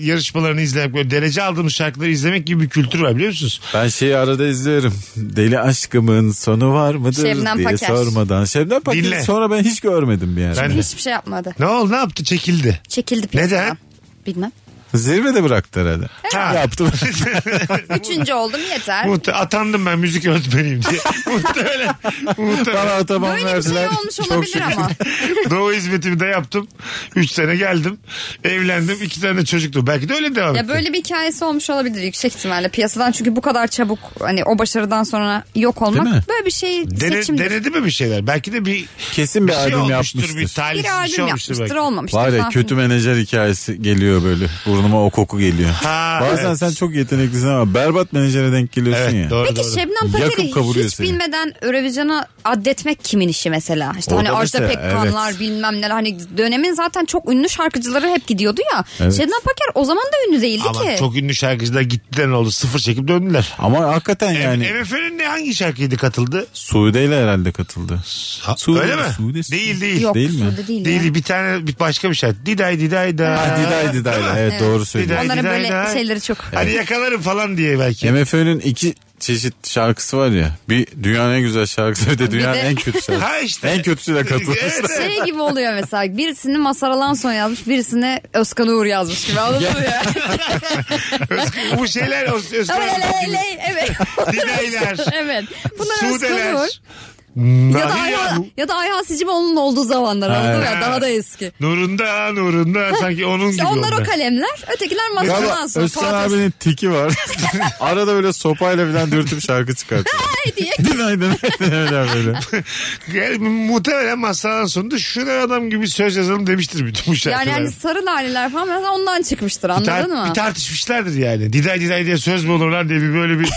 Speaker 1: yarışmalarını izlemek böyle derece aldığın aldığımız şarkıları izlemek gibi bir kültür var biliyor musunuz?
Speaker 3: Ben şeyi arada izliyorum. Deli aşkımın sonu var mıdır
Speaker 2: Şebnem
Speaker 3: diye
Speaker 2: Paker.
Speaker 3: sormadan. Şebnem Paker'i
Speaker 1: Dinle.
Speaker 3: sonra ben hiç görmedim bir yerde.
Speaker 1: Ben de.
Speaker 2: Hiçbir şey yapmadı.
Speaker 1: Ne oldu ne yaptı çekildi.
Speaker 2: Çekildi piyasadan.
Speaker 1: Neden?
Speaker 2: Bilmem.
Speaker 3: Zirvede bıraktı herhalde.
Speaker 1: Ha.
Speaker 3: Yaptım.
Speaker 2: Üçüncü oldum yeter.
Speaker 1: Muhte- atandım ben müzik öğretmeniyim diye. Muhtemelen. Muhtemelen.
Speaker 3: Bana tamam
Speaker 2: Böyle bir şey
Speaker 3: verdiler.
Speaker 2: olmuş
Speaker 3: Çok
Speaker 2: olabilir
Speaker 3: şükür.
Speaker 2: ama.
Speaker 1: Doğu hizmetimi de yaptım. Üç sene geldim. Evlendim. iki tane de çocuktu. Belki de öyle devam
Speaker 2: Ya
Speaker 1: etti.
Speaker 2: böyle bir hikayesi olmuş olabilir yüksek ihtimalle piyasadan çünkü bu kadar çabuk hani o başarıdan sonra yok
Speaker 3: Değil mi?
Speaker 2: olmak böyle bir şey
Speaker 1: Dene-
Speaker 2: seçimdir.
Speaker 1: denedi mi bir şeyler? Belki de bir
Speaker 3: Kesin bir
Speaker 1: şey
Speaker 3: albüm
Speaker 1: olmuştur, Bir
Speaker 3: yapmıştır.
Speaker 1: talihsiz
Speaker 2: bir
Speaker 1: bir,
Speaker 2: albüm
Speaker 1: şey olmuştur.
Speaker 2: yapmıştır
Speaker 1: belki.
Speaker 2: olmamıştır.
Speaker 3: Var ya
Speaker 2: falan.
Speaker 3: kötü menajer hikayesi geliyor böyle. Burnuma o koku geliyor.
Speaker 1: Ha,
Speaker 3: Bazen
Speaker 1: evet.
Speaker 3: sen çok yeteneklisin ama berbat menajere denk geliyorsun
Speaker 1: Evet
Speaker 3: ya.
Speaker 1: doğru
Speaker 2: Peki
Speaker 1: doğru.
Speaker 2: Şebnem
Speaker 3: Yakıp
Speaker 2: Paker'i
Speaker 3: kavuruyor
Speaker 2: hiç
Speaker 3: seni.
Speaker 2: bilmeden Eurovision'a adetmek kimin işi mesela? İşte
Speaker 3: O da
Speaker 2: hani Ajda
Speaker 3: mesela,
Speaker 2: Pekkanlar
Speaker 3: evet.
Speaker 2: bilmem neler hani dönemin zaten çok ünlü şarkıcıları hep gidiyordu ya.
Speaker 3: Evet.
Speaker 2: Şebnem Paker o zaman da ünlü değildi
Speaker 1: Ama
Speaker 2: ki.
Speaker 1: çok ünlü şarkıcılar gitti de ne oldu? Sıfır çekip döndüler.
Speaker 3: Ama hakikaten
Speaker 1: Yani.
Speaker 3: yani
Speaker 1: MF'nin ne hangi şarkıydı katıldı?
Speaker 3: Suude ile herhalde katıldı.
Speaker 1: Ha,
Speaker 3: Suudi,
Speaker 1: öyle mi?
Speaker 3: Suudi, Suudi.
Speaker 1: Değil değil.
Speaker 2: Yok
Speaker 3: değil mi?
Speaker 2: Suudi değil. ya.
Speaker 1: Değil bir tane bir başka bir şarkı. Diday diday da.
Speaker 3: Ha, Diday Diday ile. Evet,
Speaker 2: Evet.
Speaker 3: doğru söylüyorsun.
Speaker 2: Onların
Speaker 1: Diday
Speaker 2: böyle
Speaker 1: Diday.
Speaker 2: şeyleri çok.
Speaker 1: Hani yakalarım falan diye belki.
Speaker 3: MFÖ'nün iki çeşit şarkısı var ya. Bir dünyanın en güzel şarkısı bir de dünyanın
Speaker 2: de-
Speaker 3: en kötü şarkısı.
Speaker 1: Ha işte.
Speaker 3: En kötüsüyle katılmışlar.
Speaker 1: Evet, evet.
Speaker 2: Şey gibi oluyor mesela birisini Masar Alanson yazmış birisini Özkan Uğur yazmış gibi anladın mı ya? Şey-
Speaker 1: Öz- Bu şeyler Öz- Özkan
Speaker 2: Öyle,
Speaker 1: Hanım gibi.
Speaker 2: öyle, evet.
Speaker 1: Dideyler.
Speaker 2: evet. Bunlar Özkan Uğur.
Speaker 1: Sudeler.
Speaker 2: Ya da,
Speaker 1: Nahi
Speaker 2: Ayhan,
Speaker 1: Yahu.
Speaker 2: ya da Ayhan Sicimoğlu'nun olduğu zamanlar anladın mı?
Speaker 1: Evet.
Speaker 2: ya? Daha da eski.
Speaker 1: Nurunda nurunda sanki onun
Speaker 2: İşte
Speaker 1: gibi.
Speaker 2: onlar o
Speaker 1: onlar.
Speaker 2: kalemler, ötekiler Masar
Speaker 3: Galiba
Speaker 2: Alanson.
Speaker 3: Özkan
Speaker 2: Fuat
Speaker 1: şey
Speaker 2: Özkan.
Speaker 3: abinin tiki var. Arada böyle sopayla falan dürtüp şarkı çıkartıyor.
Speaker 2: diye.
Speaker 3: Dinay dinay dinay böyle.
Speaker 1: Yani muhtemelen masadan sonunda şuna adam gibi söz yazalım demiştir bütün bu şarkılar.
Speaker 2: Yani hani sarı laleler falan biraz ondan çıkmıştır anladın
Speaker 1: Tar-
Speaker 2: mı?
Speaker 1: bir tartışmışlardır yani. Diday diday diye söz mü olur lan diye bir böyle bir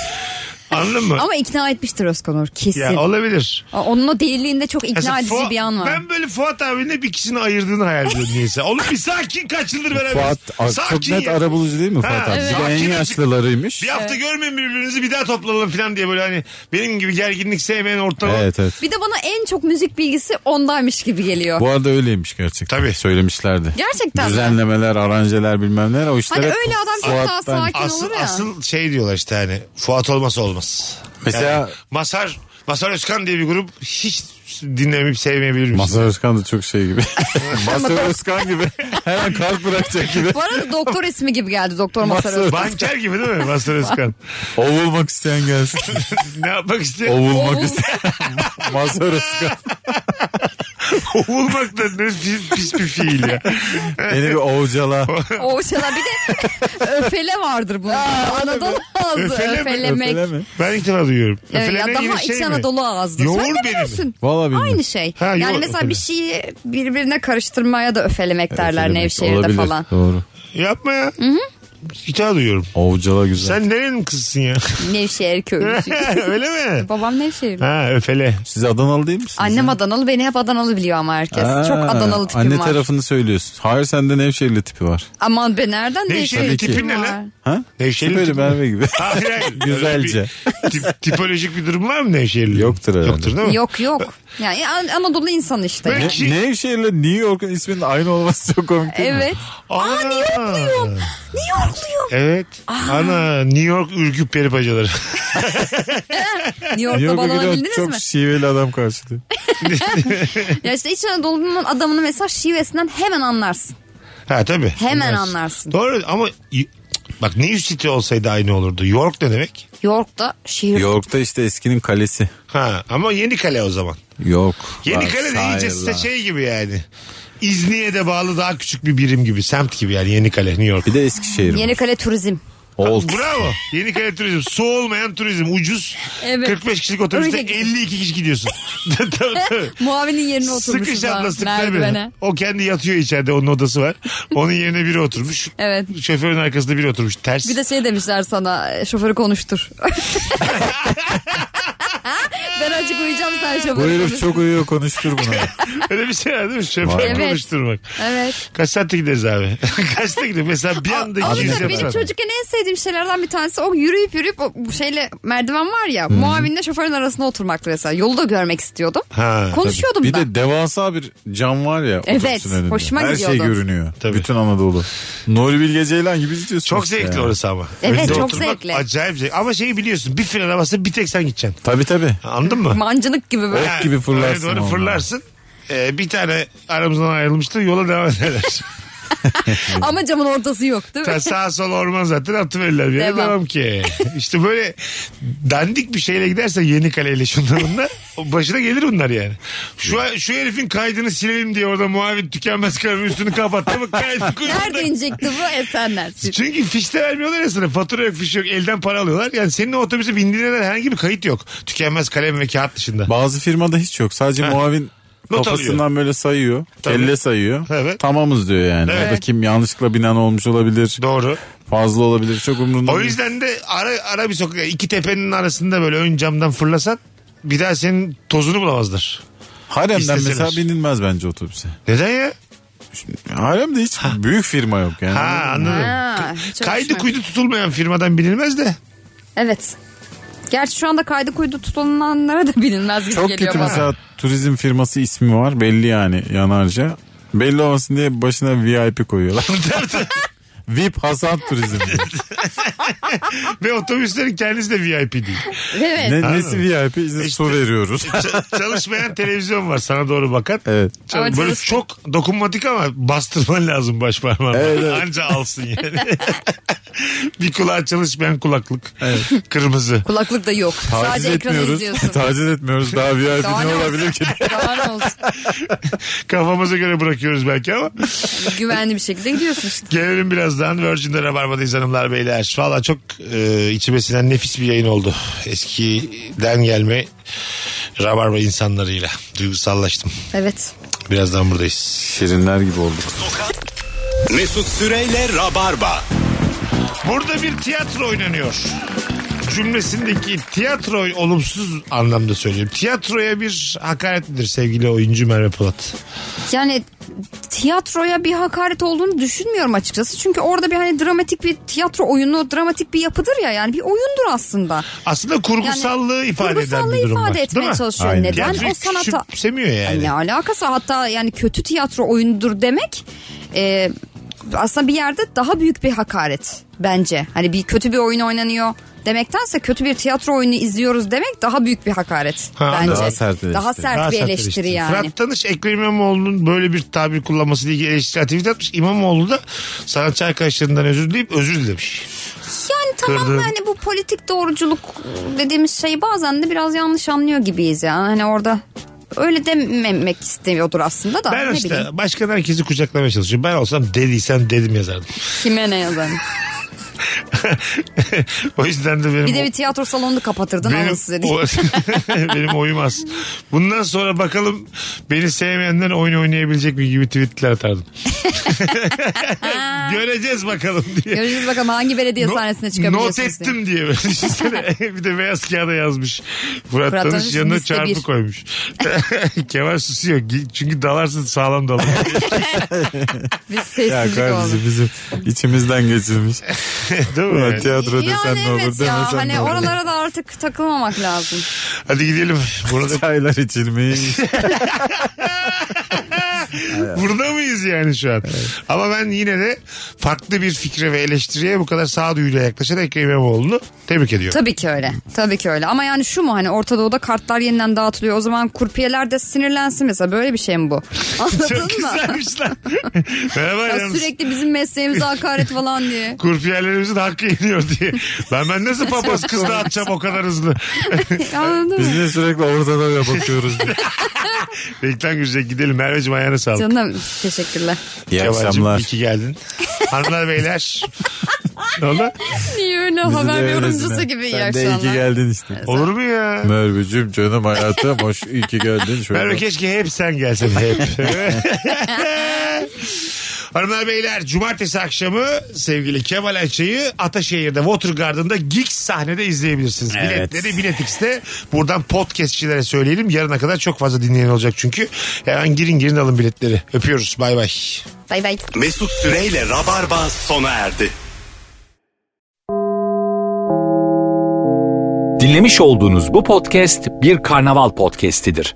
Speaker 1: anladın mı?
Speaker 2: Ama ikna etmiştir Özkan Uğur kesin.
Speaker 1: ya olabilir.
Speaker 2: Onun o deliliğinde çok ikna
Speaker 1: Mesela
Speaker 2: edici
Speaker 1: Fuat-
Speaker 2: bir an var.
Speaker 1: Ben böyle Fuat abinin hep ikisini ayırdığını hayal ediyorum niyeyse. Oğlum bir sakin kaç yıldır beraber.
Speaker 3: Fuat çok net arabulucu değil mi Fuat
Speaker 1: Ha,
Speaker 3: abi? Bir de
Speaker 1: sakin
Speaker 3: en
Speaker 1: açık.
Speaker 3: yaşlılarıymış.
Speaker 1: Bir hafta görmeyin birbirinizi bir daha toplanalım falan diye böyle hani benim gibi gerginlik sevmeyen ortam.
Speaker 3: Evet evet.
Speaker 2: Bir de bana en çok müzik bilgisi ondaymış gibi geliyor.
Speaker 3: Bu arada öyleymiş gerçekten.
Speaker 1: Tabii.
Speaker 3: Söylemişlerdi.
Speaker 2: Gerçekten mi?
Speaker 3: Düzenlemeler, aranjeler bilmem neler o işler.
Speaker 2: Hani
Speaker 3: hep
Speaker 2: öyle adam çok
Speaker 3: Fuat
Speaker 2: daha
Speaker 3: ben-
Speaker 2: sakin
Speaker 1: Asıl,
Speaker 2: olur ya.
Speaker 1: asıl şey diyorlar işte hani Fuat olmasa olmaz.
Speaker 3: Mesela
Speaker 1: Yani Masar, Masar Özkan diye bir grup hiç dinlemeyip sevmeyebilirim.
Speaker 3: Mazhar Özkan da çok şey gibi. Mazhar Özkan gibi. Hemen kalp bırakacak gibi.
Speaker 2: Bu arada doktor ismi gibi geldi Doktor Masar
Speaker 3: Masar-
Speaker 2: Özkan.
Speaker 1: Banker gibi değil mi Masar Özkan?
Speaker 3: Ovulmak isteyen gelsin.
Speaker 1: ne yapmak istiyor?
Speaker 3: Ovulmak
Speaker 2: Oğul-
Speaker 3: isteyen. Mazhar Özkan.
Speaker 1: Ovulmak da ne pis, pis bir fiil ya.
Speaker 3: Beni bir ovcala.
Speaker 2: O şeyler bir de öfele vardır bunun. Anadolu ağzı
Speaker 1: Öfele mi?
Speaker 2: öfelemek.
Speaker 3: Öfele mi?
Speaker 1: Ben ilk defa duyuyorum.
Speaker 2: Evet, ya
Speaker 1: Öfelemek yine
Speaker 2: daha
Speaker 1: şey
Speaker 2: iç
Speaker 1: mi?
Speaker 2: Anadolu ağızdır.
Speaker 1: Yoğur
Speaker 2: Sen de
Speaker 1: beni mi?
Speaker 2: biliyorsun.
Speaker 3: Valla bilmiyorum.
Speaker 2: Aynı şey.
Speaker 1: Ha,
Speaker 2: yani
Speaker 1: yoğur-
Speaker 2: mesela
Speaker 1: öfele.
Speaker 2: bir şeyi birbirine karıştırmaya da
Speaker 1: E,
Speaker 2: öfelemek derler
Speaker 3: Öfelemek
Speaker 2: Nevşehir'de
Speaker 3: olabilir.
Speaker 2: falan.
Speaker 3: Doğru.
Speaker 1: Yapma ya. İlk defa duyuyorum.
Speaker 3: Ovcala güzel.
Speaker 1: Sen nerenin kızısın ya?
Speaker 2: Nevşehir köyü.
Speaker 1: Öyle mi?
Speaker 2: Babam Nevşehir'li.
Speaker 1: Ha öfele.
Speaker 3: Siz Adanalı değil misiniz?
Speaker 2: Annem Adanalı beni hep Adanalı biliyor ama herkes.
Speaker 3: Aa,
Speaker 2: Çok Adanalı tipim
Speaker 3: Anne
Speaker 2: var.
Speaker 3: tarafını söylüyorsun. Hayır sende Nevşehirli tipi var.
Speaker 2: Aman be nereden
Speaker 1: Nevşehir'li
Speaker 2: Nevşehir
Speaker 1: tipin
Speaker 2: tipim
Speaker 1: ne
Speaker 2: var?
Speaker 1: lan?
Speaker 3: Ha?
Speaker 1: Nevşehirli
Speaker 3: Böyle
Speaker 1: tipi
Speaker 3: Merve gibi.
Speaker 1: Hayır, hayır.
Speaker 3: Güzelce.
Speaker 1: Öyle bir tip- tipolojik bir durum var mı Nevşehirli?
Speaker 3: Yoktur herhalde.
Speaker 1: Yoktur değil mi?
Speaker 2: Yok yok. Yani An- Anadolu insanı işte.
Speaker 1: Böyle-
Speaker 2: ya.
Speaker 1: Şey-
Speaker 3: Nevşehir'le New York'un isminin aynı olması çok komik değil mi?
Speaker 2: Evet.
Speaker 1: Aa, New Yorkluyum.
Speaker 2: New Yorkluyum.
Speaker 1: Evet. Ana New York ürküp perip acıları.
Speaker 2: New
Speaker 3: New
Speaker 2: York'ta
Speaker 3: York'a
Speaker 2: bağlanabildiniz
Speaker 3: gidiyor
Speaker 2: mi?
Speaker 3: çok şey- şiveli adam karşılıyor.
Speaker 2: Ya işte İç Anadolu'nun adamını mesela şivesinden hemen anlarsın.
Speaker 1: ha tabii.
Speaker 2: Hemen
Speaker 1: Anlarsın.
Speaker 2: anlarsın.
Speaker 1: Doğru ama y- bak New City olsaydı aynı olurdu. York ne demek?
Speaker 2: York'ta şehir.
Speaker 3: York'ta işte eskinin kalesi.
Speaker 1: Ha ama yeni kale o zaman.
Speaker 3: Yok.
Speaker 1: Yeni kale de iyice size şey gibi yani. İzniye'de bağlı daha küçük bir birim gibi. Semt gibi yani yeni kale New York.
Speaker 3: Bir de Eskişehir var.
Speaker 2: Yenikale Turizm.
Speaker 3: Old.
Speaker 1: Bravo. Yeni kale turizm. Su olmayan turizm. Ucuz.
Speaker 2: Evet.
Speaker 1: 45 kişilik otobüste
Speaker 2: Öyle gibi.
Speaker 1: 52 kişi gidiyorsun. Tabii, tabii.
Speaker 2: Muavinin yerine oturmuş.
Speaker 1: Sıkış atlastık tabii.
Speaker 2: merdivene.
Speaker 1: O kendi yatıyor içeride onun odası var. Onun yerine biri oturmuş.
Speaker 2: Evet.
Speaker 1: Şoförün arkasında biri oturmuş. Ters.
Speaker 2: e, Bir de şey demişler sana şoförü konuştur. ben azıcık uyuyacağım sen şoför.
Speaker 3: Bu herif
Speaker 2: konuşursun.
Speaker 3: çok uyuyor konuştur bunu.
Speaker 1: Öyle bir şey var değil mi? Şoför
Speaker 2: Evet.
Speaker 1: konuşturmak.
Speaker 2: Evet.
Speaker 1: Kaç saatte gideriz abi? Kaçta gideriz? Mesela bir anda
Speaker 2: Ama
Speaker 1: gideriz.
Speaker 2: mesela benim çocukken en sevdiğim şeylerden bir tanesi o yürüyüp yürüyüp o bu şeyle merdiven var ya muavinle şoförün arasında oturmaktı mesela. Yolu da görmek istiyordum.
Speaker 1: Ha,
Speaker 2: Konuşuyordum
Speaker 3: Bir
Speaker 2: da.
Speaker 3: de devasa bir cam var ya.
Speaker 2: Evet,
Speaker 3: otobüsün önünde.
Speaker 2: hoşuma
Speaker 3: Her şey
Speaker 2: gidiyordu.
Speaker 3: görünüyor.
Speaker 1: Tabii.
Speaker 3: Bütün Anadolu. Nuri Bilge Ceylan gibi izliyorsun.
Speaker 1: Çok
Speaker 3: işte
Speaker 1: zevkli
Speaker 3: ya.
Speaker 1: orası ama.
Speaker 2: Evet,
Speaker 1: Önde
Speaker 2: çok
Speaker 1: oturmak
Speaker 2: zevkli.
Speaker 1: Acayip zevkli. Ama şeyi biliyorsun bir frene basıp bir tek sen gideceksin.
Speaker 3: Tabii tabii.
Speaker 1: Anladın mı?
Speaker 2: Mancınık gibi böyle.
Speaker 1: Ha,
Speaker 3: gibi fırlarsın
Speaker 1: oraya Doğru
Speaker 3: ondan.
Speaker 1: fırlarsın. Ee, bir tane aramızdan ayrılmıştır yola devam ederler.
Speaker 2: Ama camın ortası yok değil mi?
Speaker 1: Ta sağ sol orman zaten atıverirler. Bir yere
Speaker 2: Devam.
Speaker 1: devam ki. İşte böyle dandik bir şeyle gidersen yeni kaleyle şundan bundan o başına gelir bunlar yani. Şu, şu herifin kaydını silelim diye orada muavin tükenmez kararın üstünü kapattı mı kaydı
Speaker 2: Nerede
Speaker 1: kuyruğunda.
Speaker 2: inecekti bu Esenler?
Speaker 1: Çünkü fişte vermiyorlar ya sana. Fatura yok, fiş yok. Elden para alıyorlar. Yani senin o otobüse bindiğine dair herhangi bir kayıt yok. Tükenmez kalem ve kağıt dışında.
Speaker 3: Bazı firmada hiç yok. Sadece muavin
Speaker 1: Not
Speaker 3: kafasından böyle sayıyor.
Speaker 1: Tabii.
Speaker 3: Kelle sayıyor.
Speaker 1: Evet.
Speaker 3: Tamamız diyor yani.
Speaker 1: Evet.
Speaker 3: Orada kim yanlışlıkla binan olmuş olabilir.
Speaker 1: Doğru.
Speaker 3: Fazla olabilir. Çok umurunda
Speaker 1: O
Speaker 3: değil.
Speaker 1: yüzden de ara, ara bir sokak iki tepenin arasında böyle ön camdan fırlasan bir daha senin tozunu bulamazlar.
Speaker 3: Haremden
Speaker 1: İsteseler.
Speaker 3: mesela binilmez bence otobüse.
Speaker 1: Neden ya?
Speaker 3: Haremde hiç büyük firma yok yani.
Speaker 1: Ha anladım.
Speaker 2: Ha, hiç
Speaker 1: Kaydı
Speaker 2: hoşuma-
Speaker 1: kuydu tutulmayan firmadan bilinmez de.
Speaker 2: Evet. Gerçi şu anda kaydı kuydu tutulanlara da bilinmez gibi
Speaker 3: Çok
Speaker 2: geliyor
Speaker 3: kötü
Speaker 2: bana.
Speaker 3: mesela turizm firması ismi var. Belli yani yanarca. Belli olmasın diye başına VIP koyuyorlar. VIP Hasan Turizm.
Speaker 1: Ve otobüslerin kendisi de VIP değil.
Speaker 2: Evet.
Speaker 3: ne, nesi VIP? İşte su veriyoruz.
Speaker 1: Ç- çalışmayan televizyon var sana doğru bakan.
Speaker 3: evet.
Speaker 1: Ç-
Speaker 2: Ama
Speaker 1: Böyle
Speaker 2: çalışmıyor.
Speaker 1: çok dokunmatik ama bastırman lazım baş parmağını.
Speaker 3: Evet, evet.
Speaker 1: Anca alsın yani. bir kulağa çalışmayan kulaklık. Kırmızı.
Speaker 2: Kulaklık da yok.
Speaker 3: Taciz
Speaker 2: Sadece ekranı izliyorsun.
Speaker 3: etmiyoruz. Taciz etmiyoruz. Daha VIP
Speaker 2: Daha
Speaker 3: ne
Speaker 2: ne
Speaker 3: olabilir ki?
Speaker 2: olsun? Daha ne olsun?
Speaker 1: Kafamıza göre bırakıyoruz belki ama.
Speaker 2: Güvenli bir şekilde gidiyorsun işte.
Speaker 1: Gelelim birazdan Virgin'de Rabarba'dayız hanımlar beyler. Valla çok e, içime sinen nefis bir yayın oldu. Eskiden gelme Rabarba insanlarıyla. Duygusallaştım.
Speaker 2: Evet.
Speaker 1: Birazdan buradayız.
Speaker 3: Şirinler gibi olduk.
Speaker 6: Mesut Süreyle Rabarba.
Speaker 1: Burada bir tiyatro oynanıyor. Cümlesindeki tiyatro olumsuz anlamda söylüyorum. Tiyatroya bir hakarettir sevgili oyuncu Merve Polat.
Speaker 2: Yani tiyatroya bir hakaret olduğunu düşünmüyorum açıkçası. Çünkü orada bir hani dramatik bir tiyatro oyunu, dramatik bir yapıdır ya. Yani bir oyundur aslında.
Speaker 1: Aslında kurgusallığı ifade eden
Speaker 2: Kurgusallığı
Speaker 1: bir durum var.
Speaker 2: ifade
Speaker 1: Değil
Speaker 2: etmeye
Speaker 1: mi?
Speaker 2: çalışıyor.
Speaker 3: Aynen.
Speaker 2: Neden
Speaker 1: Tiyatroyu
Speaker 2: o sanata...
Speaker 1: küçümsemiyor yani.
Speaker 2: Ne alakası var? hatta yani kötü tiyatro oyunudur demek e, aslında bir yerde daha büyük bir hakaret bence. Hani bir kötü bir oyun oynanıyor demektense kötü bir tiyatro oyunu izliyoruz demek daha büyük bir hakaret
Speaker 1: Ha,
Speaker 2: bence.
Speaker 3: daha sert bir
Speaker 2: Daha
Speaker 3: eleştiri.
Speaker 2: sert
Speaker 1: Daha
Speaker 2: bir
Speaker 1: sert
Speaker 2: eleştiri yani.
Speaker 1: Fırat Tanış Ekrem İmamoğlu'nun böyle bir tabir kullanması diye eleştiri aktivite atmış. İmamoğlu da sanatçı arkadaşlarından özür dileyip özür dilemiş.
Speaker 2: Yani tamam
Speaker 1: Kırdı.
Speaker 2: da hani bu politik doğruculuk dediğimiz şey bazen de biraz yanlış anlıyor gibiyiz ya. Hani orada öyle dememek istemiyordur aslında da.
Speaker 1: Ben
Speaker 2: ne
Speaker 1: işte
Speaker 2: bileyim.
Speaker 1: başkan herkesi kucaklamaya çalışıyorum. Ben olsam dediysen dedim yazardım.
Speaker 2: Kime ne yazarım?
Speaker 1: o yüzden de benim...
Speaker 2: Bir de bir tiyatro salonunu kapatırdın alın size diye.
Speaker 1: o- benim oyum az. Bundan sonra bakalım beni sevmeyenler oyun oynayabilecek mi gibi tweetler atardım. Göreceğiz bakalım diye.
Speaker 2: Göreceğiz bakalım hangi belediye
Speaker 1: No-
Speaker 2: sahnesine çıkabileceksiniz.
Speaker 1: Not
Speaker 2: diye.
Speaker 1: ettim diye. böyle düşünsene. bir de beyaz kağıda yazmış. Fırat,
Speaker 2: Fırat
Speaker 1: Tanış
Speaker 2: Tanış
Speaker 1: yanına
Speaker 2: liste
Speaker 1: çarpı
Speaker 2: bir.
Speaker 1: koymuş. Kemal susuyor. Gi- Çünkü dalarsın sağlam dalar.
Speaker 2: Bir
Speaker 3: Ya
Speaker 2: sessizlik oldu.
Speaker 3: kardeşim bizim içimizden geçirmiş.
Speaker 1: Değil mi?
Speaker 3: Ulan tiyatro desen
Speaker 2: Yani
Speaker 3: ne olur
Speaker 2: evet ya
Speaker 3: demesen
Speaker 2: hani
Speaker 3: ne olur.
Speaker 2: oralara da artık takılmamak lazım.
Speaker 1: Hadi gidelim. Burada,
Speaker 3: Çaylar içilmiş.
Speaker 1: burada mıyız yani şu an? Ama ben yine de farklı bir fikre ve eleştiriye bu kadar sağduyuyla yaklaşan Ekrem İmamoğlu'nu tebrik ediyorum.
Speaker 2: Tabii ki öyle. Tabii ki öyle. Ama yani şu mu hani Orta Doğu'da kartlar yeniden dağıtılıyor. O zaman kurpiyeler de sinirlensin mesela. Böyle bir şey mi bu? Anladın
Speaker 1: Çok
Speaker 2: mı?
Speaker 1: güzelmiş lan. Merhaba
Speaker 2: Ya
Speaker 1: yalnız.
Speaker 2: sürekli bizim mesleğimize hakaret falan diye.
Speaker 1: Kurpiyerlerimizin hakkı yeniyor diye. Ben ben nasıl papaz kız dağıtacağım o kadar hızlı.
Speaker 2: Anladın
Speaker 3: Biz
Speaker 2: mı?
Speaker 3: niye sürekli ortada bakıyoruz?
Speaker 1: Reklam girecek gidelim. Merveciğim ayağına sağlık.
Speaker 2: Canım teşekkürler.
Speaker 3: İyi
Speaker 1: Kemal'cim,
Speaker 3: akşamlar.
Speaker 1: iyi ki geldin. Hanımlar beyler. ne oldu?
Speaker 2: Niye öyle
Speaker 3: Bizi de
Speaker 2: haber
Speaker 3: öylesine.
Speaker 2: yorumcusu gibi iyi
Speaker 3: Sen de iyi ki
Speaker 2: akşamlar.
Speaker 3: geldin işte.
Speaker 1: Olur mu ya?
Speaker 3: Merveciğim canım hayatım hoş iyi ki geldin. Şöyle.
Speaker 1: Merve keşke hep sen gelsin hep. Hanımlar beyler cumartesi akşamı sevgili Kemal Ayça'yı Ataşehir'de Water Garden'da Geeks sahnede izleyebilirsiniz.
Speaker 11: Evet.
Speaker 1: Biletleri Bilet X'te. Buradan podcastçilere söyleyelim. Yarına kadar çok fazla dinleyen olacak çünkü. Hemen girin girin alın biletleri. Öpüyoruz. Bay bay.
Speaker 2: Bay bay.
Speaker 6: Mesut Süreyle Rabarba sona erdi.
Speaker 12: Dinlemiş olduğunuz bu podcast bir karnaval podcastidir.